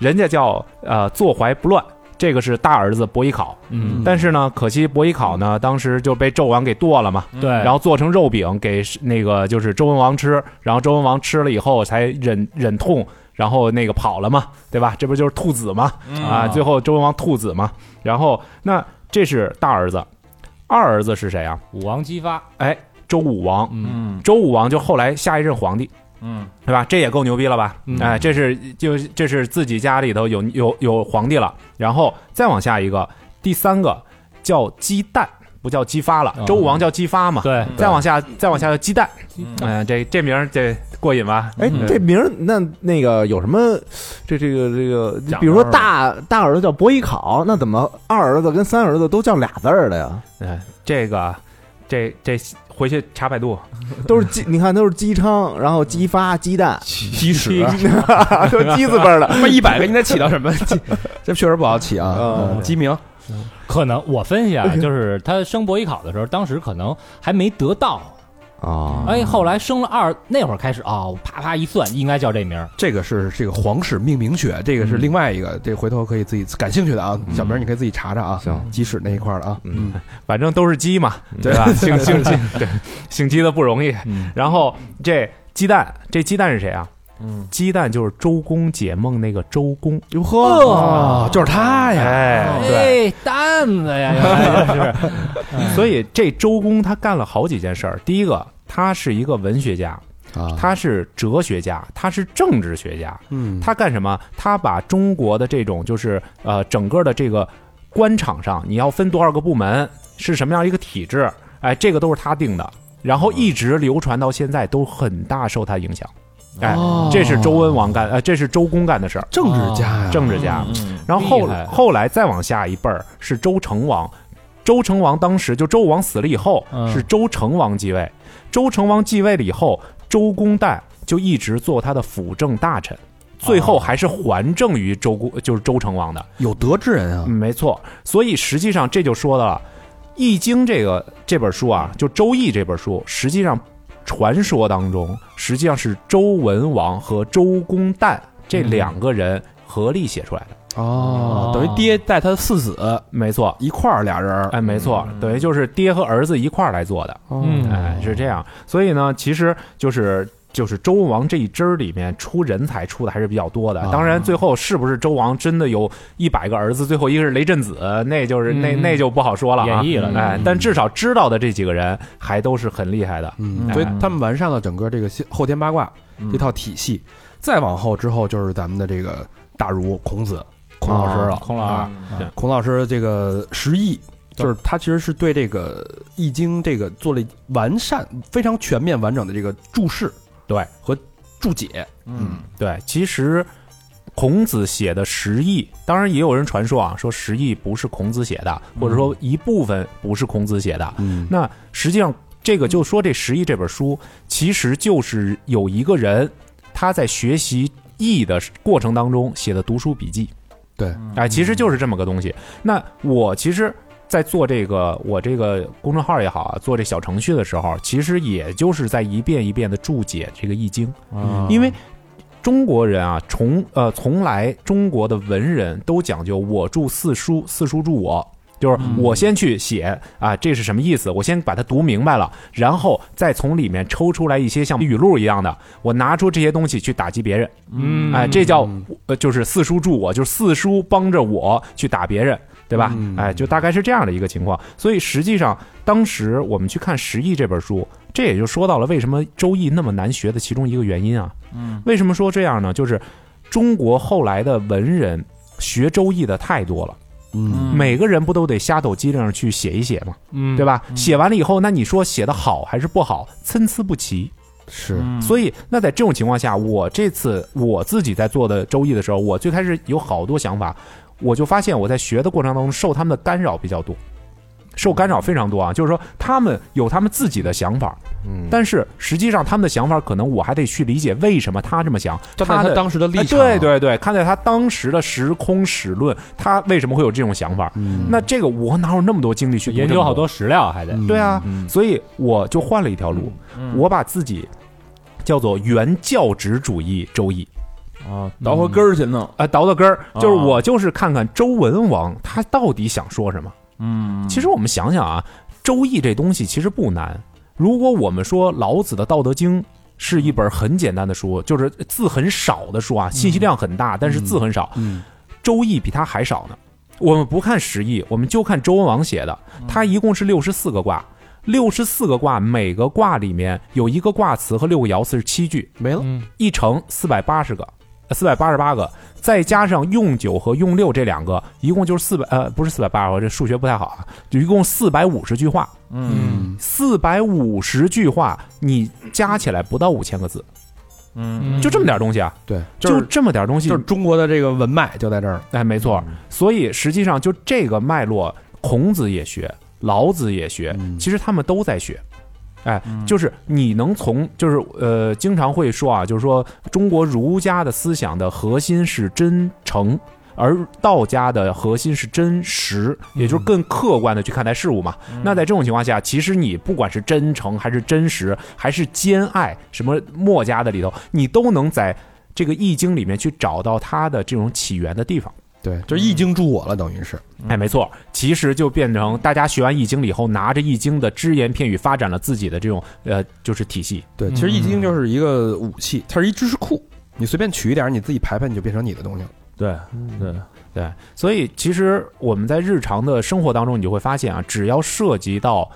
[SPEAKER 6] 人家叫呃坐怀不乱，这个是大儿子伯邑考，
[SPEAKER 5] 嗯，
[SPEAKER 6] 但是呢，可惜伯邑考呢当时就被纣王给剁了嘛，
[SPEAKER 5] 对，
[SPEAKER 6] 然后做成肉饼给是那个就是周文王吃，然后周文王吃了以后才忍忍痛，然后那个跑了嘛，对吧？这不就是兔子嘛？
[SPEAKER 5] 嗯
[SPEAKER 6] 啊，最后周文王兔子嘛。然后那这是大儿子，二儿子是谁啊？
[SPEAKER 5] 武王姬发，
[SPEAKER 6] 哎，周武王。
[SPEAKER 5] 嗯，
[SPEAKER 7] 嗯
[SPEAKER 6] 周武王就后来下一任皇帝，
[SPEAKER 7] 嗯
[SPEAKER 6] 对吧？这也够牛逼了吧？
[SPEAKER 5] 嗯
[SPEAKER 6] 哎，这是就这是自己家里头有有有皇帝了，然后再往下一个，第三个叫姬旦，不叫姬发了，
[SPEAKER 5] 哦
[SPEAKER 6] 周武王叫姬发嘛。
[SPEAKER 5] 对，
[SPEAKER 6] 再往下，再往下叫鸡蛋，
[SPEAKER 7] 嗯
[SPEAKER 6] 嗯、这这名儿这过瘾吧？嗯
[SPEAKER 2] 哎，这名儿那那个有什么？这这个这个，
[SPEAKER 7] 讲
[SPEAKER 2] 比如说
[SPEAKER 7] 究
[SPEAKER 2] 大大儿子叫伯邑考，那怎么二儿子跟三儿子都叫俩字儿的呀？
[SPEAKER 6] 嗯、这个，这这回去查百度，
[SPEAKER 2] 都是鸡，你看都是鸡昌，然后鸡发、鸡蛋，
[SPEAKER 3] 鸡屎，
[SPEAKER 2] 啊 都鸡字辈儿的。
[SPEAKER 3] 他妈一百个你得起到什么？鸡这确实不好起啊
[SPEAKER 2] 嗯。
[SPEAKER 3] 嗯鸡鸣，
[SPEAKER 5] 可能我分析啊， 就是他升博一考的时候，当时可能还没得到，
[SPEAKER 2] 啊
[SPEAKER 5] 哎，后来升了二，那会儿开始哦，啪啪一算，应该叫这名儿。
[SPEAKER 3] 这个是这个皇室命名学，这
[SPEAKER 6] 嗯
[SPEAKER 3] 个是另外一个，这回头可以自己感兴趣的啊，小明你可以自己查查啊。
[SPEAKER 2] 行，
[SPEAKER 3] 鸡屎那一块儿的啊，
[SPEAKER 2] 嗯
[SPEAKER 6] 反正都是鸡嘛，对
[SPEAKER 3] 对
[SPEAKER 6] 吧？姓姓鸡，对，姓鸡的不容易。然后这鸡蛋，这鸡蛋是谁啊？
[SPEAKER 7] 嗯，
[SPEAKER 6] 鸡蛋就是周公解梦那个周公，
[SPEAKER 2] 哟呵，
[SPEAKER 3] 哦，就是他呀，
[SPEAKER 6] 哎，对，
[SPEAKER 5] 哎，蛋子呀，原来就是，
[SPEAKER 6] 所以这周公他干了好几件事儿。第一个，他是一个文学家，
[SPEAKER 3] 啊，
[SPEAKER 6] 他是哲学家，他是政治学家，
[SPEAKER 3] 嗯，
[SPEAKER 6] 他干什么？他把中国的这种就是呃整个的这个官场上，你要分多少个部门，是什么样一个体制，哎，这个都是他定的，然后一直流传到现在，都很大受他影响。哎，这
[SPEAKER 2] 哦
[SPEAKER 6] 是周文王干，呃，这是周公干的事儿，
[SPEAKER 3] 政治家呀，
[SPEAKER 6] 政治家。
[SPEAKER 7] 嗯
[SPEAKER 6] 然后后
[SPEAKER 5] 厉害啊
[SPEAKER 6] 后来再往下一辈儿是周成王，周成王当时就周武王死了以后、
[SPEAKER 5] 嗯
[SPEAKER 6] 是周成王继位，周成王继位了以后，周公旦就一直做他的辅政大臣。最后还是还政于周公，就是周成王的，
[SPEAKER 3] 有德之人啊
[SPEAKER 6] 嗯，没错。所以实际上这就说到了，《易经》这个这本书
[SPEAKER 5] 嗯
[SPEAKER 6] 啊，就《周易》这本书，实际上传说当中实际上是周文王和周公旦这
[SPEAKER 5] 嗯
[SPEAKER 6] 两个人合力写出来的。
[SPEAKER 3] 哦，等于爹带他四子
[SPEAKER 6] 没错，
[SPEAKER 3] 一块儿俩人儿，
[SPEAKER 6] 哎，没错，
[SPEAKER 5] 嗯
[SPEAKER 6] 等于就是爹和儿子一块儿来做的，
[SPEAKER 3] 嗯
[SPEAKER 6] 哎，是这样。所以呢，其实就是就是周文王这一支儿里面出人才出的还是比较多的
[SPEAKER 3] 啊。
[SPEAKER 6] 当然，最后是不是周王真的有一百个儿子，最后一个是雷震子，那就是那
[SPEAKER 5] 嗯
[SPEAKER 6] 那就不好说了啊，
[SPEAKER 5] 演绎了
[SPEAKER 6] 哎
[SPEAKER 5] 嗯，
[SPEAKER 6] 但至少知道的这几个人还都是很厉害的。
[SPEAKER 3] 嗯，
[SPEAKER 5] 哎
[SPEAKER 3] 所以他们完善了整个这个先后天八卦
[SPEAKER 6] 嗯
[SPEAKER 3] 这套体系，再往后之后就是咱们的这个大儒孔子孔老师了，
[SPEAKER 5] 孔老二
[SPEAKER 3] 啊，
[SPEAKER 7] 嗯
[SPEAKER 3] 孔老师这个十义，就是他其实是对这个《易经》这个做了完善、非常全面、完整的这个注释，
[SPEAKER 6] 对
[SPEAKER 3] 和注解，
[SPEAKER 7] 嗯
[SPEAKER 6] 对，其实孔子写的《十义》，当然也有人传说啊，说《十义》不是孔子写的，或者说
[SPEAKER 5] 嗯
[SPEAKER 6] 一部分不是孔子写的。
[SPEAKER 3] 嗯
[SPEAKER 6] 那实际上，这个就说这《十义》这本书，其实就是有一个人他在学习易的过程当中写的读书笔记。
[SPEAKER 3] 对
[SPEAKER 6] 哎、其实就是这么个东西。那我其实。在做这个我这个公众号也好啊，做这小程序的时候，其实也就是在一遍一遍的注解这个《易经》，
[SPEAKER 7] 啊嗯
[SPEAKER 6] 因为中国人啊，从呃从来中国的文人都讲究我著四书，四书著我。就是我先去写啊，这是什么意思？我先把它读明白了，然后再从里面抽出来一些像语录一样的，我拿出这些东西去打击别人。
[SPEAKER 3] 嗯
[SPEAKER 6] 哎，这叫呃，就是四叔助我，就是四叔帮着我去打别人，对吧？
[SPEAKER 3] 嗯
[SPEAKER 6] 哎，就大概是这样的一个情况。所以实际上，当时我们去看《十义》这本书，这也就说到了为什么《周易》那么难学的其中一个原因啊。嗯，为什么说这样呢？就是中国后来的文人学《周易》的太多了，
[SPEAKER 3] 嗯
[SPEAKER 6] 每个人不都得瞎抖机灵儿去写一写吗？
[SPEAKER 3] 嗯
[SPEAKER 6] 对吧？写完了以后，那你说写的好还是不好，参差不齐。
[SPEAKER 3] 是
[SPEAKER 7] 嗯
[SPEAKER 6] 所以，那在这种情况下，我这次我自己在做的周易的时候，我最开始有好多想法，我就发现我在学的过程当中受他们的干扰比较多，受干扰非常多啊。就是说，他们有他们自己的想法，
[SPEAKER 2] 嗯，
[SPEAKER 6] 但是实际上他们的想法可能我还得去理解为什么他这么想，
[SPEAKER 3] 站在
[SPEAKER 6] 的
[SPEAKER 3] 他当时的立
[SPEAKER 6] 哎
[SPEAKER 3] 场，啊
[SPEAKER 6] 对，对对，看在他当时的时空史论，他为什么会有这种想法？
[SPEAKER 3] 嗯
[SPEAKER 6] 那这个我哪有那么多精力去读
[SPEAKER 5] 研
[SPEAKER 6] 这
[SPEAKER 5] 究
[SPEAKER 6] 么
[SPEAKER 5] 好多史料还得，
[SPEAKER 2] 嗯
[SPEAKER 6] 对啊，所以我就换了一条路，
[SPEAKER 7] 嗯
[SPEAKER 6] 我把自己叫做原教旨主义周易
[SPEAKER 7] 啊，倒回根儿去弄，
[SPEAKER 6] 啊、倒到根儿，就是
[SPEAKER 7] 啊
[SPEAKER 6] 我就是看看周文王他到底想说什么。
[SPEAKER 7] 嗯，
[SPEAKER 6] 其实我们想想啊，周易这东西其实不难。如果我们说老子的《道德经》是一本很简单的书，就是字很少的书啊，信息量很大，但是字很少。
[SPEAKER 3] 嗯
[SPEAKER 6] 周易比它还少呢。我们不看十易，我们就看周文王写的，
[SPEAKER 3] 嗯
[SPEAKER 6] 它一共是六十四个卦，六十四个卦，每个卦里面有一个卦辞和六个爻辞是七句，
[SPEAKER 3] 没了，
[SPEAKER 6] 一乘四百八十个，呃四百八十八个，再加上用九和用六这两个，一共就是四百呃，不是四百八十，我这数学不太好啊，就一共四百五十句话，
[SPEAKER 7] 嗯
[SPEAKER 6] 四百五十句话，你加起来不到五千个字，
[SPEAKER 7] 嗯，
[SPEAKER 6] 就这么点东西啊，
[SPEAKER 3] 对，
[SPEAKER 6] 就这么点东西，
[SPEAKER 3] 就是中国的这个文脉就在这儿了，
[SPEAKER 6] 哎，没错。所以实际上就这个脉络，孔子也学，老子也学，
[SPEAKER 3] 嗯
[SPEAKER 6] 其实他们都在学。哎，就是你能从，就是呃，经常会说啊，就是说中国儒家的思想的核心是真诚，而道家的核心是真实，也就是更客观的去看待事物嘛。那在这种情况下，其实你不管是真诚还是真实，还是兼爱，什么墨家的里头，你都能在这个《易经》里面去找到它的这种起源的地方。
[SPEAKER 3] 对，就是易经助我了，等于是，
[SPEAKER 6] 哎，没错，其实就变成大家学完易经了以后，拿着易经的只言片语，发展了自己的这种呃，就是体系。
[SPEAKER 3] 对，其实易经就是一个武器，它是一知识库，你随便取一点，你自己排排，你就变成你的东西了。
[SPEAKER 6] 对
[SPEAKER 7] 对，
[SPEAKER 6] 嗯对，所以其实我们在日常的生活当中，你就会发现啊，只要涉及到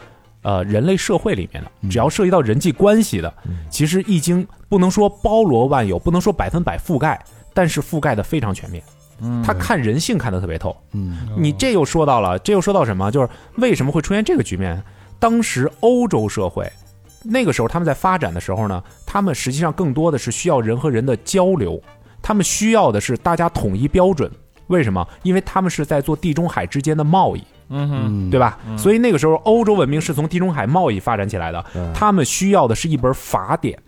[SPEAKER 6] 呃人类社会里面的，只要涉及到人际关系的，其实易经不能说包罗万有，不能说百分百覆盖，但是覆盖的非常全面。
[SPEAKER 7] 嗯
[SPEAKER 6] 他看人性看得特别透。
[SPEAKER 3] 嗯
[SPEAKER 6] 你这又说到了，这又说到什么？就是为什么会出现这个局面？当时欧洲社会，那个时候他们在发展的时候呢，他们实际上更多的是需要人和人的交流，他们需要的是大家统一标准。为什么？因为他们是在做地中海之间的贸易，
[SPEAKER 7] 嗯哼，
[SPEAKER 3] 嗯
[SPEAKER 6] 对吧？所以那个时候欧洲文明是从地中海贸易发展起来的，他们需要的是一本法典。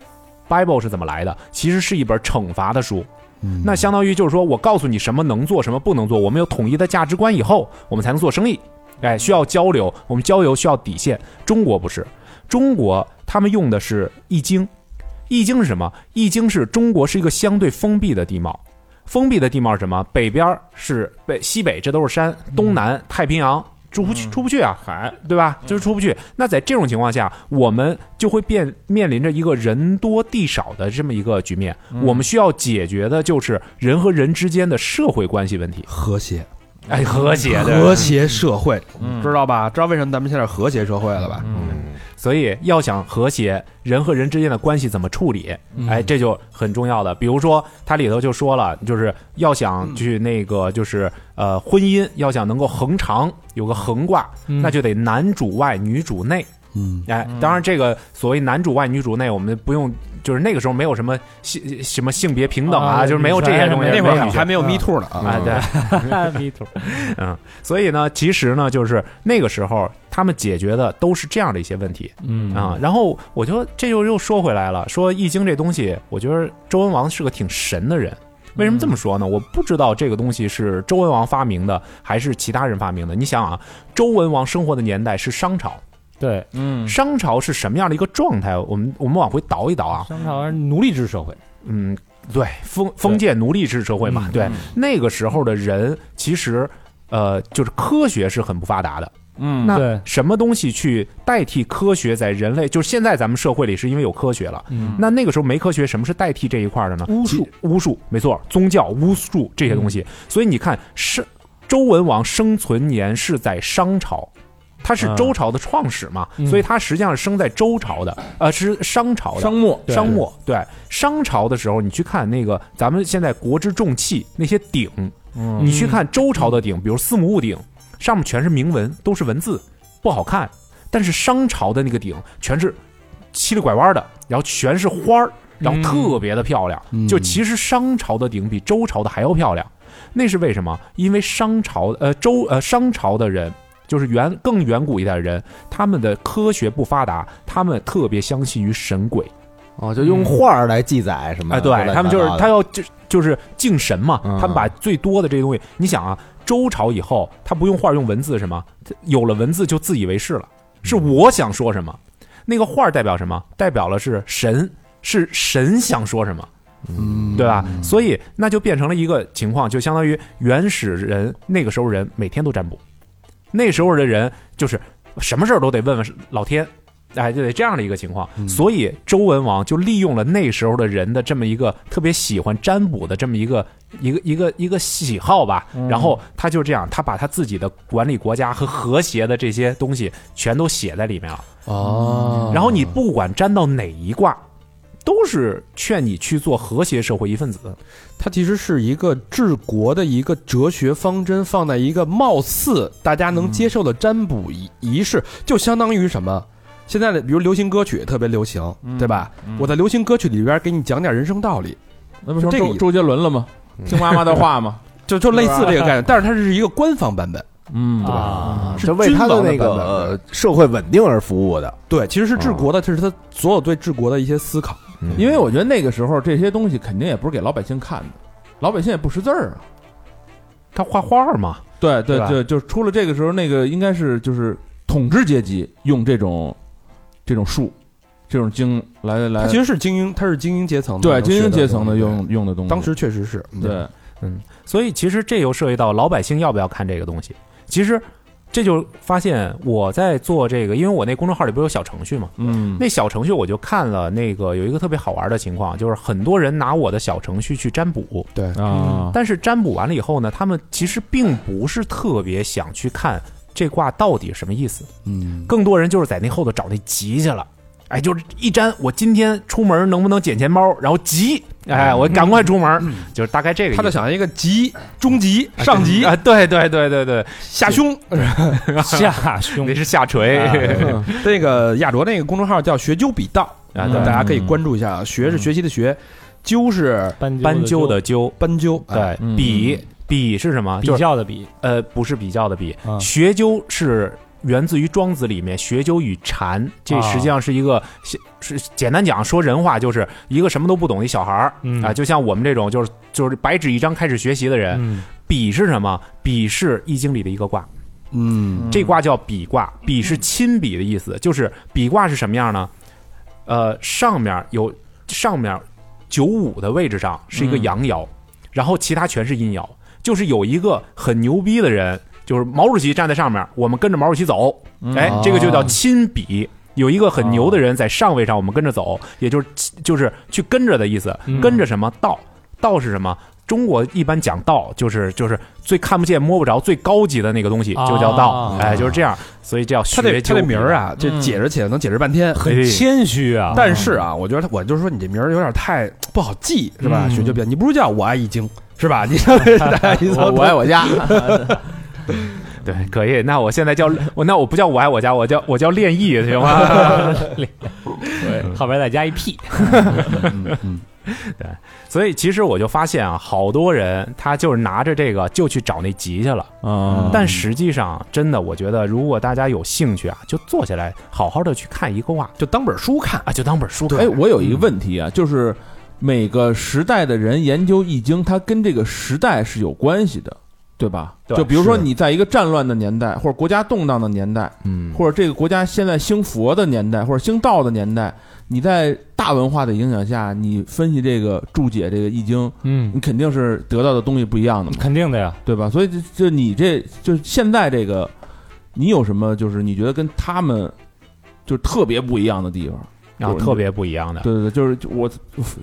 [SPEAKER 6] Bible 是怎么来的？其实是一本惩罚的书，
[SPEAKER 3] 嗯
[SPEAKER 6] 那相当于就是说我告诉你什么能做，什么不能做，我们有统一的价值观以后，我们才能做生意。哎，需要交流，我们交流需要底线。中国不是，中国他们用的是《易经》，《易经》是什么？《易经》是中国是一个相对封闭的地貌。封闭的地貌是什么？北边是北西北，这都是山；东南太平洋，出不去，出不去啊，海，对吧？就是出不去。那在这种情况下，我们就会变面临着一个人多地少的这么一个局面。我们需要解决的就是人和人之间的社会关系问题，
[SPEAKER 3] 和谐，
[SPEAKER 6] 哎，和谐的
[SPEAKER 3] 和谐社会，
[SPEAKER 5] 嗯
[SPEAKER 3] 知道吧？知道为什么咱们现在是和谐社会了吧？
[SPEAKER 6] 所以要想和谐，人和人之间的关系怎么处理，哎，这就很重要的。比如说，它里头就说了，就是要想去那个，就是呃，婚姻要想能够恒长，有个恒卦，那就得男主外，女主内。
[SPEAKER 3] 嗯，
[SPEAKER 6] 哎，当然，这个所谓男主外女主内，我们不用，就是那个时候没有什么性什么性别平等啊，
[SPEAKER 5] 啊
[SPEAKER 6] 就是没有这些东西。
[SPEAKER 3] 那会
[SPEAKER 6] 没有
[SPEAKER 3] 儿还没有
[SPEAKER 7] 嗯
[SPEAKER 3] Me Too 呢
[SPEAKER 7] 哎
[SPEAKER 6] 啊，
[SPEAKER 3] 啊，
[SPEAKER 6] 对，
[SPEAKER 5] 迷途，
[SPEAKER 6] 所以呢，其实呢，就是那个时候他们解决的都是这样的一些问题。
[SPEAKER 7] 嗯
[SPEAKER 6] 啊，然后我就这就又说回来了，说《易经》这东西，我觉得周文王是个挺神的人。为什么这么说呢？我不知道这个东西是周文王发明的，还是其他人发明的。你想啊，周文王生活的年代是商朝，
[SPEAKER 5] 对，
[SPEAKER 7] 嗯，
[SPEAKER 6] 商朝是什么样的一个状态？我们我们往回倒一倒啊，
[SPEAKER 5] 商朝是奴隶制社会，
[SPEAKER 6] 嗯，对，封封建奴隶制社会嘛，对，那个时候的人其实。呃，就是科学是很不发达的。
[SPEAKER 7] 嗯
[SPEAKER 2] 那
[SPEAKER 5] 对，
[SPEAKER 6] 什么东西去代替科学在人类？就是现在咱们社会里是因为有科学了，
[SPEAKER 7] 嗯
[SPEAKER 6] 那那个时候没科学，什么是代替这一块的呢？巫术，嗯巫术，没错，宗教、巫术这些东西。所以你看，是周文王生存年是在商朝。他是周朝的创始嘛，所以他实际上是生在周朝的，呃，是商朝的。
[SPEAKER 7] 商末
[SPEAKER 5] 嗯对
[SPEAKER 6] 商末对商朝的时候，你去看那个咱们现在国之重器那些鼎，
[SPEAKER 5] 嗯
[SPEAKER 6] 你去看周朝的鼎，比如司母戊鼎，上面全是铭文，都是文字，不好看。但是商朝的那个鼎全是七里拐弯的，然后全是花儿，然后特别的漂亮。
[SPEAKER 3] 嗯
[SPEAKER 6] 就其实商朝的鼎比周朝的还要漂亮，那是为什么？因为商朝呃周呃商朝的人。就是远更远古一代的人，他们的科学不发达，他们特别相信于神鬼，
[SPEAKER 2] 哦，就
[SPEAKER 7] 嗯
[SPEAKER 2] 用画儿来记载什么？
[SPEAKER 6] 哎，对他们就是他要就就是敬神嘛，
[SPEAKER 2] 嗯
[SPEAKER 6] 他们把最多的这些东西，你想啊，周朝以后他不用画儿用文字是吗？他有了文字就自以为是了，是我想说什么，那个画儿代表什么？代表了是神，是神想说什么。
[SPEAKER 2] 嗯
[SPEAKER 6] 对吧？所以那就变成了一个情况，就相当于原始人那个时候人每天都占卜，那时候的人就是什么事儿都得问问老天，哎，就得这样的一个情况。所以周文王就利用了那时候的人的这么一个特别喜欢占卜的这么一个一个一个一个喜好吧，然后他就这样，他把他自己的管理国家和和谐的这些东西全都写在里面了。
[SPEAKER 3] 哦
[SPEAKER 6] 然后你不管占到哪一卦，都是劝你去做和谐社会一份子。
[SPEAKER 3] 它其实是一个治国的一个哲学方针，放在一个貌似大家能接受的占卜仪仪式，就相当于什么？现在的比如流行歌曲也特别流行，对吧？我在流行歌曲里边给你讲点人生道理，
[SPEAKER 2] 嗯
[SPEAKER 7] 那不是
[SPEAKER 3] 这个
[SPEAKER 7] 周
[SPEAKER 3] 意
[SPEAKER 7] 周杰伦了吗？听妈妈的话吗？
[SPEAKER 3] 就就类似这个概念，但是它是一个官方版本，
[SPEAKER 7] 嗯，
[SPEAKER 5] 啊，
[SPEAKER 2] 是为他
[SPEAKER 3] 君
[SPEAKER 2] 的
[SPEAKER 3] 王的
[SPEAKER 2] 那
[SPEAKER 3] 版本
[SPEAKER 2] 个呃社会稳定而服务的。
[SPEAKER 3] 对，其实是治国的，这是他所有对治国的一些思考。
[SPEAKER 6] 嗯
[SPEAKER 7] 因为我觉得那个时候这些东西肯定也不是给老百姓看的，老百姓也不识字儿啊。
[SPEAKER 6] 他画画嘛，
[SPEAKER 7] 对对
[SPEAKER 6] 对吧
[SPEAKER 7] 对，就是出了这个时候，那个应该是就是统治阶级用这种这种术、这种经来
[SPEAKER 3] 它
[SPEAKER 7] 来
[SPEAKER 3] 其，实是精英，它是精英阶层的，
[SPEAKER 7] 对
[SPEAKER 3] 能
[SPEAKER 7] 精英
[SPEAKER 3] 学到
[SPEAKER 7] 阶
[SPEAKER 3] 东西
[SPEAKER 7] 层的用用的东西。
[SPEAKER 3] 当时确实是，嗯
[SPEAKER 7] 对，
[SPEAKER 6] 所以其实这又涉及到老百姓要不要看这个东西。其实这就发现我在做这个，因为我那公众号里不是有小程序嘛，
[SPEAKER 7] 嗯，
[SPEAKER 6] 那小程序我就看了那个有一个特别好玩的情况，就是很多人拿我的小程序去占卜，
[SPEAKER 7] 啊，
[SPEAKER 6] 但是占卜完了以后呢，他们其实并不是特别想去看这卦到底什么意思。
[SPEAKER 3] 嗯，
[SPEAKER 6] 更多人就是在那后头找那急去了。哎，就是一沾，我今天出门能不能捡钱包？然后急，哎，我赶快出门，就是大概这个意思。
[SPEAKER 3] 嗯他就想一个级、中级、上级、
[SPEAKER 6] 啊，对对对对对，
[SPEAKER 3] 下胸，
[SPEAKER 5] 下 胸
[SPEAKER 6] 那是下垂
[SPEAKER 5] 啊
[SPEAKER 3] 那个亚卓那个公众号叫“学究笔道”
[SPEAKER 6] 啊
[SPEAKER 3] 大
[SPEAKER 6] 对
[SPEAKER 3] 家可以关注一下。啊学
[SPEAKER 6] 嗯
[SPEAKER 3] 是学习的学，究是
[SPEAKER 5] 斑
[SPEAKER 6] 斑
[SPEAKER 5] 鸠
[SPEAKER 6] 鸠的鸠，
[SPEAKER 3] 斑鸠，哎
[SPEAKER 6] 对，
[SPEAKER 7] 嗯
[SPEAKER 6] 比比是什么？
[SPEAKER 5] 比
[SPEAKER 6] 就是
[SPEAKER 5] 较的比，
[SPEAKER 6] 呃，不是比较的比，
[SPEAKER 5] 嗯
[SPEAKER 6] 学究是。源自于《庄子》里面“学究与禅”，这
[SPEAKER 5] 啊
[SPEAKER 6] 实际上是一个是是简单讲说人话，就是一个什么都不懂的一小孩儿
[SPEAKER 5] 嗯
[SPEAKER 6] 啊，就像我们这种就是就是白纸一张开始学习的人，
[SPEAKER 5] 嗯，
[SPEAKER 6] 比是什么？比是《易经》里的一个卦，
[SPEAKER 3] 嗯
[SPEAKER 6] 这卦叫比卦。比是亲比的意思，就是比卦是什么样呢？呃，上面有上面九五的位置上是一个阳爻，然后其他全是阴爻。就是有一个很牛逼的人，就是毛主席站在上面，我们跟着毛主席走，
[SPEAKER 7] 嗯
[SPEAKER 5] 嗯
[SPEAKER 6] 哎，这个就
[SPEAKER 5] 啊
[SPEAKER 3] 哦
[SPEAKER 6] 叫亲比。有一个很牛的人在上位上，我们跟着走，也就是就是去跟着的意思。跟着什么道？道是什么？中国一般讲道，就是就是最看不见摸不着、最高级的那个东西，就叫道
[SPEAKER 5] 啊。
[SPEAKER 6] 哎，就是这样，所以叫学
[SPEAKER 3] 他
[SPEAKER 6] 究
[SPEAKER 3] 这
[SPEAKER 6] 嗯
[SPEAKER 3] 他这名儿啊，这解释起来能解释半天。
[SPEAKER 6] 哎
[SPEAKER 5] 很谦虚啊，
[SPEAKER 3] 但是啊，我觉得他，我就说你这名儿有点太不好记，是
[SPEAKER 6] 嗯
[SPEAKER 3] 吧？学究笔，你不如叫我爱易经，是 吧？你上面 大家一
[SPEAKER 7] 我
[SPEAKER 3] 搜
[SPEAKER 7] 我爱我 家，
[SPEAKER 6] 对，可以。那我现在叫我，那我不叫我爱我家，我叫我叫练艺，行吗？
[SPEAKER 5] 后边再加一 P，
[SPEAKER 6] 所以其实我就发现啊，好多人他就是拿着这个就去找那吉去了。
[SPEAKER 3] 嗯
[SPEAKER 7] 啊，
[SPEAKER 6] 但实际上，真的，我觉得如果大家有兴趣啊，就坐下来好好的去看一个卦
[SPEAKER 3] 就当本书看。
[SPEAKER 6] 啊，就当本书看。
[SPEAKER 7] 哎，我有一个问题啊，就是每个时代的人研究易经，它跟这个时代是有关系的。对吧？
[SPEAKER 6] 对
[SPEAKER 7] 就比如说
[SPEAKER 2] 是
[SPEAKER 7] 你在一个战乱的年代，或者国家动荡的年代，
[SPEAKER 2] 嗯，
[SPEAKER 7] 或者这个国家现在兴佛的年代，或者兴道的年代，你在大文化的影响下，你分析这个注解这个易经，
[SPEAKER 4] 嗯
[SPEAKER 7] 你肯定是得到的东西不一样的嘛，
[SPEAKER 5] 肯定的呀。
[SPEAKER 7] 对吧？所以就就你这就是现在这个，你有什么就是你觉得跟他们就特别不一样的地方？
[SPEAKER 6] 然后
[SPEAKER 7] 就是
[SPEAKER 6] 特别不一样的。
[SPEAKER 7] 对对对，就是就我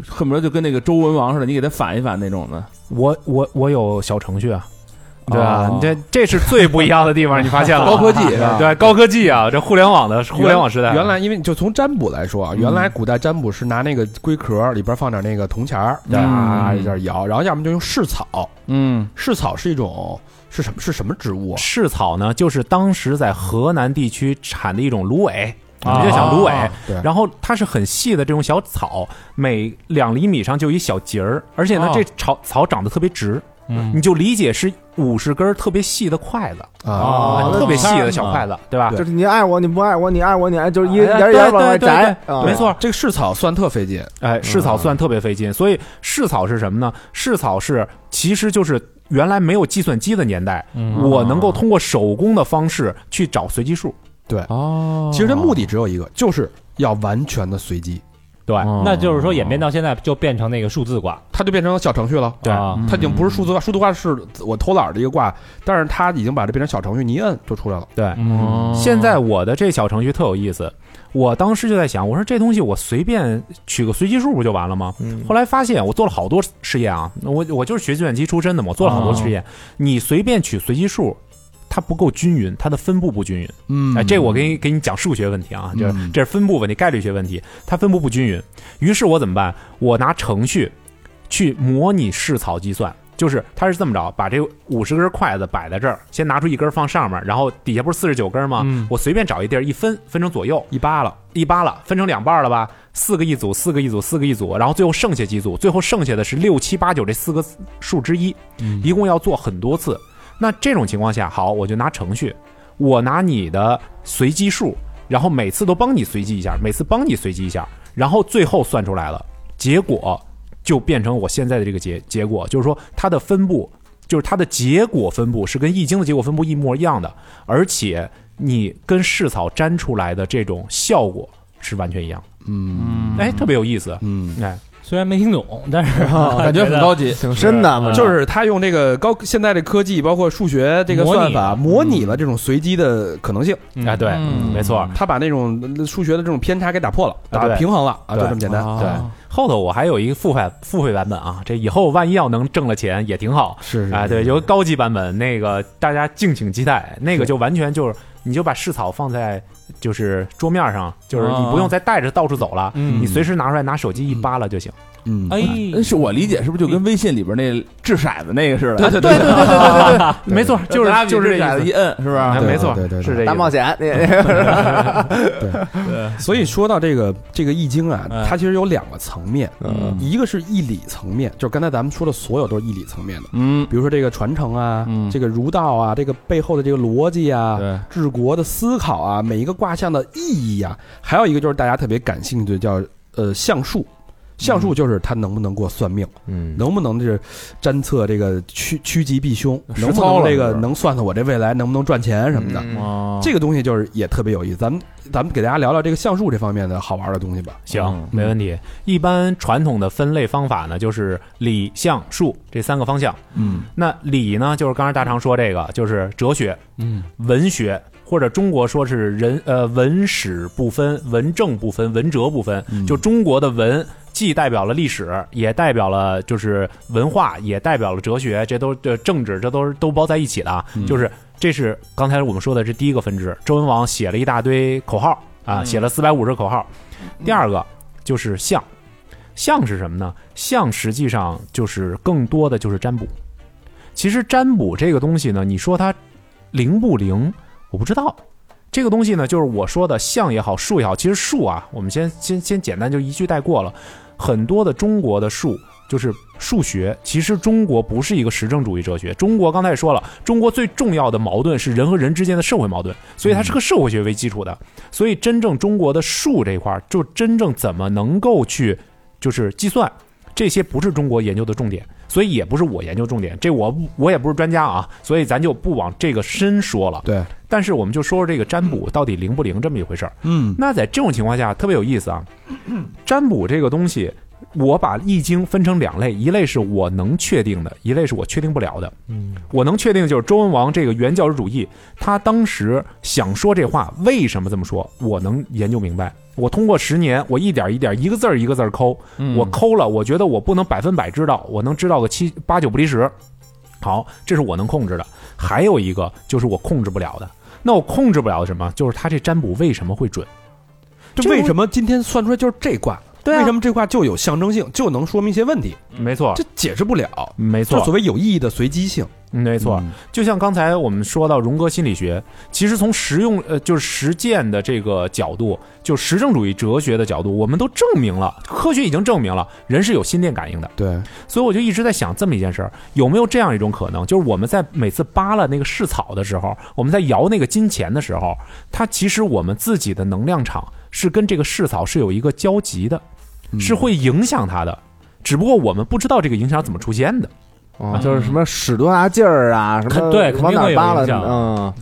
[SPEAKER 7] 恨不得就跟那个周文王似的，你给他反一反那种的。
[SPEAKER 6] 我我我有小程序啊，对
[SPEAKER 7] 哦
[SPEAKER 6] 吧？这这是最不一样的地 方，你发现了吗？
[SPEAKER 7] 高科技是吧
[SPEAKER 6] 对高科技啊，这互联网的互联网时代，
[SPEAKER 3] 原来因为就从占卜来说啊，
[SPEAKER 7] 嗯
[SPEAKER 3] 原来古代占卜是拿那个龟壳里边放点那个铜钱儿，
[SPEAKER 7] 嗯
[SPEAKER 3] 啊一下摇，然后要么就用试草，
[SPEAKER 7] 嗯
[SPEAKER 3] 试草是一种是什么是什么植物啊？
[SPEAKER 6] 试草呢，就是当时在河南地区产的一种芦苇，你
[SPEAKER 5] 啊
[SPEAKER 6] 就想芦苇，
[SPEAKER 3] 对
[SPEAKER 6] 然后它是很细的这种小草，每两厘米上就有一小节儿，而且呢，
[SPEAKER 7] 哦
[SPEAKER 6] 这草草长得特别直，
[SPEAKER 5] 嗯
[SPEAKER 6] 你就理解是五十根儿特别细的筷子，啊
[SPEAKER 7] 哦
[SPEAKER 6] 特别细
[SPEAKER 7] 那
[SPEAKER 6] 的小筷子，对吧？
[SPEAKER 2] 就是你爱我，你不爱我，你爱我，你爱，就是一一
[SPEAKER 6] 哎
[SPEAKER 2] 点一点
[SPEAKER 6] 对
[SPEAKER 2] 往外
[SPEAKER 6] 对
[SPEAKER 2] 摘，
[SPEAKER 6] 对
[SPEAKER 2] 啊
[SPEAKER 6] 没错，
[SPEAKER 3] 这个试草算特费劲，
[SPEAKER 6] 哎，试草算特别费劲，所以试草是什么呢？试草是其实就是原来没有计算机的年代，我能够通过手工的方式去找随机数。
[SPEAKER 7] 哦
[SPEAKER 3] 其实它目的只有一个，就是要完全的随机，
[SPEAKER 5] 对
[SPEAKER 7] 哦，
[SPEAKER 5] 那就是说演变到现在就变成那个数字卦，
[SPEAKER 3] 它就变成小程序了。
[SPEAKER 5] 对
[SPEAKER 6] 啊
[SPEAKER 3] 它已经不是数字卦，数字卦是我偷懒儿的一个卦，但是它已经把这变成小程序，你一摁就出来了。
[SPEAKER 6] 对，
[SPEAKER 7] 哦
[SPEAKER 6] 现在我的这小程序特有意思，我当时就在想，我说这东西我随便取个随机数不就完了吗？
[SPEAKER 2] 嗯
[SPEAKER 6] 后来发现我做了好多实验啊，我我就是学计算机出身的嘛，我做了好多实验。你随便取随机数，它不够均匀，它的分布不均匀。
[SPEAKER 3] 嗯
[SPEAKER 6] 哎，这我给你给你讲数学问题啊，就是
[SPEAKER 3] 嗯
[SPEAKER 6] 这是分布问题、概率学问题，它分布不均匀。于是我怎么办？我拿程序去模拟试草计算，就是它是这么着，把这五十根筷子摆在这儿，先拿出一根放上面，然后底下不是四十九根吗？
[SPEAKER 4] 嗯
[SPEAKER 6] 我随便找一地儿一分，分成左右，
[SPEAKER 3] 一扒了，
[SPEAKER 6] 一扒了，分成两半了吧？四个一组，四个一组，四个一组，然后最后剩下几组，最后剩下的是六七八九这四个数之一，一共要做很多次。那这种情况下，好，我就拿程序，我拿你的随机数，然后每次都帮你随机一下，每次帮你随机一下，然后最后算出来了，结果就变成我现在的这个结结果，就是说它的分布，就是它的结果分布是跟易经的结果分布一模一样的，而且你跟试草粘出来的这种效果是完全一样的。
[SPEAKER 3] 嗯
[SPEAKER 6] 哎，特别有意思。
[SPEAKER 3] 嗯，
[SPEAKER 6] 哎，
[SPEAKER 5] 虽然没听懂，但是
[SPEAKER 7] 嗯 啊 感觉很高级，
[SPEAKER 2] 挺深的，
[SPEAKER 5] 嗯
[SPEAKER 3] 就是他用这个高现在的科技，包括数学这个
[SPEAKER 5] 模拟
[SPEAKER 3] 算法，模拟了这种随机的可能性。
[SPEAKER 6] 哎，对，
[SPEAKER 7] 嗯
[SPEAKER 6] 没错。
[SPEAKER 3] 他把那种呃数学的这种偏差给打破了，
[SPEAKER 6] 啊
[SPEAKER 3] 打
[SPEAKER 6] 对
[SPEAKER 3] 平衡了啊，就
[SPEAKER 6] 对
[SPEAKER 3] 这么简单。
[SPEAKER 5] 哦
[SPEAKER 6] 对，后头我还有一个付费付费版本啊，这以后万一要能挣了钱也挺好。
[SPEAKER 3] 是
[SPEAKER 6] 啊，对，有个高级版本，那个大家敬请期待。那个就完全就是，你就把试草放在就是桌面上，就是你不用再带着到处走了，
[SPEAKER 4] 嗯
[SPEAKER 6] 你随时拿出来拿手机一扒拉就行。
[SPEAKER 3] 嗯，
[SPEAKER 5] 哎，
[SPEAKER 7] 是我理解是不是就跟微信里边那掷骰子那个似的？对对
[SPEAKER 6] 对对对对对对，嗯没错，就
[SPEAKER 7] 就是是
[SPEAKER 6] 就
[SPEAKER 7] 就是是
[SPEAKER 6] 这
[SPEAKER 7] 骰
[SPEAKER 6] 意
[SPEAKER 7] 子
[SPEAKER 6] 思
[SPEAKER 7] 一摁，是不
[SPEAKER 6] 哎
[SPEAKER 7] 是？
[SPEAKER 6] 没错，
[SPEAKER 3] 对对对对
[SPEAKER 6] 是这
[SPEAKER 2] 大
[SPEAKER 6] 意
[SPEAKER 2] 冒
[SPEAKER 6] 思。
[SPEAKER 2] 险，你
[SPEAKER 3] 所以说到这个这个易经啊，它其实有两个层面，
[SPEAKER 7] 哎嗯
[SPEAKER 3] 一个是义理层面，就是刚才咱们说的所有都是义理层面的，
[SPEAKER 7] 嗯，
[SPEAKER 3] 比如说这个传承啊，
[SPEAKER 7] 嗯
[SPEAKER 3] 这个儒道啊，这个背后的这个逻辑啊，
[SPEAKER 7] 对，
[SPEAKER 3] 治国的思考啊，每一个卦象的意义啊，还有一个就是大家特别感兴趣的叫呃相术，相
[SPEAKER 7] 嗯
[SPEAKER 3] 术就是它能不能给我算命，
[SPEAKER 2] 嗯，
[SPEAKER 3] 能不能就是侦测这个趋趋吉避凶，
[SPEAKER 7] 实
[SPEAKER 3] 能不
[SPEAKER 7] 操
[SPEAKER 3] 能
[SPEAKER 7] 了
[SPEAKER 3] 这个
[SPEAKER 7] 是
[SPEAKER 3] 能算算我这未来能不能赚钱什么
[SPEAKER 6] 嗯
[SPEAKER 3] 的。
[SPEAKER 5] 嗯
[SPEAKER 7] 哦
[SPEAKER 3] 这个东西就是也特别有意思，咱们咱们给大家聊聊这个橡树这方面的好玩的东西吧。
[SPEAKER 6] 行，没问题。一般传统的分类方法呢，就是理、象、术这三个方向。
[SPEAKER 7] 嗯
[SPEAKER 6] 那理呢，就是刚才大常说这个，就是哲学，嗯，文学或者中国说是人呃文史不分，文政不分，文哲不分，就中国的文。既代表了历史，也代表了就是文化，也代表了哲学，这都这政治，这都是都包在一起的啊。就是这是刚才我们说的，这第一个分支。周文王写了一大堆口号啊，写了四百五十口号。第二个就是象，象是什么呢？象实际上就是更多的就是占卜。其实占卜这个东西呢，你说它灵不灵，我不知道。这个东西呢，就是我说的象也好，术也好。其实术啊，我们先先先简单就一句带过了。很多的中国的术就是数学。其实中国不是一个实证主义哲学。中国刚才也说了，中国最重要的矛盾是人和人之间的社会矛盾，所以它是个社会学为基础的。所以真正中国的术这一块儿，就真正怎么能够去就是计算，这些不是中国研究的重点。所以也不是我研究重点，这我不我也不是专家啊，所以咱就不往这个深说了。
[SPEAKER 3] 对，
[SPEAKER 6] 但是我们就说说这个占卜到底灵不灵这么一回事儿。
[SPEAKER 3] 嗯
[SPEAKER 6] 那在这种情况下特别有意思啊，占卜这个东西，我把易经分成两类，一类是我能确定的，一类是我确定不了的。嗯，我能确定就是周文王这个原教旨主义，他当时想说这话，为什么这么说，我能研究明白。我通过十年，我一点一点，一个字儿一个字儿抠，
[SPEAKER 7] 嗯
[SPEAKER 6] 我抠了，我觉得我不能百分百知道，我能知道个七八九不离十。好，这是我能控制的。还有一个就是我控制不了的。那我控制不了什么？就是他这占卜为什么会准？
[SPEAKER 3] 这为什么今天算出来就是这卦？
[SPEAKER 6] 对啊
[SPEAKER 3] 为什么这卦就有象征性，就能说明一些问题？
[SPEAKER 6] 没错，
[SPEAKER 3] 这解释不了，
[SPEAKER 6] 没
[SPEAKER 3] 就
[SPEAKER 6] 错，
[SPEAKER 3] 所谓有意义的随机性。
[SPEAKER 6] 嗯没错。就像刚才我们说到荣格心理学，其实从实用呃就是实践的这个角度，就实证主义哲学的角度，我们都证明了，科学已经证明了人是有心电感应的。
[SPEAKER 3] 对，
[SPEAKER 6] 所以我就一直在想这么一件事儿，有没有这样一种可能，就是我们在每次扒拉那个市草的时候，我们在摇那个金钱的时候，它其实我们自己的能量场是跟这个市草是有一个交集的，
[SPEAKER 7] 嗯
[SPEAKER 6] 是会影响它的，只不过我们不知道这个影响怎么出现的。
[SPEAKER 2] 啊，就是什么使多大劲儿啊，什么
[SPEAKER 5] 肯对肯
[SPEAKER 2] 往
[SPEAKER 5] 定
[SPEAKER 2] 哪
[SPEAKER 5] 会
[SPEAKER 2] 儿
[SPEAKER 5] 有
[SPEAKER 2] 扒拉
[SPEAKER 5] 影，响
[SPEAKER 2] 嗯，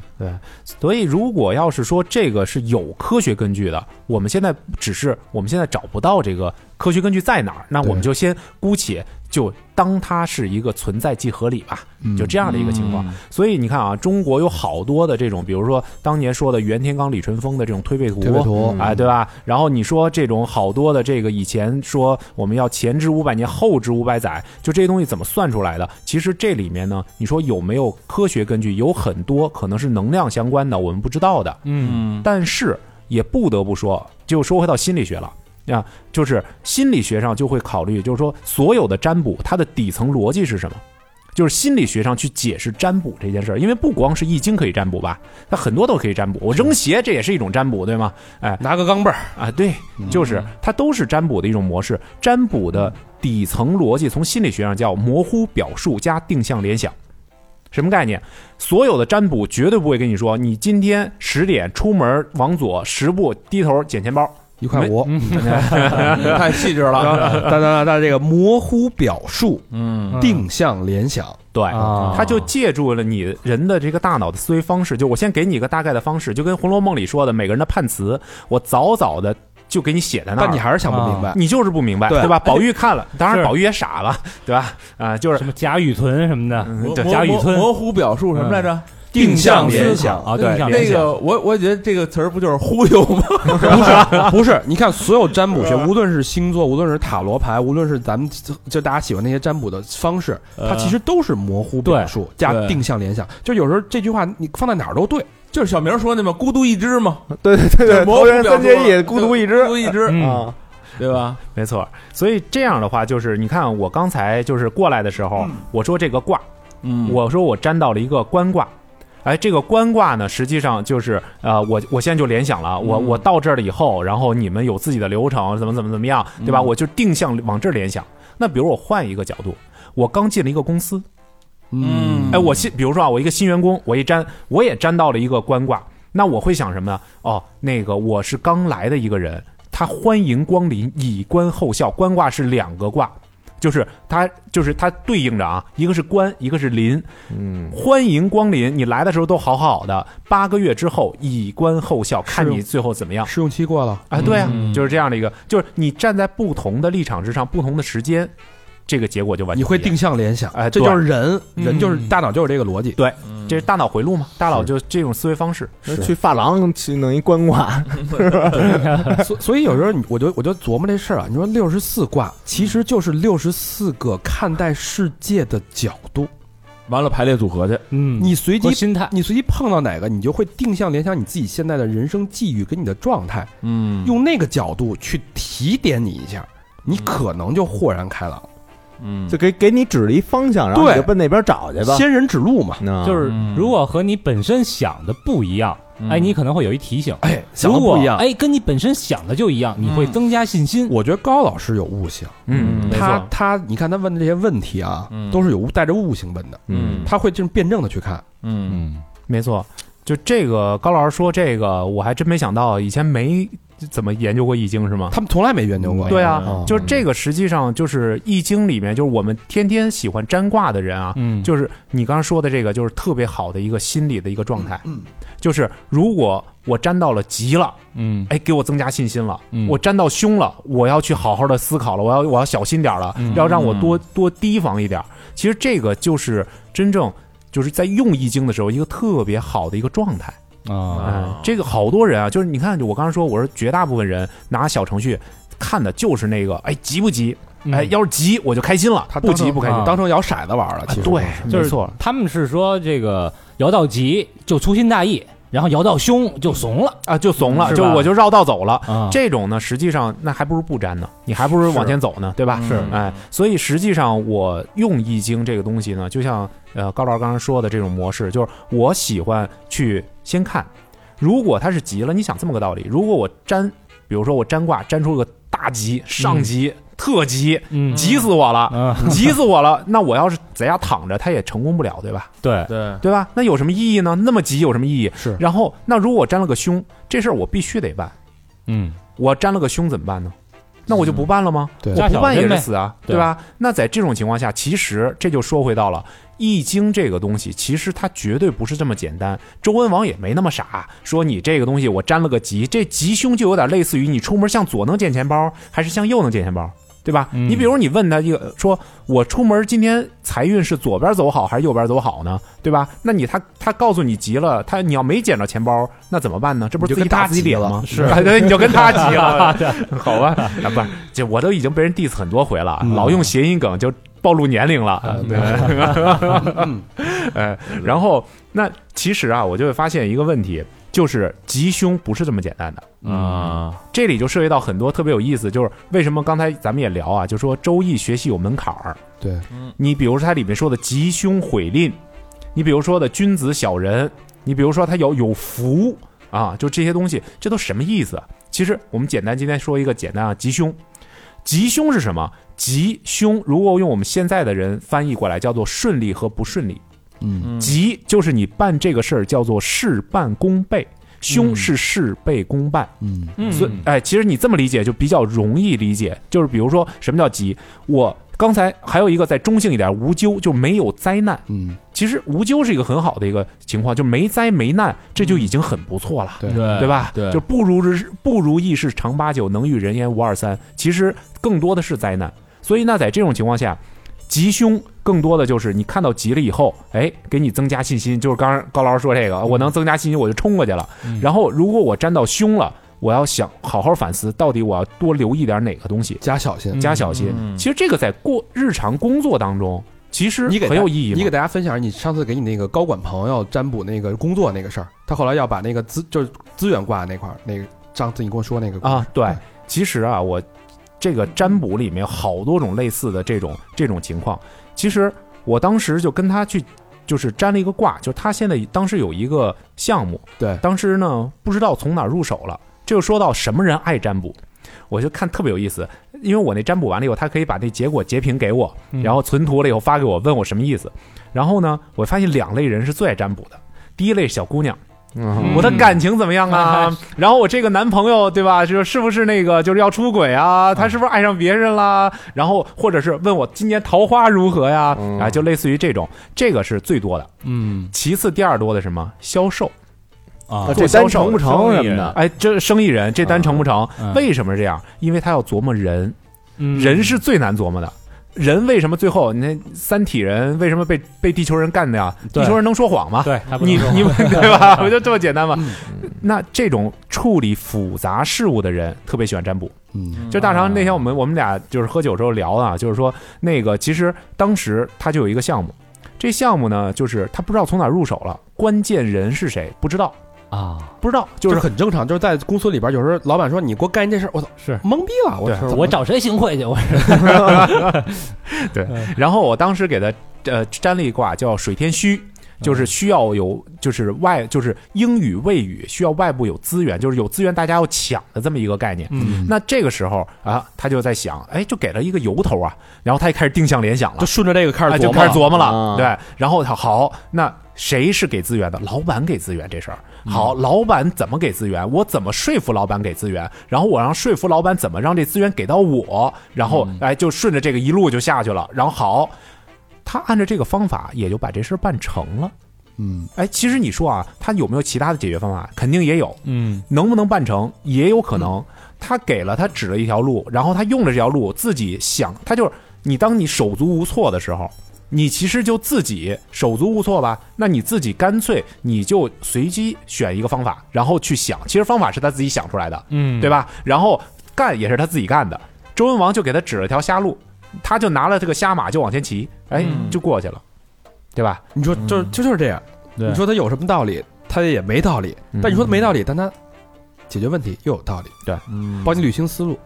[SPEAKER 6] 所以，如果要是说这个是有科学根据的，我们现在只是我们现在找不到这个科学根据在哪儿，那我们就先姑且就当它是一个存在即合理吧，嗯就这样的一个情况。所以你看啊，中国有好多的这种，比如说当年说的袁天罡、李淳风的这种推背图，
[SPEAKER 3] 推背图嗯
[SPEAKER 6] 哎，对吧？然后你说这种好多的这个以前说我们要前知五百年，后知五百载，就这些东西怎么算出来的？其实这里面呢，你说有没有科学根据？有很多可能是能量相关的，我们不知道的。
[SPEAKER 7] 嗯
[SPEAKER 6] 但是也不得不说，就说回到心理学了。啊，就是心理学上就会考虑，就是说所有的占卜它的底层逻辑是什么？就是心理学上去解释占卜这件事儿，因为不光是易经可以占卜吧，它很多都可以占卜。我扔鞋这也是一种占卜，对吗？
[SPEAKER 3] 拿个钢镚儿，
[SPEAKER 6] 啊，对，
[SPEAKER 3] 嗯
[SPEAKER 6] 就是它都是占卜的一种模式。占卜的底层逻辑，从心理学上叫模糊表述加定向联想。什么概念？所有的占卜绝对不会跟你说，你今天十点出门往左十步，低头捡钱包。
[SPEAKER 3] 一块嗯五。
[SPEAKER 7] 太细致了，
[SPEAKER 3] 但但但这个模糊表述、
[SPEAKER 7] 嗯
[SPEAKER 3] 定向联想，
[SPEAKER 6] 对，
[SPEAKER 3] 啊
[SPEAKER 6] 他就借助了你人的这个大脑的思维方式，就我先给你一个大概的方式，就跟《红楼梦》里说的每个人的判词，我早早的就给你写在那儿了。
[SPEAKER 3] 但你还是想不明白。
[SPEAKER 6] 你就是不明白，
[SPEAKER 3] 对哎
[SPEAKER 6] 对吧？宝玉看了，当然
[SPEAKER 5] 是
[SPEAKER 6] 宝玉也傻了，对吧？啊、就是
[SPEAKER 5] 什么贾雨村什么的，
[SPEAKER 6] 嗯
[SPEAKER 7] 模
[SPEAKER 6] 对
[SPEAKER 5] 贾雨
[SPEAKER 7] 模
[SPEAKER 5] 村
[SPEAKER 7] 模糊表述什么来着？
[SPEAKER 3] 定向联
[SPEAKER 5] 想啊，
[SPEAKER 7] 对
[SPEAKER 5] 定向联
[SPEAKER 7] 那
[SPEAKER 5] 想。
[SPEAKER 7] 个我我觉得这个词儿不就是忽悠 吗？
[SPEAKER 3] 不是，你看所有占卜学，无论是星座，无论是塔罗牌，无论是咱们就大家喜欢那些占卜的方式，它其实都是模糊表述加
[SPEAKER 7] 呃对
[SPEAKER 3] 定向联想。就有时候这句话你放在哪儿都对，
[SPEAKER 7] 就是小明说那嘛，孤独一只嘛，
[SPEAKER 2] 对对对对，
[SPEAKER 7] 模
[SPEAKER 2] 头
[SPEAKER 7] 糊
[SPEAKER 2] 人
[SPEAKER 7] 表
[SPEAKER 2] 三
[SPEAKER 7] 述
[SPEAKER 2] 结义，孤独一只
[SPEAKER 7] 孤独一只，
[SPEAKER 5] 嗯
[SPEAKER 2] 啊，
[SPEAKER 7] 对吧？
[SPEAKER 6] 没错，所以这样的话，就是你看我刚才就是过来的时候，我说这个卦，
[SPEAKER 7] 嗯
[SPEAKER 6] 我说我占到了一个官卦，哎，这个官卦呢，实际上就是呃，我我现在就联想了，我我到这儿了以后，然后你们有自己的流程，怎么怎么怎么样，对吧？我就定向往这儿联想。那比如我换一个角度，我刚进了一个公司，
[SPEAKER 7] 嗯
[SPEAKER 6] 哎，我新，比如说啊，我一个新员工，我一粘，我也粘到了一个官卦，那我会想什么呢？哦，那个我是刚来的一个人，他欢迎光临，以观后效。官卦是两个卦，就是它就是它对应着啊，一个是官，一个是临。嗯，欢迎光临，你来的时候都好好的，八个月之后以观后效，看你最后怎么样。
[SPEAKER 3] 试用期过了，
[SPEAKER 6] 啊，对啊，
[SPEAKER 7] 嗯
[SPEAKER 6] 就是这样的一个，就是你站在不同的立场之上，不同的时间，这个结果就完全
[SPEAKER 3] 你会
[SPEAKER 6] 不一样
[SPEAKER 3] 定向联想。
[SPEAKER 6] 哎
[SPEAKER 3] 这
[SPEAKER 6] 对
[SPEAKER 3] 就是人，
[SPEAKER 7] 嗯
[SPEAKER 3] 人就是大脑就是这个逻辑。
[SPEAKER 6] 这是大脑回路嘛？大脑就这种思维方式。
[SPEAKER 2] 去发廊去弄一观卦，
[SPEAKER 3] 所所以有时候你我就我就琢磨这事儿啊，你说六十四卦其实就是六十四个看待世界的角度，
[SPEAKER 7] 完了排列组合去，
[SPEAKER 5] 嗯，
[SPEAKER 3] 你随机
[SPEAKER 5] 和心态，
[SPEAKER 3] 你随机碰到哪个，你就会定向联想你自己现在的人生际遇跟你的状态，
[SPEAKER 7] 嗯
[SPEAKER 3] 用那个角度去提点你一下，你可能就豁然开朗，
[SPEAKER 7] 嗯
[SPEAKER 2] 就给给你指了一方向，然后
[SPEAKER 3] 对
[SPEAKER 2] 你就奔那边找去吧。
[SPEAKER 3] 仙人指路嘛。
[SPEAKER 2] 那
[SPEAKER 5] 就是
[SPEAKER 7] 嗯
[SPEAKER 5] 如果和你本身想的不一样，
[SPEAKER 6] 嗯
[SPEAKER 5] 哎，你可能会有一提醒。
[SPEAKER 3] 哎，想
[SPEAKER 5] 如
[SPEAKER 3] 的
[SPEAKER 5] 果
[SPEAKER 3] 不一样。
[SPEAKER 5] 哎，跟你本身想的就一样，你会
[SPEAKER 6] 嗯
[SPEAKER 5] 增加信心。
[SPEAKER 3] 我觉得高老师有悟性，
[SPEAKER 7] 嗯没
[SPEAKER 3] 他他，你看他问的这些问题啊，
[SPEAKER 7] 嗯
[SPEAKER 3] 都是有带着悟性问的，
[SPEAKER 7] 嗯
[SPEAKER 3] 他会这种辩证的去看。
[SPEAKER 7] 嗯
[SPEAKER 6] 没错，就这个高老师说这个，我还真没想到，以前没怎么研究过易经是吗？
[SPEAKER 3] 他们从来没研究过。
[SPEAKER 6] 对
[SPEAKER 3] 嗯
[SPEAKER 6] 啊，就是这个，实际上就是《易经》里面，就是我们天天喜欢占卦的人啊，
[SPEAKER 4] 嗯
[SPEAKER 6] 就是你刚刚说的这个，就是特别好的一个心理的一个状态。嗯，就是如果我占到了急了，
[SPEAKER 4] 嗯
[SPEAKER 6] 哎，给我增加信心了；
[SPEAKER 4] 嗯
[SPEAKER 6] 我占到凶了，我要去好好的思考了，我要我要小心点儿了，
[SPEAKER 4] 嗯
[SPEAKER 6] 要让我多多提防一点儿。其实这个就是真正就是在用《易经》的时候一个特别好的一个状态。
[SPEAKER 5] 啊，
[SPEAKER 6] 哎，这个好多人啊，就是你看，我刚才说，我说绝大部分人拿小程序看的就是那个，哎，急不急？
[SPEAKER 5] 嗯
[SPEAKER 6] 哎，要是急我就开心了，
[SPEAKER 3] 他
[SPEAKER 6] 不
[SPEAKER 3] 当
[SPEAKER 6] 急
[SPEAKER 3] 成
[SPEAKER 6] 不开心。
[SPEAKER 3] 啊当成摇骰子玩了。其实
[SPEAKER 6] 对，
[SPEAKER 5] 就
[SPEAKER 6] 没
[SPEAKER 5] 是
[SPEAKER 6] 错，
[SPEAKER 5] 他们是说这个摇到急就粗心大意，然后摇到凶就怂了
[SPEAKER 6] 啊，就怂了，
[SPEAKER 5] 是
[SPEAKER 6] 就
[SPEAKER 5] 吧
[SPEAKER 6] 我就绕道走了。
[SPEAKER 5] 啊。
[SPEAKER 6] 这种呢，实际上那还不如不粘呢，你还不如往前走呢，对吧？
[SPEAKER 7] 是
[SPEAKER 6] 哎，所以实际上我用易经这个东西呢，就像呃高老师刚才说的这种模式，就是我喜欢去先看，如果他是急了，你想这么个道理，如果我占，比如说我占卦占出个大吉、上吉、特吉，
[SPEAKER 5] 嗯
[SPEAKER 6] 急死我了，
[SPEAKER 5] 啊，
[SPEAKER 6] 急死我了，那我要是在家躺着，他也成功不了，对吧？
[SPEAKER 5] 对，
[SPEAKER 7] 对，
[SPEAKER 6] 对吧？那有什么意义呢？那么急有什么意义？
[SPEAKER 3] 是
[SPEAKER 6] 然后，那如果我占了个凶，这事儿我必须得办。
[SPEAKER 5] 嗯，
[SPEAKER 6] 我占了个凶怎么办呢？那我就不办了吗？
[SPEAKER 3] 对
[SPEAKER 6] 我不办也是死啊，
[SPEAKER 5] 对
[SPEAKER 6] 对吧？那在这种情况下，其实这就说回到了《易经》这个东西，其实它绝对不是这么简单。周文王也没那么傻，说你这个东西我占了个吉，这吉凶就有点类似于你出门向左能捡钱包，还是向右能捡钱包，对吧？
[SPEAKER 4] 嗯
[SPEAKER 6] 你比如你问他一个说，我出门今天财运是左边走好还是右边走好呢？对吧？那你他他告诉你急了，他你要没捡着钱包，那怎么办呢？这不是
[SPEAKER 3] 你就
[SPEAKER 6] 自己
[SPEAKER 3] 跟他
[SPEAKER 6] 打自己
[SPEAKER 3] 急
[SPEAKER 6] 脸
[SPEAKER 3] 了
[SPEAKER 6] 吗？是， 对，你就跟他急 了， 好吧？啊，不是，这我都已经被人 diss 很多回了，老用谐音梗就暴露年龄了，啊对吧？ 哎，然后那其实啊，我就会发现一个问题，就是吉凶不是这么简单的。
[SPEAKER 5] 嗯
[SPEAKER 7] 啊，
[SPEAKER 6] 这里就涉及到很多特别有意思，就是为什么刚才咱们也聊啊，就说《周易》学习有门槛儿。
[SPEAKER 3] 对，
[SPEAKER 6] 你比如说它里面说的吉凶毁吝，你比如说的君子小人，你比如说它有有福啊，就这些东西，这都什么意思啊？其实我们简单今天说一个简单啊，吉凶。吉凶是什么？吉凶如果用我们现在的人翻译过来，叫做顺利和不顺利。
[SPEAKER 7] 嗯
[SPEAKER 6] 吉就是你办这个事儿叫做事半功倍，凶是事倍功半。
[SPEAKER 3] 嗯，
[SPEAKER 6] 所以
[SPEAKER 4] 嗯，
[SPEAKER 6] 哎，其实你这么理解就比较容易理解。就是比如说，什么叫急？我刚才还有一个再中性一点，无咎，就没有灾难。
[SPEAKER 3] 嗯，
[SPEAKER 6] 其实无咎是一个很好的一个情况，就没灾没难，这就已经很不错了，
[SPEAKER 3] 对
[SPEAKER 7] 对
[SPEAKER 6] 对吧？
[SPEAKER 7] 哎对，
[SPEAKER 6] 就不如日不如意事常八九，能遇人言无二三。其实更多的是灾难。所以那在这种情况下，吉凶更多的就是你看到吉了以后，哎，给你增加信心。就是刚刚高老师说这个，
[SPEAKER 7] 嗯
[SPEAKER 6] 我能增加信心，我就冲过去了。然后如果我沾到凶了，我要想好好反思，到底我要多留意点哪个东西，
[SPEAKER 3] 加小心。
[SPEAKER 6] 加小心。
[SPEAKER 7] 嗯
[SPEAKER 6] 其实这个在过日常工作当中，其实
[SPEAKER 3] 你给
[SPEAKER 6] 很有
[SPEAKER 3] 大
[SPEAKER 6] 意义嘛。
[SPEAKER 3] 嗯你给大家分享，你上次给你那个高管朋友占卜那个工作那个事儿，他后来要把那个资就是资源挂那块儿，那个上次你跟我说那个
[SPEAKER 6] 啊，对
[SPEAKER 3] 对，
[SPEAKER 6] 其实啊，我这个占卜里面有好多种类似的这种这种情况。其实我当时就跟他去，就是占了一个卦，就是他现在当时有一个项目，
[SPEAKER 3] 对
[SPEAKER 6] 当时呢不知道从哪儿入手了，这就说到什么人爱占卜。我就看特别有意思，因为我那占卜完了以后，他可以把那结果截屏给我，
[SPEAKER 5] 嗯
[SPEAKER 6] 然后存图了以后发给我，问我什么意思。然后呢，我发现两类人是最爱占卜的，第一类是小姑娘，
[SPEAKER 3] 嗯
[SPEAKER 6] 我的感情怎么样 啊？然后我这个男朋友对吧，就是是不是那个就是要出轨
[SPEAKER 2] 嗯
[SPEAKER 6] 啊？他是不是爱上别人啦？然后或者是问我今年桃花如何呀？
[SPEAKER 2] 嗯
[SPEAKER 6] 啊，就类似于这种，这个是最多的。
[SPEAKER 3] 嗯，
[SPEAKER 6] 其次，第二多的是什么？销售。
[SPEAKER 5] 啊
[SPEAKER 6] 呃
[SPEAKER 2] 那这单成不成什么的，
[SPEAKER 6] 哎，这生意人这单成不成？
[SPEAKER 5] 嗯
[SPEAKER 6] 为什么这样？因为他要琢磨人，
[SPEAKER 5] 嗯
[SPEAKER 6] 人是最难琢磨的。人为什么最后你那三体人为什么被被地球人干掉？
[SPEAKER 5] 对
[SPEAKER 6] 地球人能说谎吗？
[SPEAKER 5] 对，他不能
[SPEAKER 6] 你
[SPEAKER 5] 说
[SPEAKER 6] 你们对吧？不就这么简单吗？那这种处理复杂事物的人特别喜欢占卜。
[SPEAKER 3] 嗯，
[SPEAKER 6] 就大长那天我们我们俩就是喝酒时候聊啊，就是说那个其实当时他就有一个项目，这项目呢就是他不知道从哪儿入手了，关键人是谁不知道，
[SPEAKER 5] 啊，
[SPEAKER 6] 不知道就
[SPEAKER 3] 就是
[SPEAKER 6] 是
[SPEAKER 3] 很正常，就是在公司里边，有时候老板说你给我干一件事儿，我操，
[SPEAKER 5] 是
[SPEAKER 3] 懵逼了，我
[SPEAKER 6] 对
[SPEAKER 3] 说
[SPEAKER 5] 我找谁行贿去？我
[SPEAKER 6] 然后我当时给他呃占了一卦叫水天虚，就是需要有就是外就是英语谓语需要外部有资源，就是有资源大家要抢的这么一个概念。
[SPEAKER 5] 嗯，
[SPEAKER 6] 那这个时候啊，他就在想，哎，就给了一个由头啊，然后他也开始定向联想了
[SPEAKER 3] 就，顺着这个开始
[SPEAKER 6] 哎，
[SPEAKER 3] 琢
[SPEAKER 6] 就
[SPEAKER 3] 磨，
[SPEAKER 6] 开始琢磨了。
[SPEAKER 2] 啊
[SPEAKER 6] 对，然后他好，那谁是给资源的？老板给资源这事儿。好，
[SPEAKER 3] 嗯
[SPEAKER 6] 老板怎么给资源？我怎么说服老板给资源？然后我让说服老板怎么让这资源给到我？然后
[SPEAKER 3] 嗯
[SPEAKER 6] 哎，就顺着这个一路就下去了。然后好，他按照这个方法也就把这事儿办成了。嗯，哎，其实你说啊，他有没有其他的解决方法？肯定也有。
[SPEAKER 4] 嗯，
[SPEAKER 6] 能不能办成也有可能。他给了他指了一条路，然后他用了这条路，自己想，他就是你当你手足无措的时候，你其实就自己手足无措吧，那你自己干脆你就随机选一个方法，然后去想。其实方法是他自己想出来的，
[SPEAKER 4] 嗯
[SPEAKER 6] 对吧？然后干也是他自己干的。周文王就给他指了条瞎路，他就拿了这个瞎马就往前骑，哎，
[SPEAKER 4] 嗯
[SPEAKER 6] 就过去了，对吧？
[SPEAKER 3] 你说就就就是这样，
[SPEAKER 4] 对
[SPEAKER 3] 你说他有什么道理？他也没道理
[SPEAKER 6] 嗯。
[SPEAKER 3] 但你说他没道理，但他解决问题又有道理，
[SPEAKER 6] 对，
[SPEAKER 3] 帮你捋清思路。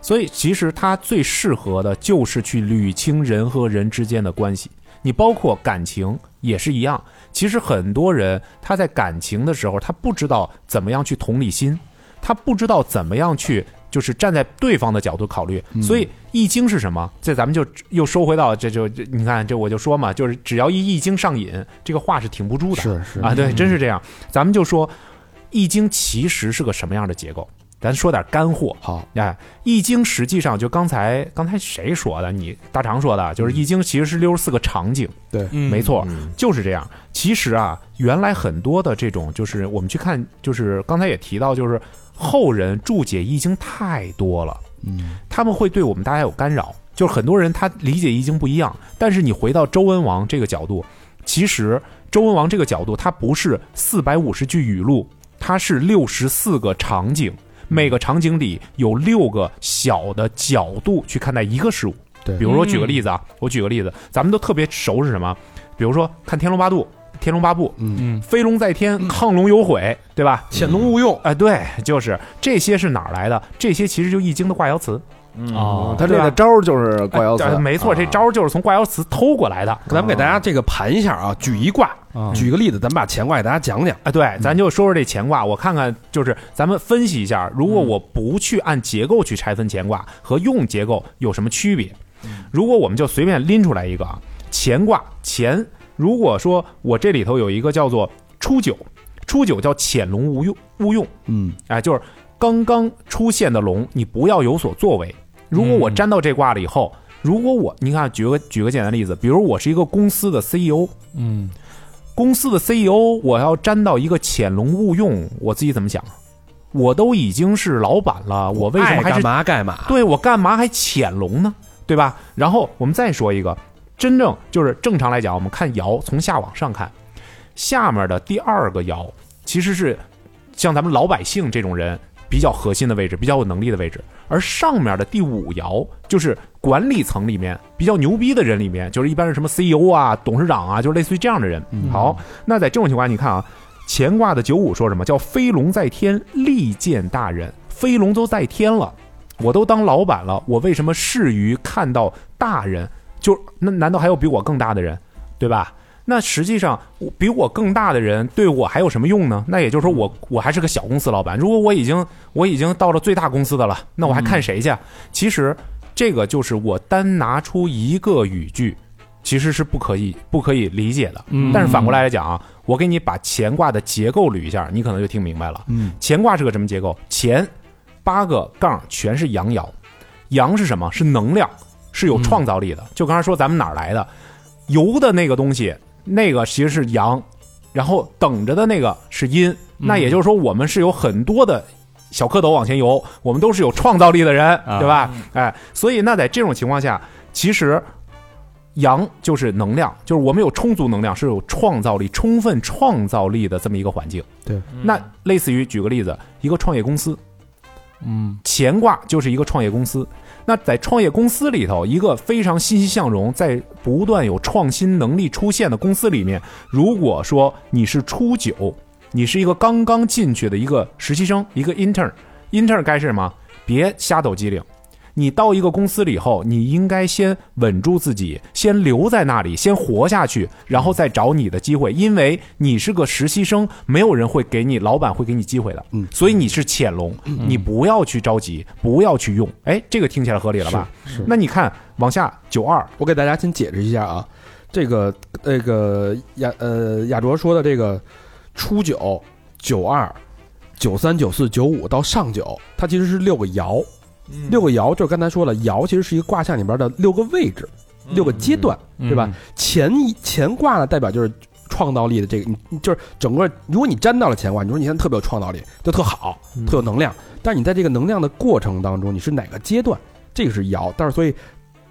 [SPEAKER 6] 所以其实它最适合的就是去捋清人和人之间的关系。你包括感情也是一样，其实很多人他在感情的时候，他不知道怎么样去同理心，他不知道怎么样去就是站在对方的角度考虑。所以《易经》是什么？这咱们就又收回到这就这你看这我就说嘛，就是只要一《易经》上瘾，这个话是挺不住的。
[SPEAKER 1] 是是
[SPEAKER 6] 啊，对，真是这样。咱们就说，《易经》其实是个什么样的结构？咱说点干货。
[SPEAKER 3] 好，
[SPEAKER 6] 哎，《易经》实际上就刚才刚才谁说的？你大肠说的，就是《易经》其实是六十四个场景，嗯
[SPEAKER 7] 嗯
[SPEAKER 6] 没，错，就是这样。其实啊，原来很多的这种，就是我们去看，就是刚才也提到，就是后人注解《易经》太多了，
[SPEAKER 1] 嗯
[SPEAKER 6] 他们会对我们大家有干扰。就是很多人他理解《易经》不一样，但是你回到周文王这个角度，其实周文王这个角度，它不是四百五十句语录，它是六十四个场景，
[SPEAKER 4] 嗯
[SPEAKER 6] 每个场景里有六个小的角度去看待一个事物。
[SPEAKER 1] 对
[SPEAKER 6] 比如说我举个例子啊，我举个例子，咱们都特别熟是什么？比如说看《天龙八部》，《天龙八部》，
[SPEAKER 4] 嗯，
[SPEAKER 6] 飞龙在天，亢龙有悔，对吧？
[SPEAKER 3] 潜龙勿用，
[SPEAKER 6] 哎，对，就是这些是哪儿来的？这些其实就易经的卦爻辞。
[SPEAKER 5] 哦，
[SPEAKER 2] 他这个招儿就是
[SPEAKER 6] 哎
[SPEAKER 2] 挂腰
[SPEAKER 6] 对
[SPEAKER 2] 词，
[SPEAKER 6] 没错，这招儿就是从卦爻辞偷过来的。
[SPEAKER 3] 咱们给大家这个盘一下啊，举一卦，举个例子，咱们把乾卦给大家讲讲。
[SPEAKER 6] 啊，对，咱就说说这乾卦，我看看，就是咱们分析一下，如果我不去按结构去拆分乾卦和用结构有什么区别？如果我们就随便拎出来一个啊，乾卦乾，如果说我这里头有一个叫做初九，初九叫潜龙勿用勿用，
[SPEAKER 1] 嗯，
[SPEAKER 6] 哎，就是刚刚出现的龙，你不要有所作为。如果
[SPEAKER 3] 嗯
[SPEAKER 6] 我沾到这卦了以后，如果我你看，举个举个简单例子，比如我是一个公司的 CEO，
[SPEAKER 4] 嗯，
[SPEAKER 6] 公司的 CEO，我要沾到一个潜龙勿用，我自己怎么想啊？我都已经是老板了，我为什么
[SPEAKER 3] 爱
[SPEAKER 6] 还
[SPEAKER 3] 干
[SPEAKER 6] 是
[SPEAKER 3] 嘛干嘛？
[SPEAKER 6] 对我干嘛还潜龙呢？对吧？然后我们再说一个，真正就是正常来讲，我们看爻从下往上看，下面的第二个爻其实是像咱们老百姓这种人比较核心的位置，比较有能力的位置，而上面的第五爻就是管理层里面比较牛逼的人里面，就是一般是什么 CEO 啊、董事长啊，就是类似于这样的人。好，那在这种情况下，你看啊，乾卦的九五说什么叫飞龙在天，利见大人，飞龙都在天了。我都当老板了，我为什么适于看到大人？就那难道还有比我更大的人，对吧？那实际上，我比我更大的人对我还有什么用呢？那也就是说我，我还是个小公司老板。如果我已经我已经到了最大公司的了，那我还看谁去？啊其实，这个就是我单拿出一个语句，其实是不可以不可以理解的。
[SPEAKER 4] 嗯
[SPEAKER 6] 但是反过来来讲啊，我给你把乾卦的结构捋一下，你可能就听明白了。
[SPEAKER 1] 嗯，
[SPEAKER 6] 乾卦是个什么结构？乾八个杠全是阳爻，阳是什么？是能量，是有创造力的。就刚才说咱们哪儿来的，游的那个东西，那个其实是阳，然后等着的那个是阴。那也就是说，我们是有很多的小蝌蚪往前游，我们都是有创造力的人，对吧？哎，所以那在这种情况下，其实阳就是能量，就是我们有充足能量，是有创造力、充分创造力的这么一个环境。
[SPEAKER 1] 对，
[SPEAKER 5] 嗯
[SPEAKER 6] 那类似于举个例子，一个创业公司，
[SPEAKER 4] 嗯，
[SPEAKER 6] 乾卦就是一个创业公司。那在创业公司里头，一个非常欣欣向荣、在不断有创新能力出现的公司里面，如果说你是初九，你是一个刚刚进去的一个实习生，一个 intern，intern 该是什么？别瞎抖机灵。你到一个公司了以后，你应该先稳住自己，先留在那里，先活下去，然后再找你的机会，因为你是个实习生，没有人会给你，老板会给你机会的。
[SPEAKER 1] 嗯
[SPEAKER 6] 所以你是潜龙，你不要去着急，不要去用。哎，这个听起来合理了吧？
[SPEAKER 1] 是是
[SPEAKER 6] 那你看往下九二，
[SPEAKER 3] 我给大家先解释一下啊，这个那个亚呃亚卓说的这个初九、九二、九三、九四、九五到上九，它其实是六个爻，六个爻就是刚才说了，爻其实是一个卦象里边的六个位置、
[SPEAKER 7] 嗯
[SPEAKER 3] 六个阶段，
[SPEAKER 1] 嗯
[SPEAKER 3] 对吧？乾乾卦呢，代表就是创造力的这个，你你就是整个，如果你沾到了乾卦，你说你现在特别有创造力，就特好，特有能量，但是你在这个能量的过程当中，你是哪个阶段，这个是爻，但是所以。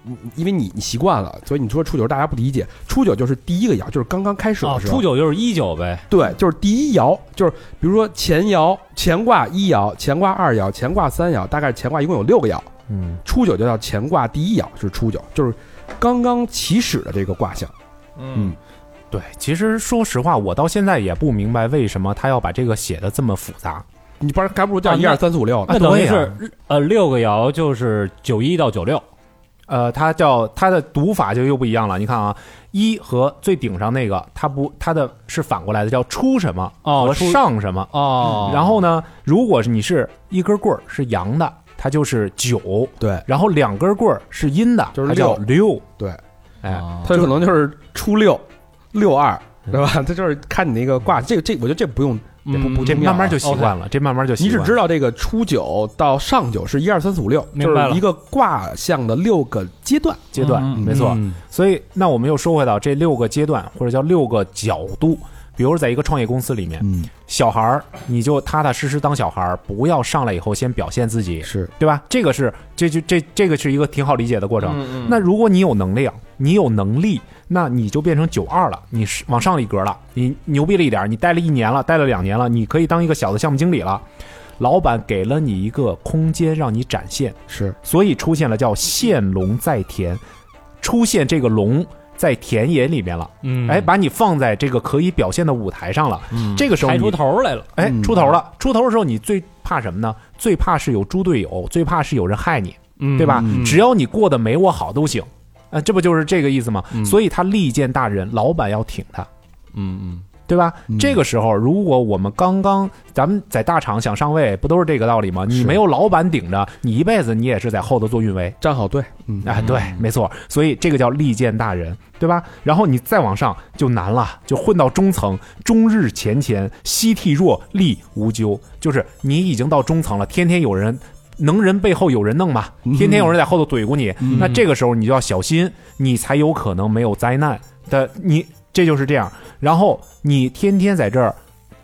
[SPEAKER 3] 你因为你你习惯了，所以你说初九大家不理解，初九就是第一个爻，就是刚刚开始
[SPEAKER 5] 哦，
[SPEAKER 3] 的时候，
[SPEAKER 5] 初九就是一九呗，
[SPEAKER 3] 对，就是第一爻，就是比如说乾爻、乾卦一爻、乾卦二爻、乾卦三爻，大概乾卦一共有六个爻，
[SPEAKER 2] 嗯，
[SPEAKER 3] 初九就叫乾卦第一爻，是初九，就是刚刚起始的这个卦象。
[SPEAKER 7] 嗯
[SPEAKER 6] 对，其实说实话，我到现在也不明白为什么他要把这个写的这么复杂。
[SPEAKER 3] 你不然还不如叫
[SPEAKER 5] 啊
[SPEAKER 3] 一
[SPEAKER 5] 那
[SPEAKER 3] 二三四五六呢？
[SPEAKER 5] 那等于
[SPEAKER 6] 对
[SPEAKER 5] 是
[SPEAKER 6] 呀
[SPEAKER 5] 呃六个爻就是九一到九六，
[SPEAKER 6] 呃，它叫它的读法就又不一样了。你看啊，一和最顶上那个，它不，它的是反过来的，叫出什么
[SPEAKER 5] 哦
[SPEAKER 6] 和
[SPEAKER 5] 出
[SPEAKER 6] 上什么。
[SPEAKER 5] 哦
[SPEAKER 6] 嗯然后呢，如果是你是一根棍儿是阳的，它就是九；
[SPEAKER 3] 对，
[SPEAKER 6] 然后两根棍儿是阴的，
[SPEAKER 3] 就是
[SPEAKER 6] 它叫六。
[SPEAKER 3] 对，
[SPEAKER 6] 哎，
[SPEAKER 7] 啊
[SPEAKER 3] 它有可能就是初六、六二，对吧？ 它就是看你那个卦，这个这我觉得这不用不不
[SPEAKER 6] 这
[SPEAKER 3] 重要
[SPEAKER 6] 慢慢
[SPEAKER 3] 啊
[SPEAKER 6] 就习惯了，这慢慢就习
[SPEAKER 3] 你
[SPEAKER 6] 惯
[SPEAKER 3] 只
[SPEAKER 6] 了。
[SPEAKER 3] 知道这个初九到上九是一二三四五六，
[SPEAKER 5] 明
[SPEAKER 3] 就
[SPEAKER 5] 白了
[SPEAKER 3] 是一个卦象的六个阶段。
[SPEAKER 6] 阶段，
[SPEAKER 7] 嗯
[SPEAKER 6] 没错。所以，那我们又说回到这六个阶段，或者叫六个角度。比如在一个创业公司里面，
[SPEAKER 3] 嗯，
[SPEAKER 6] 小孩儿你就踏踏实实当小孩儿，不要上来以后先表现自己，
[SPEAKER 3] 是
[SPEAKER 6] 对吧？这个是这就这这个是一个挺好理解的过程。那如果你有能量，你有能力，那你就变成九二了，你是往上了一格了，你牛逼了一点，你待了一年了，待了两年了，你可以当一个小的项目经理了。老板给了你一个空间让你展现，
[SPEAKER 3] 是，
[SPEAKER 6] 所以出现了叫“现龙在田”，出现这个龙在田野里面了，
[SPEAKER 5] 嗯
[SPEAKER 6] 哎，把你放在这个可以表现的舞台上了。这个时候
[SPEAKER 5] 抬
[SPEAKER 6] 你
[SPEAKER 5] 出头来了，
[SPEAKER 6] 哎
[SPEAKER 3] 嗯
[SPEAKER 6] 出头了，出头的时候你最怕什么呢？最怕是有猪队友，最怕是有人害你，对吧？只要你过得没我好都行，啊，这不就是这个意思吗？所以他力荐大人，老板要挺他。
[SPEAKER 4] 嗯嗯，
[SPEAKER 6] 对吧？
[SPEAKER 3] 嗯
[SPEAKER 6] 这个时候，如果我们刚刚咱们在大厂想上位，不都是这个道理吗？你
[SPEAKER 3] 是
[SPEAKER 6] 没有老板顶着，你一辈子你也是在后头做运维。
[SPEAKER 3] 站好队，嗯
[SPEAKER 6] 啊，对，没错，所以这个叫利剑大人，对吧？然后你再往上就难了，就混到中层，终日前乾，夕替弱，力无咎，就是你已经到中层了，天天有人。能人背后有人弄嘛，天天有人在后头怼过你，那这个时候你就要小心，你才有可能没有灾难的。你这就是这样，然后你天天在这儿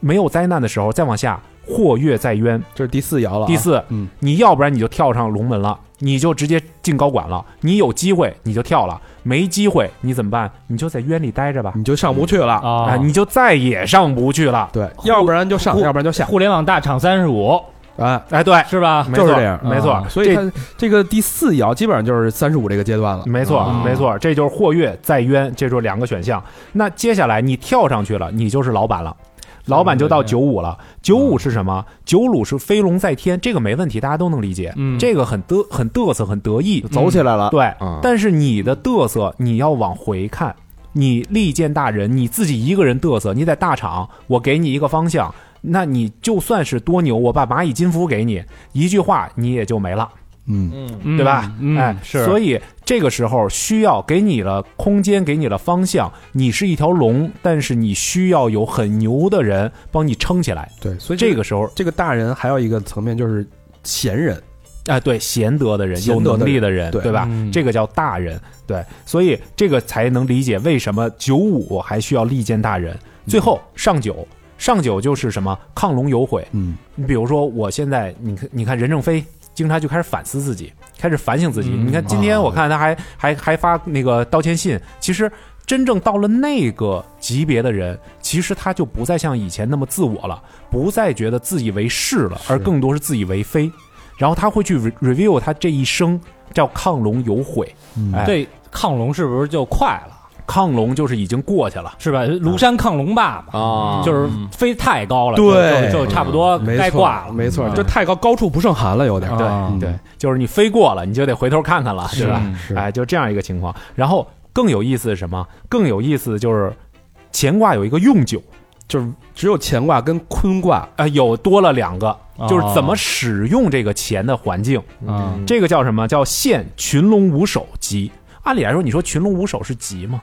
[SPEAKER 6] 没有灾难的时候，再往下祸越在渊，
[SPEAKER 3] 这是第四爻了啊。
[SPEAKER 6] 第四，
[SPEAKER 3] 嗯
[SPEAKER 6] 你要不然你就跳上龙门了，你就直接进高管了。你有机会你就跳了，没机会你怎么办？你就在冤里待着吧，
[SPEAKER 3] 你就上不去了
[SPEAKER 5] 啊
[SPEAKER 6] 啊，你就再也上不去了。
[SPEAKER 3] 对，要不然就上，
[SPEAKER 5] 互
[SPEAKER 3] 要不然就下。
[SPEAKER 5] 互联网大厂三十五
[SPEAKER 3] 哎，
[SPEAKER 6] 哎，对，
[SPEAKER 5] 是吧？
[SPEAKER 6] 没
[SPEAKER 3] 就是
[SPEAKER 6] 错
[SPEAKER 3] 这样啊
[SPEAKER 6] 没错。
[SPEAKER 3] 所
[SPEAKER 6] 这
[SPEAKER 3] 以它这个第四爻基本上就是嗯三十五这个阶段了。
[SPEAKER 6] 没错，没错，这就是或跃在渊，这就是两个选项。那接下来你跳上去了，你就是老板了。老板
[SPEAKER 3] 嗯
[SPEAKER 6] 就到九五了，九五是什么？九五是飞龙在天，这个没问题，大家都能理解。
[SPEAKER 5] 嗯
[SPEAKER 6] 这个很得很嘚瑟，很得意，
[SPEAKER 2] 走起来了，
[SPEAKER 6] 对，
[SPEAKER 2] 嗯
[SPEAKER 6] 但是你的嘚瑟，你要往回看，你力荐大人，你自己一个人嘚瑟，你在大厂，我给你一个方向，那你就算是多牛，我把蚂蚁金服给你，一句话你也就没了，
[SPEAKER 3] 嗯，
[SPEAKER 5] 嗯
[SPEAKER 6] 对吧？
[SPEAKER 5] 嗯
[SPEAKER 6] 哎，
[SPEAKER 5] 是，
[SPEAKER 6] 所
[SPEAKER 5] 以
[SPEAKER 6] 以这个时候需要给你了空间，给你了方向，你是一条龙，但是你需要有很牛的人帮你撑起来。
[SPEAKER 3] 对，所以
[SPEAKER 6] 这
[SPEAKER 3] 个
[SPEAKER 6] 个时候，
[SPEAKER 3] 这个大人还有一个层面就是贤人，
[SPEAKER 6] 哎，对，贤德的人，
[SPEAKER 3] 贤
[SPEAKER 6] 有
[SPEAKER 3] 德的
[SPEAKER 6] 能力的人，
[SPEAKER 3] 对
[SPEAKER 6] 对吧？
[SPEAKER 5] 嗯
[SPEAKER 6] 这个叫大人，对，所以这个才能理解为什么九五还需要力荐大
[SPEAKER 3] 嗯
[SPEAKER 6] 人。最后上九，上九就是什么亢龙有悔。
[SPEAKER 3] 嗯，
[SPEAKER 6] 你比如说，我现在你看，你看任正非经常就开始反思自己，开始反省自己。
[SPEAKER 5] 嗯
[SPEAKER 6] 你看今天我看他还、还还发那个道歉信，其实。真正到了那个级别的人，其实他就不再像以前那么自我了，不再觉得自以为是了，而更多是自以为非。然后他会去 re- review 他这一生，叫亢龙有悔。哎
[SPEAKER 5] 这亢龙是不是就快了？
[SPEAKER 6] 亢龙就是已经过去了，
[SPEAKER 5] 是吧？庐山亢龙霸嘛，
[SPEAKER 7] 啊
[SPEAKER 6] 嗯
[SPEAKER 5] 就是飞太高了，
[SPEAKER 3] 对
[SPEAKER 5] 就就就差不多
[SPEAKER 3] 没
[SPEAKER 5] 该
[SPEAKER 3] 错
[SPEAKER 5] 挂了。
[SPEAKER 3] 没错，
[SPEAKER 7] 嗯
[SPEAKER 3] 这太高高处不胜寒了，有点。
[SPEAKER 6] 对、
[SPEAKER 5] 啊
[SPEAKER 6] 对，就是你飞过了，你就得回头看看了，对吧？
[SPEAKER 3] 是
[SPEAKER 6] 哎，就这样一个情况。然后更有意思是什么？更有意思的就是乾卦有一个用九，
[SPEAKER 3] 就是只有乾卦跟坤卦，
[SPEAKER 6] 啊，有多了两个，
[SPEAKER 7] 啊
[SPEAKER 5] 哦
[SPEAKER 6] 就是怎么嗯使用这个钱的环境。
[SPEAKER 5] 啊
[SPEAKER 6] 这个叫什么？叫现群龙无首吉。按理来说，你说群龙无首是吉吗？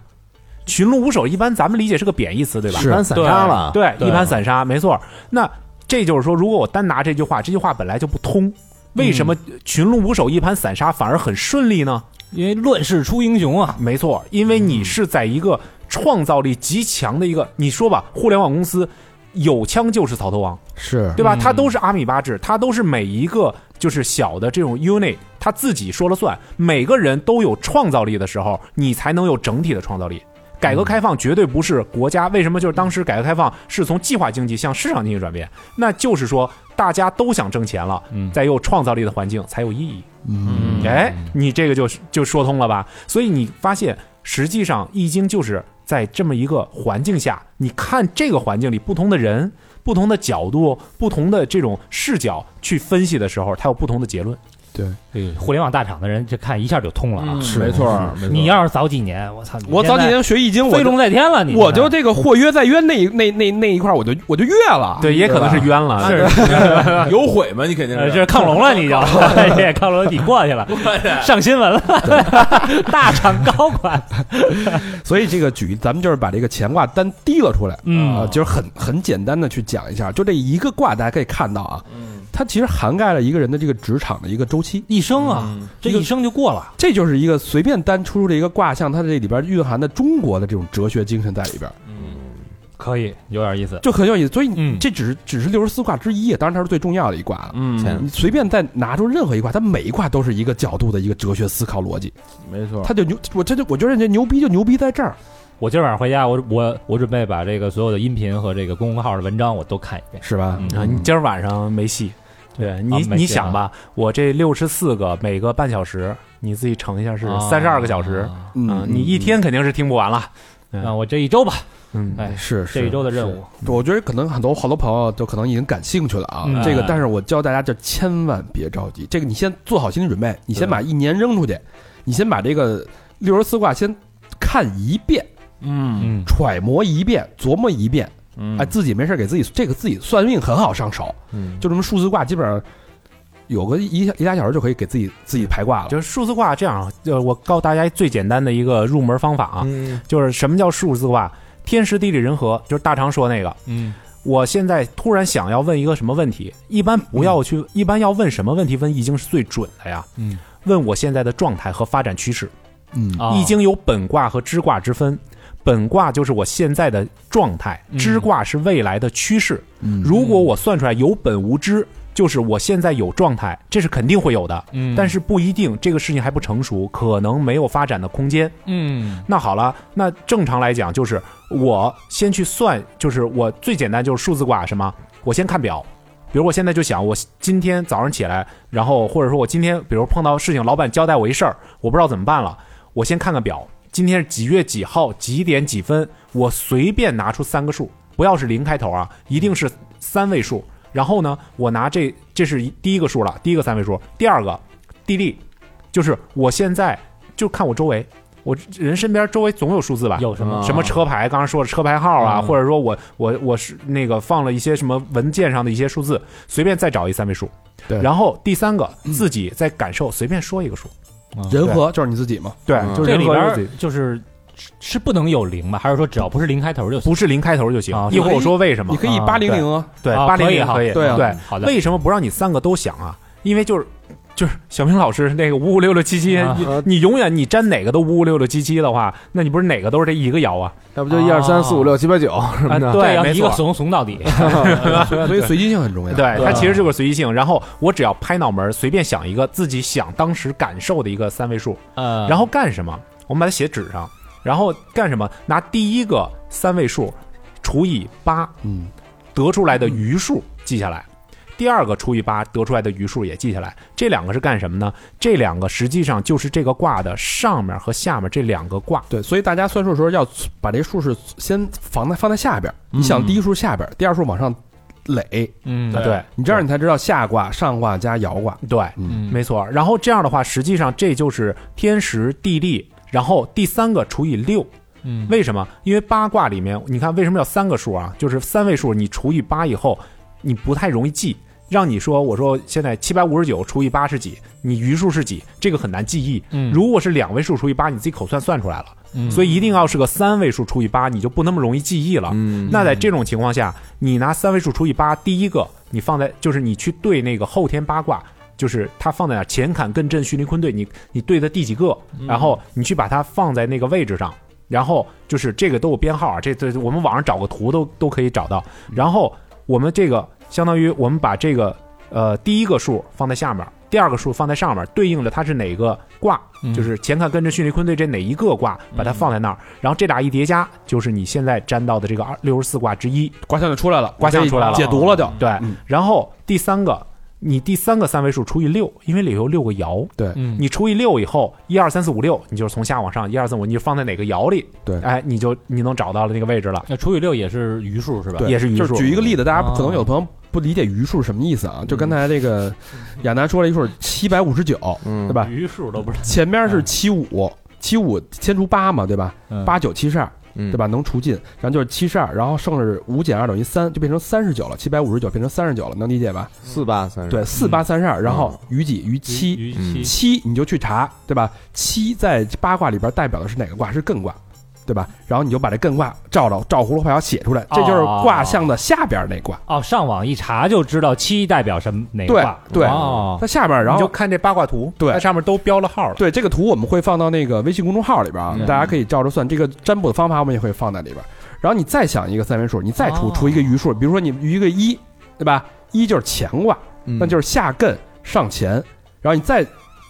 [SPEAKER 6] 群龙无首，一般咱们理解是个贬义词，对吧？
[SPEAKER 2] 一般散沙了，
[SPEAKER 6] 对，
[SPEAKER 5] 对
[SPEAKER 6] 一盘散沙，没错。那这就是说，如果我单拿这句话，这句话本来就不通，为什么群龙无首、一盘散沙反而很顺利呢？
[SPEAKER 5] 因为乱世出英雄啊，
[SPEAKER 6] 没错，因为你是在一个创造力极强的一个，你说吧，互联网公司有枪就是草头王，
[SPEAKER 2] 是
[SPEAKER 6] 对吧？它都是阿米巴制，它都是每一个就是小的这种 unit，它自己说了算。每个人都有创造力的时候，你才能有整体的创造力。改革开放绝对不是国家为什么就是当时改革开放是从计划经济向市场经济转变，那就是说大家都想挣钱了，再有创造力的环境才有意义。
[SPEAKER 3] 嗯
[SPEAKER 6] 哎，你这个就就说通了吧？所以你发现，实际上《易经》就是在这么一个环境下，你看这个环境里不同的人、不同的角度、不同的这种视角去分析的时候，它有不同的结论。
[SPEAKER 5] 对互联网大厂的人，这看一下就通了啊。
[SPEAKER 2] 是
[SPEAKER 7] 没错儿，没错儿
[SPEAKER 5] 你要是早几年，我操，你
[SPEAKER 3] 我早几年学易经，
[SPEAKER 5] 现在
[SPEAKER 3] 我
[SPEAKER 5] 飞
[SPEAKER 3] 就
[SPEAKER 5] 龙在天了，你
[SPEAKER 3] 我就这个或约在约那那那那一块儿，我就我就越了。
[SPEAKER 6] 对，也可能是冤了。
[SPEAKER 5] 是
[SPEAKER 7] 有悔吗？你肯定
[SPEAKER 5] 呃，
[SPEAKER 7] 是
[SPEAKER 5] 这是亢龙了，你就 这亢龙你过去了，上新闻了， 大厂高管，
[SPEAKER 3] 所以这个举，咱们就是把这个乾卦单提了出来，
[SPEAKER 5] 嗯
[SPEAKER 3] 啊，就是很很简单的去讲一下，就这一个卦，大家可以看到
[SPEAKER 5] 嗯
[SPEAKER 3] 啊，它其实涵盖了一个人的这个职场的一个周期，
[SPEAKER 5] 一生啊，这一生就过了，
[SPEAKER 3] 这就是一个随便单出出的一个卦象，它这里边蕴含的中国的这种哲学精神在里边，
[SPEAKER 5] 可以有点意思，
[SPEAKER 3] 就很有意思。所以
[SPEAKER 5] 嗯
[SPEAKER 3] 这只是只是六十四卦之一，当然它是最重要的一卦了。
[SPEAKER 7] 嗯，
[SPEAKER 3] 你随便再拿出任何一卦，它每一卦都是一个角度的一个哲学思考逻辑，
[SPEAKER 7] 没错儿，
[SPEAKER 3] 它就牛，我这就我觉得这牛逼就牛逼在这儿，
[SPEAKER 5] 我今儿晚上回家，我我我准备把这个所有的音频和这个公众号的文章我都看一遍。
[SPEAKER 3] 是吧？
[SPEAKER 5] 嗯
[SPEAKER 6] 啊，你今儿晚上没戏。对你，
[SPEAKER 5] 啊没戏
[SPEAKER 6] 你想吧，我这六十四个，每个半小时，你自己乘一下是
[SPEAKER 5] 啊
[SPEAKER 6] 三十二个小时。
[SPEAKER 3] 啊
[SPEAKER 6] 嗯，你一天肯定是听不完了。
[SPEAKER 5] 啊，我这一周吧，
[SPEAKER 6] 嗯，
[SPEAKER 5] 哎，
[SPEAKER 3] 是是
[SPEAKER 5] 这一周的任务，
[SPEAKER 3] 我觉得可能很多好多朋友都可能已经感兴趣了啊，
[SPEAKER 5] 嗯
[SPEAKER 3] 这个
[SPEAKER 5] 哎，
[SPEAKER 3] 但是我教大家就千万别着急，这个你先做好心理准备，你先把一年扔出去，你先把这个六十四卦先看一遍，
[SPEAKER 7] 嗯
[SPEAKER 5] 嗯，
[SPEAKER 3] 揣摩一遍，琢磨一遍，
[SPEAKER 7] 嗯
[SPEAKER 3] 哎，自己没事给自己这个自己算命很好上手，
[SPEAKER 7] 嗯
[SPEAKER 3] 就这么数字卦基本上有个一一俩小时就可以给自己自己排卦了，
[SPEAKER 6] 就是数字卦这样啊，就是我告诉大家最简单的一个入门方法啊，
[SPEAKER 2] 嗯
[SPEAKER 6] 就是什么叫数字卦？天时地利人和，就是大常说那个。
[SPEAKER 5] 嗯，
[SPEAKER 6] 我现在突然想要问一个什么问题，一般不要去，一般要问什么问题？问易经是最准的呀。
[SPEAKER 5] 嗯，
[SPEAKER 6] 问我现在的状态和发展趋势。
[SPEAKER 3] 嗯
[SPEAKER 5] 啊
[SPEAKER 6] 易经有本卦和支卦之分，本卦就是我现在的状态，
[SPEAKER 5] 嗯
[SPEAKER 6] 支卦是未来的趋势。
[SPEAKER 3] 嗯
[SPEAKER 6] 如果我算出来有本无支，就是我现在有状态，这是肯定会有的。
[SPEAKER 5] 嗯
[SPEAKER 6] 但是不一定，这个事情还不成熟，可能没有发展的空间。
[SPEAKER 5] 嗯
[SPEAKER 6] 那好了，那正常来讲就是我先去算，就是我最简单就是数字卦什么，我先看表。比如我现在就想，我今天早上起来，然后或者说我今天比如碰到事情，老板交代我一事儿，我不知道怎么办了，我先看看表，今天是几月几号几点几分，我随便拿出三个数，不要是零开头啊，一定是三位数。然后呢，我拿这这是一第一个数了，第一个三位数，第二个地利，就是我现在就看我周围，我人身边周围总有数字吧，
[SPEAKER 5] 有什么
[SPEAKER 6] 什么车牌，刚刚说了车牌号啊，
[SPEAKER 7] 嗯
[SPEAKER 6] 或者说我我我是那个放了一些什么文件上的一些数字，随便再找一三位数。
[SPEAKER 3] 对
[SPEAKER 6] 然后第三个自己再感受，随便说一个数。
[SPEAKER 3] 人和就是你自己嘛，
[SPEAKER 6] 对，
[SPEAKER 7] 嗯
[SPEAKER 6] 就是
[SPEAKER 5] 这
[SPEAKER 6] 人
[SPEAKER 5] 里
[SPEAKER 6] 和
[SPEAKER 5] 边
[SPEAKER 6] 自己
[SPEAKER 5] 儿就是是是不能有零吧？还是说只要不是零开头就行？
[SPEAKER 6] 不是零开头就行
[SPEAKER 5] 啊。
[SPEAKER 6] 一会儿我说为什么
[SPEAKER 3] 你，可以
[SPEAKER 5] 啊
[SPEAKER 3] 八零零啊，
[SPEAKER 6] 对，
[SPEAKER 5] 啊
[SPEAKER 6] 八零
[SPEAKER 5] 可以
[SPEAKER 6] 零
[SPEAKER 5] 哈
[SPEAKER 6] 可以，
[SPEAKER 3] 对啊
[SPEAKER 6] 对。
[SPEAKER 5] 嗯好的，
[SPEAKER 6] 为什么不让你三个都想啊？因为就是就是小明老师那个五五六六七七
[SPEAKER 5] 啊，
[SPEAKER 6] 你你永远你沾哪个都五五六六七七的话，那你不是哪个都是这一个爻啊？
[SPEAKER 2] 要不就一二三四五六七八九什么的，
[SPEAKER 5] 啊对，要
[SPEAKER 6] 没
[SPEAKER 5] 一个
[SPEAKER 6] 错。
[SPEAKER 5] 怂怂到底，
[SPEAKER 3] 啊所以随机性很重要。
[SPEAKER 6] 对，它其实就是随机性。然后我只要拍脑门儿，随便想一个自己想当时感受的一个三位数，
[SPEAKER 5] 呃，
[SPEAKER 6] 然后干什么？我们把它写纸上，然后干什么？拿第一个三位数除以八，
[SPEAKER 3] 嗯，
[SPEAKER 6] 得出来的余数记下来。第二个除以八得出来的余数也记下来，这两个是干什么呢？这两个实际上就是这个卦的上面和下面这两个卦。
[SPEAKER 3] 对，所以大家算数的时候要把这数是先放在放在下边儿，你想第一数下边儿，第二数往上垒，
[SPEAKER 5] 嗯，
[SPEAKER 6] 对对
[SPEAKER 3] 你这样你才知道下卦、上卦加爻卦。
[SPEAKER 6] 对，
[SPEAKER 5] 嗯，
[SPEAKER 6] 没错。然后这样的话，实际上这就是天时地利，然后第三个除以六。
[SPEAKER 5] 嗯
[SPEAKER 6] 为什么？因为八卦里面，你看为什么要三个数啊？就是三位数，你除以八以后，你不太容易记。让你说，我说现在七百五十九除以八是几？你余数是几？这个很难记忆。
[SPEAKER 5] 嗯
[SPEAKER 6] 如果是两位数除以八，你自己口算算出来了，
[SPEAKER 2] 嗯
[SPEAKER 6] 所以一定要是个三位数除以八，你就不那么容易记忆了。
[SPEAKER 2] 嗯
[SPEAKER 6] 那在这种情况下，你拿三位数除以八，第一个你放在就是你去对那个后天八卦，就是它放在哪儿乾坎艮震巽离坤兑，你你对的第几个，
[SPEAKER 2] 嗯
[SPEAKER 6] 然后你去把它放在那个位置上，然后就是这个都有编号啊，这这我们网上找个图都都可以找到。
[SPEAKER 3] 嗯
[SPEAKER 6] 然后我们这个相当于我们把这个呃第一个数放在下面，第二个数放在上面，对应着它是哪个卦，
[SPEAKER 5] 嗯
[SPEAKER 3] 嗯
[SPEAKER 6] 就是乾坎艮震巽离坤兑这哪一个卦，把它放在那儿，然后这俩一叠加，就是你现在占到的这个二六十四卦之一。
[SPEAKER 3] 卦象就出来了，
[SPEAKER 6] 卦象出来了
[SPEAKER 3] 解读了就。
[SPEAKER 6] 对，
[SPEAKER 3] 嗯
[SPEAKER 6] 然后第三个，你第三个三位数除以六，因为里头有六个爻，
[SPEAKER 3] 对
[SPEAKER 4] 嗯
[SPEAKER 6] 你除以六以后，一二三四五六，你就是从下往上，一二三五，你就放在哪个爻里，
[SPEAKER 3] 对
[SPEAKER 6] 哎，你就你能找到了那个位置了，
[SPEAKER 5] 那除以六也是余数是吧？
[SPEAKER 6] 也是余
[SPEAKER 3] 就是
[SPEAKER 6] 数。
[SPEAKER 3] 举一个例子，大家
[SPEAKER 5] 哦
[SPEAKER 3] 可能有的朋友不理解余数什么意思啊？就刚才这个
[SPEAKER 5] 嗯
[SPEAKER 3] 亚楠说了一数七百五十九，
[SPEAKER 2] 嗯
[SPEAKER 3] 对吧？
[SPEAKER 5] 余数都不是
[SPEAKER 3] 前边是七五，七五先除八嘛，对吧？
[SPEAKER 5] 嗯
[SPEAKER 3] 八九七十二，
[SPEAKER 2] 嗯
[SPEAKER 3] 对吧？能除尽，然后就是七十二，然后剩是五减二等于三，就变成三十九了，七百五十九变成三十九了，能理解吧？
[SPEAKER 2] 四八三
[SPEAKER 6] 嗯
[SPEAKER 2] 十
[SPEAKER 3] 对，四八三十二，然后余几余七，
[SPEAKER 5] 余
[SPEAKER 2] 嗯
[SPEAKER 5] 七
[SPEAKER 3] 七你就去查，对吧？七在八卦里边代表的是哪个卦？是艮卦。对吧？然后你就把这艮卦照着照葫芦画瓢写出来，这就是
[SPEAKER 6] 哦
[SPEAKER 3] 卦象的下边那卦。
[SPEAKER 5] 哦，上网一查就知道七代表什么哪个
[SPEAKER 3] 对
[SPEAKER 5] 卦
[SPEAKER 3] 对
[SPEAKER 5] 哦，
[SPEAKER 3] 它下边，然
[SPEAKER 6] 你就
[SPEAKER 3] 后
[SPEAKER 6] 看这八卦图，
[SPEAKER 3] 对
[SPEAKER 6] 它上面都标了号了。
[SPEAKER 3] 对这个图我们会放到那个微信公众号里边啊，
[SPEAKER 6] 嗯
[SPEAKER 3] 大家可以照着算。这个占卜的方法我们也会放在里边。然后你再想一个三位数，你再除
[SPEAKER 5] 哦
[SPEAKER 3] 除一个余数，比如说你余一个一，对吧？一就是乾卦，
[SPEAKER 7] 嗯
[SPEAKER 6] 嗯
[SPEAKER 3] 那就是下艮上乾。然后你再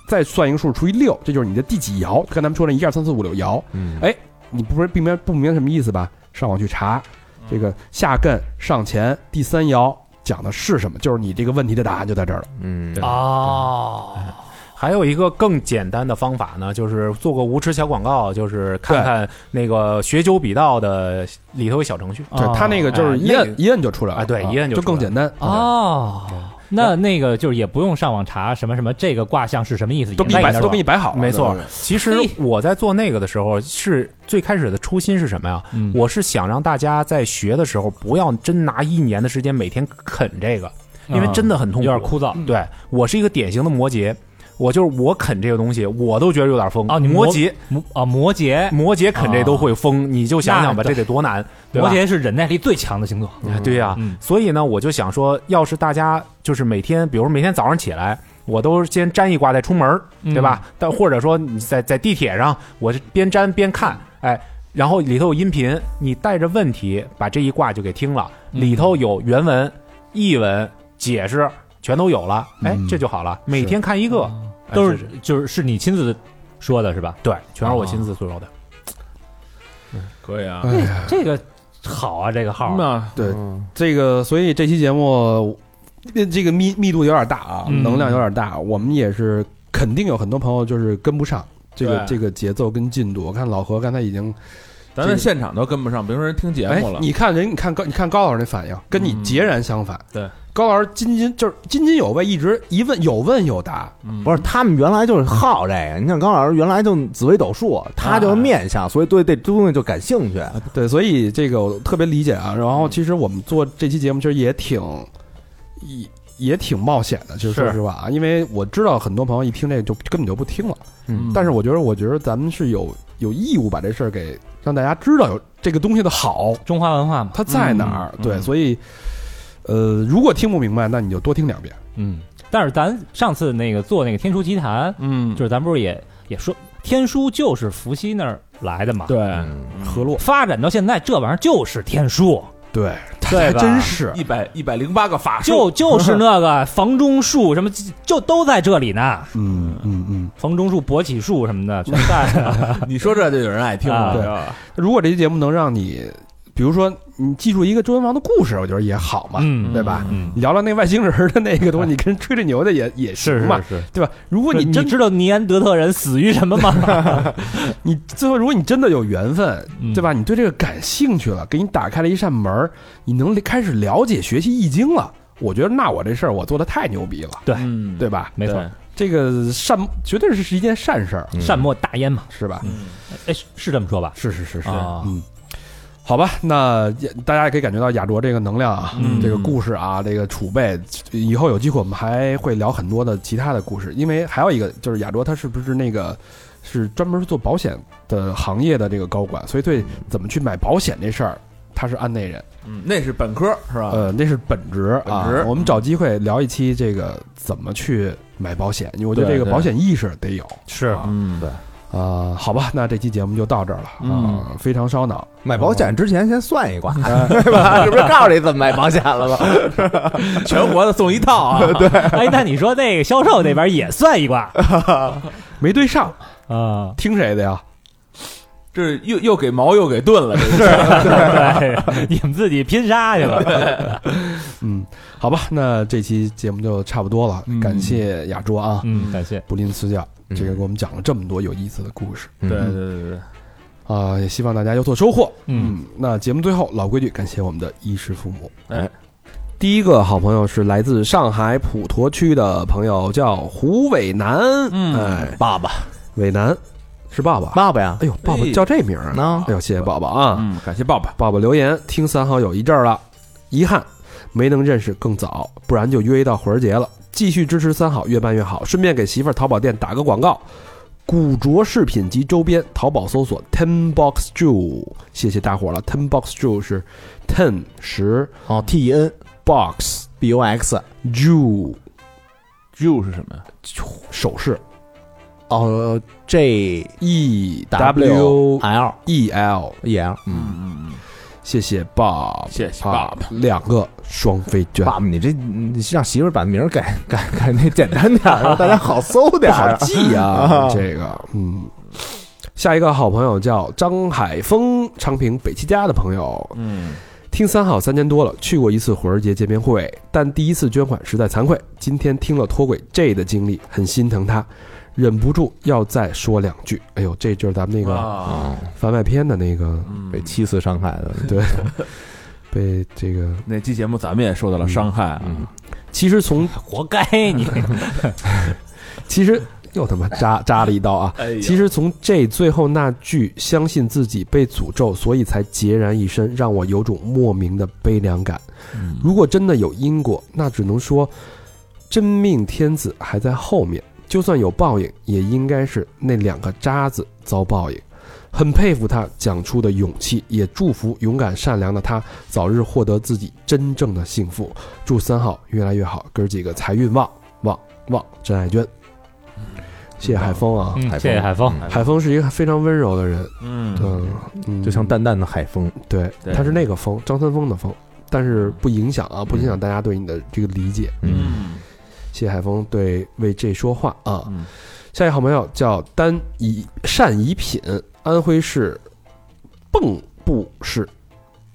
[SPEAKER 3] 再算一个数，除以六，这就是你的第几爻？跟咱们说那一二三四五六爻，
[SPEAKER 2] 嗯
[SPEAKER 3] 哎，你不是并明不明白什么意思吧？上网去查，
[SPEAKER 6] 嗯
[SPEAKER 3] 这个下艮上乾第三爻讲的是什么？就是你这个问题的答案就在这儿了。
[SPEAKER 2] 嗯
[SPEAKER 5] 哦，
[SPEAKER 6] 啊还有一个更简单的方法呢，就是做个无耻小广告，就是看看那个学九笔道的里头有小程序
[SPEAKER 3] 对，它那个就是
[SPEAKER 6] 哎
[SPEAKER 3] 一
[SPEAKER 6] 那
[SPEAKER 3] 摁
[SPEAKER 6] 个
[SPEAKER 3] 一摁就出来了
[SPEAKER 6] 啊对一摁就
[SPEAKER 3] 就
[SPEAKER 6] 出来
[SPEAKER 3] 更
[SPEAKER 6] 了
[SPEAKER 3] 简单。啊
[SPEAKER 5] 哦，那那个就是也不用上网查什么什么这个卦象是什么意思，
[SPEAKER 3] 都给你
[SPEAKER 5] 也
[SPEAKER 3] 摆
[SPEAKER 5] 在
[SPEAKER 3] 都给你摆好了，
[SPEAKER 6] 没错
[SPEAKER 3] 哦对，
[SPEAKER 6] 其实
[SPEAKER 5] 嘿
[SPEAKER 6] 我在做那个的时候，是最开始的初心是什么呀？
[SPEAKER 5] 嗯
[SPEAKER 6] 我是想让大家在学的时候，不要真拿一年的时间每天啃这个，因为真的很痛
[SPEAKER 5] 有
[SPEAKER 6] 苦。
[SPEAKER 5] 点枯燥。
[SPEAKER 6] 对我是一个典型的摩羯，我就是我啃这个东西，我都觉得有点疯
[SPEAKER 5] 啊你
[SPEAKER 6] 摩
[SPEAKER 5] 摩
[SPEAKER 6] 羯，
[SPEAKER 5] 摩啊，摩羯，
[SPEAKER 6] 摩羯啃这都会疯，你就想想吧，
[SPEAKER 5] 那
[SPEAKER 6] 这得多难。对吧
[SPEAKER 5] 摩羯是忍耐力最强的星座。
[SPEAKER 6] 哎对呀、
[SPEAKER 5] 嗯
[SPEAKER 6] 所以呢，我就想说，要是大家就是每天，比如每天早上起来，我都先占一卦再出门儿，
[SPEAKER 5] 嗯
[SPEAKER 6] 对吧？但或者说你在在地铁上，我是边占边看，哎，然后里头有音频，你带着问题把这一卦就给听了，
[SPEAKER 5] 嗯
[SPEAKER 6] 里头有原文、译文、解释，全都有了，哎，这就好了。每天看一个，哎
[SPEAKER 5] 嗯都
[SPEAKER 6] 这
[SPEAKER 5] 啊是就是是你亲自说的是吧？
[SPEAKER 6] 对，全是我亲自做的。
[SPEAKER 7] 可以啊，
[SPEAKER 3] 哎呀，
[SPEAKER 5] 这个好啊，这个号儿
[SPEAKER 7] 那
[SPEAKER 3] 对这个，所以这期节目呃这个密密度有点大啊，
[SPEAKER 5] 嗯
[SPEAKER 3] 能量有点大，我们也是肯定有很多朋友就是跟不上这个
[SPEAKER 7] 对
[SPEAKER 3] 这个节奏跟进度。我看老何刚才已经，
[SPEAKER 7] 咱
[SPEAKER 3] 这
[SPEAKER 7] 们
[SPEAKER 3] 个
[SPEAKER 7] 现场都跟不上，别说人听节
[SPEAKER 3] 哎
[SPEAKER 7] 目了，，
[SPEAKER 3] 你看人，你看高，你看高老师那反应，跟你截然相反。
[SPEAKER 7] 对，
[SPEAKER 3] 高老师津津就是津津有味，一直一问有问有答。
[SPEAKER 2] 不是，他们原来就是好这个。你像高老师原来就紫微斗数，他
[SPEAKER 5] 啊
[SPEAKER 2] 就是面相，所以对这东西就感兴趣。
[SPEAKER 3] 对，所以这个我特别理解啊。然后其实我们做这期节目其实也挺也也挺冒险的，其实说
[SPEAKER 6] 是
[SPEAKER 3] 实话啊，因为我知道很多朋友一听这个就根本就不听了。
[SPEAKER 7] 嗯
[SPEAKER 3] 但是我觉得，我觉得咱们是有有义务把这事儿给让大家知道有这个东西的好，
[SPEAKER 5] 中华文化嘛。
[SPEAKER 3] 它在哪儿。对，所以呃，如果听不明白，那你就多听两遍。
[SPEAKER 5] 嗯，但是咱上次那个做那个天书奇谈，
[SPEAKER 3] 嗯
[SPEAKER 5] 就是咱不是也也说天书就是伏羲那儿来的嘛？，
[SPEAKER 7] 对
[SPEAKER 3] 河洛
[SPEAKER 5] 发展到现在这玩意儿就是天书，
[SPEAKER 3] 对，它
[SPEAKER 5] 对
[SPEAKER 3] 还
[SPEAKER 5] 吧
[SPEAKER 3] 真是
[SPEAKER 7] 一百一百零八个法 术，
[SPEAKER 5] 就就是那个房中术什么，就都在这里呢。
[SPEAKER 3] 嗯嗯嗯。
[SPEAKER 5] 房中术、勃起术什么的全在呢。
[SPEAKER 7] 你说这就有人爱听
[SPEAKER 5] 啊
[SPEAKER 7] 了，
[SPEAKER 5] 对
[SPEAKER 7] 是吧
[SPEAKER 3] 如果这期节目能让你，比如说你记住一个周文王的故事，我觉得也好嘛，
[SPEAKER 5] 嗯
[SPEAKER 3] 对吧？
[SPEAKER 5] 嗯，
[SPEAKER 3] 你聊聊那外星人的那 个东西，你跟人吹吹牛的也也
[SPEAKER 5] 是
[SPEAKER 3] 行嘛，
[SPEAKER 5] 是是。
[SPEAKER 3] 对吧？如果
[SPEAKER 5] 不是
[SPEAKER 3] 你
[SPEAKER 5] 你
[SPEAKER 3] 真
[SPEAKER 5] 知道尼安德特人死于什么吗？
[SPEAKER 3] 你最后，如果你真的有缘分，
[SPEAKER 5] 嗯
[SPEAKER 3] 对吧？你对这个感兴趣了，给你打开了一扇门儿，你能开始了解学习易经了。我觉得那我这事儿我做的太牛逼了，
[SPEAKER 7] 嗯，
[SPEAKER 3] 对吧？
[SPEAKER 5] 没错
[SPEAKER 7] 对，
[SPEAKER 3] 这个善绝对是是一件善事儿，
[SPEAKER 7] 嗯
[SPEAKER 5] 善莫大焉嘛。
[SPEAKER 3] 是
[SPEAKER 6] 嗯
[SPEAKER 3] 吧？
[SPEAKER 5] 哎，是是这么说吧？
[SPEAKER 3] 是是是是
[SPEAKER 5] 啊
[SPEAKER 3] 嗯。好吧，那也大家也可以感觉到亚卓这个能量啊，
[SPEAKER 5] 嗯
[SPEAKER 3] 这个故事啊，这个储备，以后有机会我们还会聊很多的其他的故事，因为还有一个就是亚卓他是不是那个
[SPEAKER 8] 是专门做保险的行业的这个高管，所以对怎么去买保险这事儿，他是案内人。
[SPEAKER 6] 嗯，那是本科是吧？
[SPEAKER 8] 呃，那是本职啊。
[SPEAKER 6] 本职
[SPEAKER 8] 我们找机会聊一期这个怎么去买保险，因为我觉得这个
[SPEAKER 6] 对对
[SPEAKER 8] 保险意识得有。
[SPEAKER 9] 是
[SPEAKER 6] 嗯，对，
[SPEAKER 8] 啊、好吧，那这期节目就到这儿了啊、
[SPEAKER 6] 嗯
[SPEAKER 8] 非常烧脑。
[SPEAKER 7] 买保险之前先算一卦， 对吧？是不是告诉你怎么买保险了吧？
[SPEAKER 6] 全国的送一套啊， 对，
[SPEAKER 5] 哎，那你说那个销售那边也算一 卦
[SPEAKER 8] 没对上，
[SPEAKER 5] 啊？
[SPEAKER 8] 听谁的呀？
[SPEAKER 6] 这是又又给矛又给盾了，这是
[SPEAKER 5] 对，你们自己拼杀去吧。
[SPEAKER 8] 嗯，好吧，那这期节目就差不多了，感谢亚卓啊，
[SPEAKER 5] 嗯，感谢。
[SPEAKER 8] 不吝赐教，
[SPEAKER 7] 嗯
[SPEAKER 8] 这个给我们讲了这么多有意思的故事
[SPEAKER 6] 对对对对，
[SPEAKER 8] 啊、也希望大家有所收获。
[SPEAKER 5] 嗯，
[SPEAKER 8] 嗯，那节目最后老规矩，感谢我们的衣食父母。
[SPEAKER 3] 哎第一个好朋友是来自上海普陀区的朋友，叫胡伟南，
[SPEAKER 6] 嗯
[SPEAKER 3] 哎，
[SPEAKER 7] 爸爸，
[SPEAKER 3] 伟南是爸爸，
[SPEAKER 7] 爸爸呀，
[SPEAKER 3] 哎呦，爸爸叫这名儿，
[SPEAKER 7] 呢
[SPEAKER 3] 哎呦，谢谢爸爸啊，
[SPEAKER 6] 嗯，感谢爸爸，
[SPEAKER 3] 爸爸留言，听三好有一阵儿了，遗憾没能认识更早，不然就约一到魂儿节了。继续支持三好，越办越好。顺便给媳妇儿淘宝店打个广告，古着饰品及周边，淘宝搜索 Ten Box Jew，谢谢大伙儿了。Ten Box Jew 是 ten 十
[SPEAKER 7] 哦，T E N
[SPEAKER 3] box
[SPEAKER 7] B O X，
[SPEAKER 3] Jew
[SPEAKER 6] 又是什么呀？
[SPEAKER 3] 首饰
[SPEAKER 7] 哦，J
[SPEAKER 3] E
[SPEAKER 7] W
[SPEAKER 3] W
[SPEAKER 7] L
[SPEAKER 3] E L，
[SPEAKER 7] E L，嗯，
[SPEAKER 6] 嗯嗯
[SPEAKER 3] 谢谢爸
[SPEAKER 6] 嗯，谢谢爸
[SPEAKER 3] 爸
[SPEAKER 6] 爸，
[SPEAKER 3] 两个双飞卷，
[SPEAKER 7] 爸爸，你这你让媳妇儿把名儿改 改改那简单点儿，让大家好搜
[SPEAKER 3] 不
[SPEAKER 7] 点
[SPEAKER 3] 好
[SPEAKER 7] 儿。
[SPEAKER 3] 记 啊
[SPEAKER 7] 啊，
[SPEAKER 3] 这个，嗯。下一个好朋友叫张海峰，昌平北七家的朋友，
[SPEAKER 6] 嗯，
[SPEAKER 3] 听三好三年多了，去过一次火儿节见面会，但第一次捐款实在惭愧。今天听了脱轨 J 的经历，很心疼他，忍不住要再说两句。哎呦，这就是咱们那个
[SPEAKER 6] 啊，
[SPEAKER 7] 嗯，
[SPEAKER 3] 番外篇的那个，
[SPEAKER 6] 嗯
[SPEAKER 7] 被七次伤害的，
[SPEAKER 3] 对，被这个。
[SPEAKER 6] 那期节目咱们也受到了伤害啊，
[SPEAKER 3] 其实从
[SPEAKER 5] 嗯活该你！
[SPEAKER 3] 其实又他妈扎扎了一刀啊！
[SPEAKER 6] 哎
[SPEAKER 3] 其实从这最后那句“相信自己被诅咒，所以才孑然一身”，让我有种莫名的悲凉感。
[SPEAKER 7] 嗯
[SPEAKER 3] 如果真的有因果，那只能说真命天子还在后面。就算有报应，也应该是那两个渣子遭报应。很佩服他讲出的勇气，也祝福勇敢善良的他早日获得自己真正的幸福。祝三好越来越好，哥儿几个财运旺旺旺！真爱娟，谢谢海峰啊，
[SPEAKER 5] 嗯谢谢海峰，
[SPEAKER 3] 海峰是一个非常温柔的人，
[SPEAKER 6] 嗯，
[SPEAKER 3] 嗯嗯，
[SPEAKER 7] 就像淡淡的海风，
[SPEAKER 3] 对，
[SPEAKER 6] 对
[SPEAKER 3] 他是那个风，张三丰的风，但是不影响啊，不影响大家对你的这个理解。
[SPEAKER 7] 嗯，
[SPEAKER 6] 嗯
[SPEAKER 3] 谢谢海峰对为这说话啊。
[SPEAKER 6] 嗯
[SPEAKER 3] 下一个好朋友叫丹以善以品，安徽市蚌埠市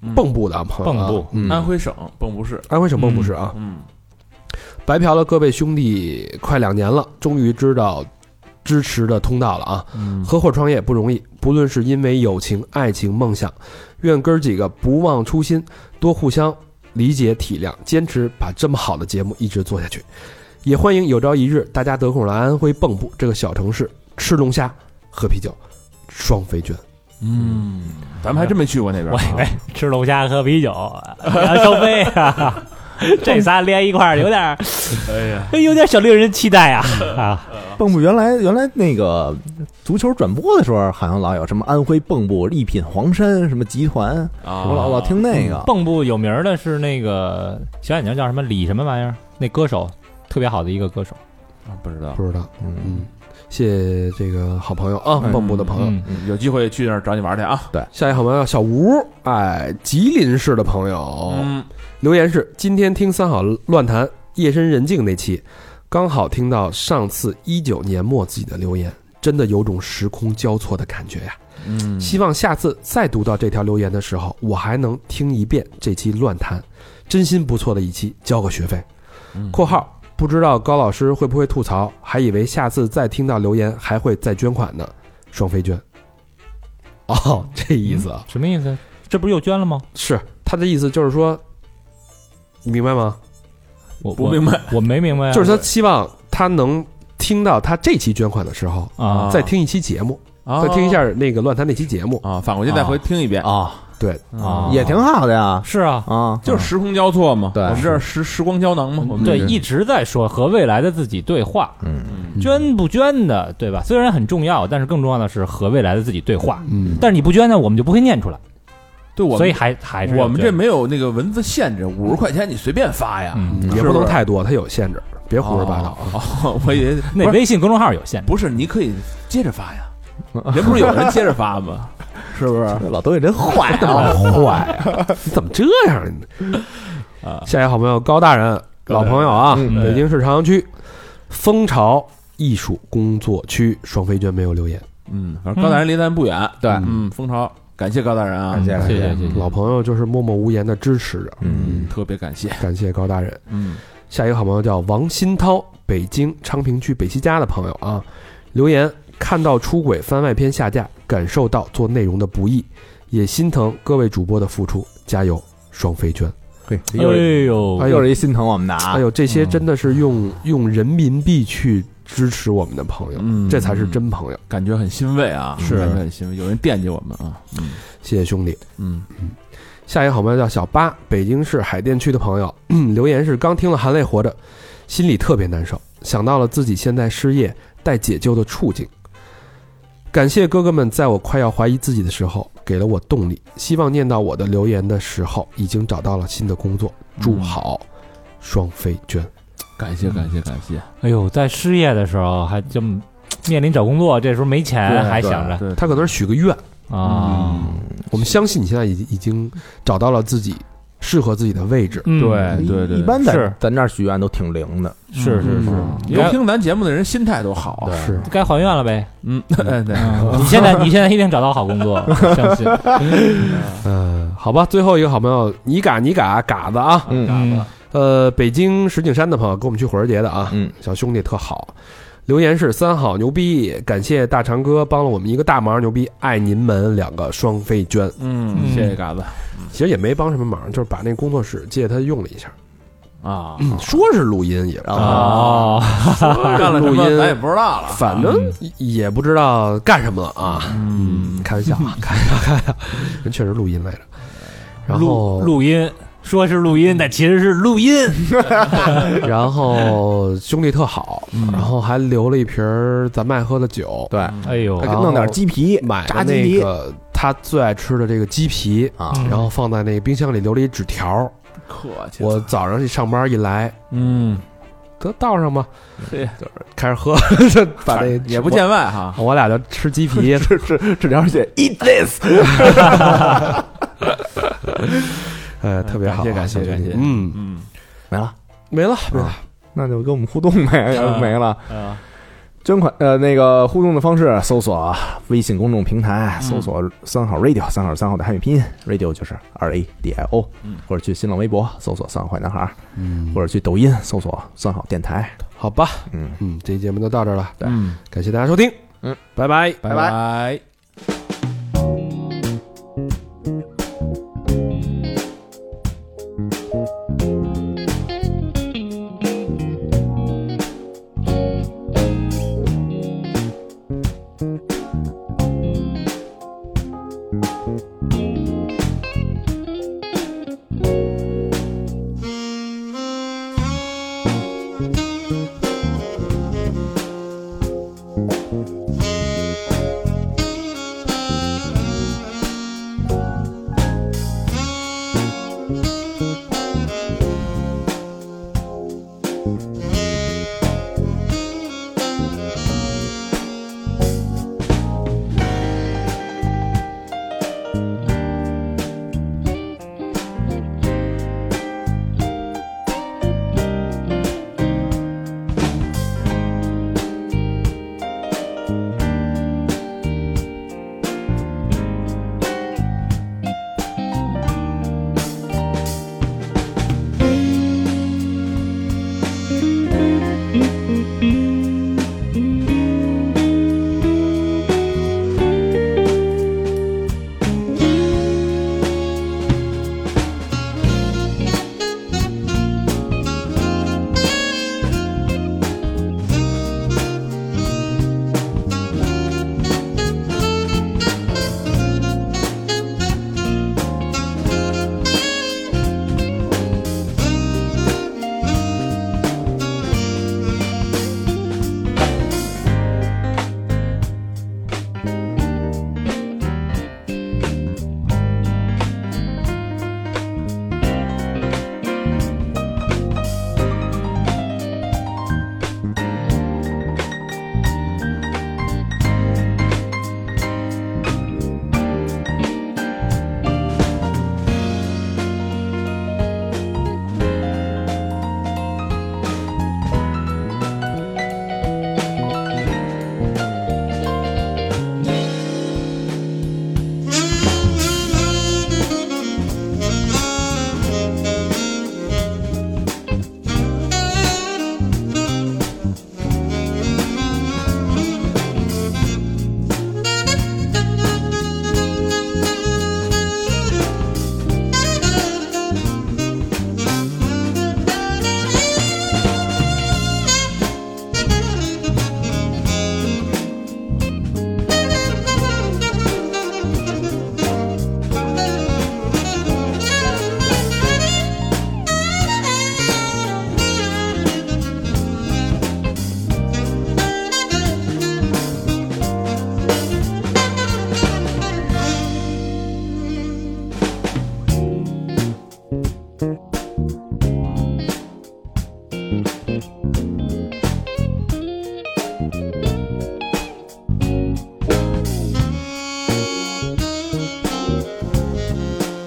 [SPEAKER 6] 嗯
[SPEAKER 3] 蚌埠的啊朋友啊，
[SPEAKER 5] 蚌埠
[SPEAKER 3] 嗯
[SPEAKER 6] 安徽省蚌埠市，
[SPEAKER 3] 安徽省蚌埠市啊，
[SPEAKER 6] 嗯，
[SPEAKER 3] 白嫖了各位兄弟快两年了，终于知道支持的通道了啊！
[SPEAKER 5] 嗯
[SPEAKER 3] 合伙创业不容易，不论是因为友情、爱情、梦想，愿哥儿几个不忘初心，多互相理解体谅，坚持把这么好的节目一直做下去。也欢迎有朝一日大家得空来安徽蚌埠这个小城市吃龙虾、喝啤酒、双飞卷。
[SPEAKER 6] 嗯，咱们还真没去过那边
[SPEAKER 5] 我以为
[SPEAKER 6] 啊，
[SPEAKER 5] 吃龙虾喝啤酒，然后收费啊，这仨连一块儿有点儿，哎呀，有点小令人期待啊啊！
[SPEAKER 7] 蚌埠原来原来那个足球转播的时候，好像老有什么安徽蚌埠力品黄山什么集团，我老
[SPEAKER 6] 啊
[SPEAKER 7] 老听那个。
[SPEAKER 5] 蚌埠有名儿的是那个小眼睛叫什么李什么玩意儿，那歌手特别好的一个歌手，
[SPEAKER 6] 啊不知道，
[SPEAKER 3] 不知道，
[SPEAKER 7] 嗯，
[SPEAKER 3] 嗯，谢谢这个好朋友啊，蚌埠的朋友。
[SPEAKER 5] 嗯，
[SPEAKER 6] 有机会去那儿找你玩去啊，
[SPEAKER 3] 下一好朋友小吴，哎，吉林市的朋
[SPEAKER 7] 哦
[SPEAKER 3] 友，
[SPEAKER 6] 嗯
[SPEAKER 3] 留言是：今天听三好乱谈，夜深人静那期，刚好听到上次一九年末自己的留言，真的有种时空交错的感觉呀、
[SPEAKER 6] 嗯，
[SPEAKER 3] 希望下次再读到这条留言的时候，我还能听一遍这期乱谈，真心不错的一期，交个学费。
[SPEAKER 7] 嗯
[SPEAKER 3] （括号不知道高老师会不会吐槽，还以为下次再听到留言还会再捐款呢，双飞捐。）哦，这意思啊，
[SPEAKER 5] 什么意思？这不是又捐了吗？
[SPEAKER 3] 是他的意思就是说，你明白吗？
[SPEAKER 5] 我
[SPEAKER 6] 不
[SPEAKER 5] 我
[SPEAKER 6] 明白，
[SPEAKER 5] 我没明白啊，
[SPEAKER 3] 就是他希望他能听到他这期捐款的时候，
[SPEAKER 5] 啊
[SPEAKER 3] 再听一期节目，
[SPEAKER 6] 啊
[SPEAKER 3] 再听一下那个乱谈那期节目。
[SPEAKER 6] 啊，反过去再回听一遍，
[SPEAKER 7] 啊，
[SPEAKER 3] 对，
[SPEAKER 6] 啊，也挺好的呀，
[SPEAKER 5] 是啊，
[SPEAKER 6] 啊，
[SPEAKER 7] 就是时空交错嘛，
[SPEAKER 6] 对
[SPEAKER 7] 我们这儿时时光胶囊嘛，我们
[SPEAKER 5] 对，
[SPEAKER 7] 这是
[SPEAKER 5] 一直在说和未来的自己对话，
[SPEAKER 6] 嗯，
[SPEAKER 5] 捐不捐的，对吧？虽然很重要，但是更重要的是和未来的自己对话。
[SPEAKER 3] 嗯，
[SPEAKER 5] 但是你不捐呢，我们就不会念出来，
[SPEAKER 7] 对我们
[SPEAKER 5] 所以还还是要
[SPEAKER 7] 我们这
[SPEAKER 5] 捐
[SPEAKER 7] 没有那个文字限制，五十块钱你随便发呀，
[SPEAKER 5] 嗯
[SPEAKER 3] 嗯也不能太多，它有限制，别胡说八道。
[SPEAKER 6] 啊
[SPEAKER 7] 哦。哦我也
[SPEAKER 5] 那
[SPEAKER 7] 不是
[SPEAKER 5] 微信公众号有限制，
[SPEAKER 7] 不是，你可以接着发 呀，人不是有人接着发吗？是不是？
[SPEAKER 6] 老东西真坏啊，
[SPEAKER 3] 坏呀、你怎么这样啊？下一位好朋友高大人，老朋友啊，
[SPEAKER 6] 嗯
[SPEAKER 3] 北京市朝阳区蜂巢艺术工作区双飞娟没有留言，
[SPEAKER 7] 嗯，反正高大人离咱不远，对，嗯，蜂巢，感谢高大人啊，
[SPEAKER 6] 谢
[SPEAKER 5] 谢谢谢谢。
[SPEAKER 3] 老朋友就是默默无言的支持着，
[SPEAKER 6] 嗯，
[SPEAKER 7] 特别感谢，
[SPEAKER 3] 感谢高大人。
[SPEAKER 7] 嗯，
[SPEAKER 3] 下一个好朋友叫王新涛，北京昌平区北西家的朋友啊，留言看到出轨番外篇下架，感受到做内容的不易，也心疼各位主播的付出，加油，双飞娟！
[SPEAKER 6] 嘿，
[SPEAKER 5] 哎
[SPEAKER 6] 又是
[SPEAKER 5] 呦，
[SPEAKER 3] 哎
[SPEAKER 6] 又
[SPEAKER 3] 呦，
[SPEAKER 6] 是一心疼我们的啊
[SPEAKER 3] 哎，呦，这些真的是用用人民币去支持我们的朋友，
[SPEAKER 7] 嗯
[SPEAKER 3] 这才是真朋友。
[SPEAKER 7] 感觉很欣慰啊，
[SPEAKER 5] 是
[SPEAKER 7] 感觉很欣慰，有人惦记我们啊，嗯
[SPEAKER 3] 谢谢兄弟。
[SPEAKER 7] 嗯，
[SPEAKER 3] 下一个好朋友叫小八，北京市海淀区的朋友， 留言是刚听了《含泪活着》，心里特别难受，想到了自己现在失业待解救的处境。感谢哥哥们在我快要怀疑自己的时候给了我动力，希望念到我的留言的时候已经找到了新的工作。祝好，双飞娟。
[SPEAKER 7] 感谢感谢感谢，
[SPEAKER 5] 哎呦，在失业的时候还就面临找工作，这时候没钱还想着
[SPEAKER 7] 对，对嗯
[SPEAKER 3] 他可能是许个愿，
[SPEAKER 5] 啊，
[SPEAKER 3] 我们相信你现在已已经找到了自己适合自己的位置。
[SPEAKER 5] 嗯
[SPEAKER 7] 对对对，
[SPEAKER 6] 哎一般
[SPEAKER 5] 是
[SPEAKER 6] 咱咱这儿许愿都挺灵的，
[SPEAKER 5] 是
[SPEAKER 7] 嗯
[SPEAKER 5] 是是，
[SPEAKER 7] 是，有听咱节目的人心态都好啊，
[SPEAKER 3] 是，
[SPEAKER 5] 该还愿了呗。
[SPEAKER 7] 嗯， 哎对，
[SPEAKER 5] 你现在你现在一定找到好工 作，相信。
[SPEAKER 3] 嗯，好吧，最后一个好朋友，你嘎你嘎嘎子啊，
[SPEAKER 6] 嗯
[SPEAKER 5] 嗯
[SPEAKER 3] 呃，北京石景山的朋友跟我们去火人节的啊，
[SPEAKER 6] 嗯，
[SPEAKER 3] 小兄弟特好。留言是三好牛逼，感谢大长哥帮了我们一个大忙，牛逼，爱您们两个双飞娟。
[SPEAKER 7] 嗯，谢谢嘎子
[SPEAKER 3] 其实也没帮什么忙，就是把那工作室借他用了一下，
[SPEAKER 7] 啊，
[SPEAKER 3] 说是录音也，
[SPEAKER 6] 然后
[SPEAKER 5] 哦，
[SPEAKER 7] 干了什
[SPEAKER 3] 录
[SPEAKER 7] 么
[SPEAKER 3] 音
[SPEAKER 7] 咱也不知道了，
[SPEAKER 3] 反正也不知道干什么了啊。嗯，开玩笑啊，开玩笑，开玩笑，人 确实录音来着。然
[SPEAKER 5] 录
[SPEAKER 3] 后
[SPEAKER 5] 录音，啊说是录音，但其实是录音。
[SPEAKER 3] 然后兄弟特好，
[SPEAKER 7] 嗯
[SPEAKER 3] 然后还留了一瓶儿咱们爱喝的酒，
[SPEAKER 6] 对，
[SPEAKER 5] 哎呦
[SPEAKER 6] 还，给弄点鸡皮，
[SPEAKER 3] 买
[SPEAKER 6] 炸鸡
[SPEAKER 3] 的那
[SPEAKER 6] 皮
[SPEAKER 3] 个他最爱吃的这个鸡皮，
[SPEAKER 6] 啊，
[SPEAKER 5] 嗯
[SPEAKER 3] 然后放在那个冰箱里留了一纸条儿。
[SPEAKER 7] 客气，
[SPEAKER 3] 我早上去上班一来，
[SPEAKER 7] 嗯，
[SPEAKER 3] 得倒上吧，
[SPEAKER 7] 对
[SPEAKER 3] 就是开始 喝，把那
[SPEAKER 7] 也不见外哈，
[SPEAKER 3] 我我俩就吃鸡 皮，哎
[SPEAKER 6] 这这这条写 eat this，
[SPEAKER 3] 呃，特别好，
[SPEAKER 7] 嗯感谢感谢
[SPEAKER 3] 小兄弟
[SPEAKER 7] 感谢，啊
[SPEAKER 3] 嗯，
[SPEAKER 7] 嗯
[SPEAKER 6] 没了，
[SPEAKER 3] 没了没了，
[SPEAKER 6] 那就跟我们互动呗，要不没了。
[SPEAKER 5] 啊
[SPEAKER 6] 捐款呃，那个互动的方式，搜索啊微信公众平台，搜索
[SPEAKER 7] 嗯
[SPEAKER 6] 三好 radio，三好三号的汉语拼音，radio 就是 R A D I O，或
[SPEAKER 7] 嗯
[SPEAKER 6] 者去新浪微博搜索三好坏男孩，嗯，或者去抖音搜索三好电台，
[SPEAKER 3] 好吧，
[SPEAKER 6] 嗯
[SPEAKER 3] 嗯，这期节目就到这儿了，
[SPEAKER 7] 嗯，
[SPEAKER 3] 感谢大家收听，
[SPEAKER 6] 嗯，
[SPEAKER 3] 拜拜。
[SPEAKER 7] 拜拜。
[SPEAKER 10] Thank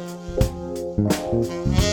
[SPEAKER 11] 嗯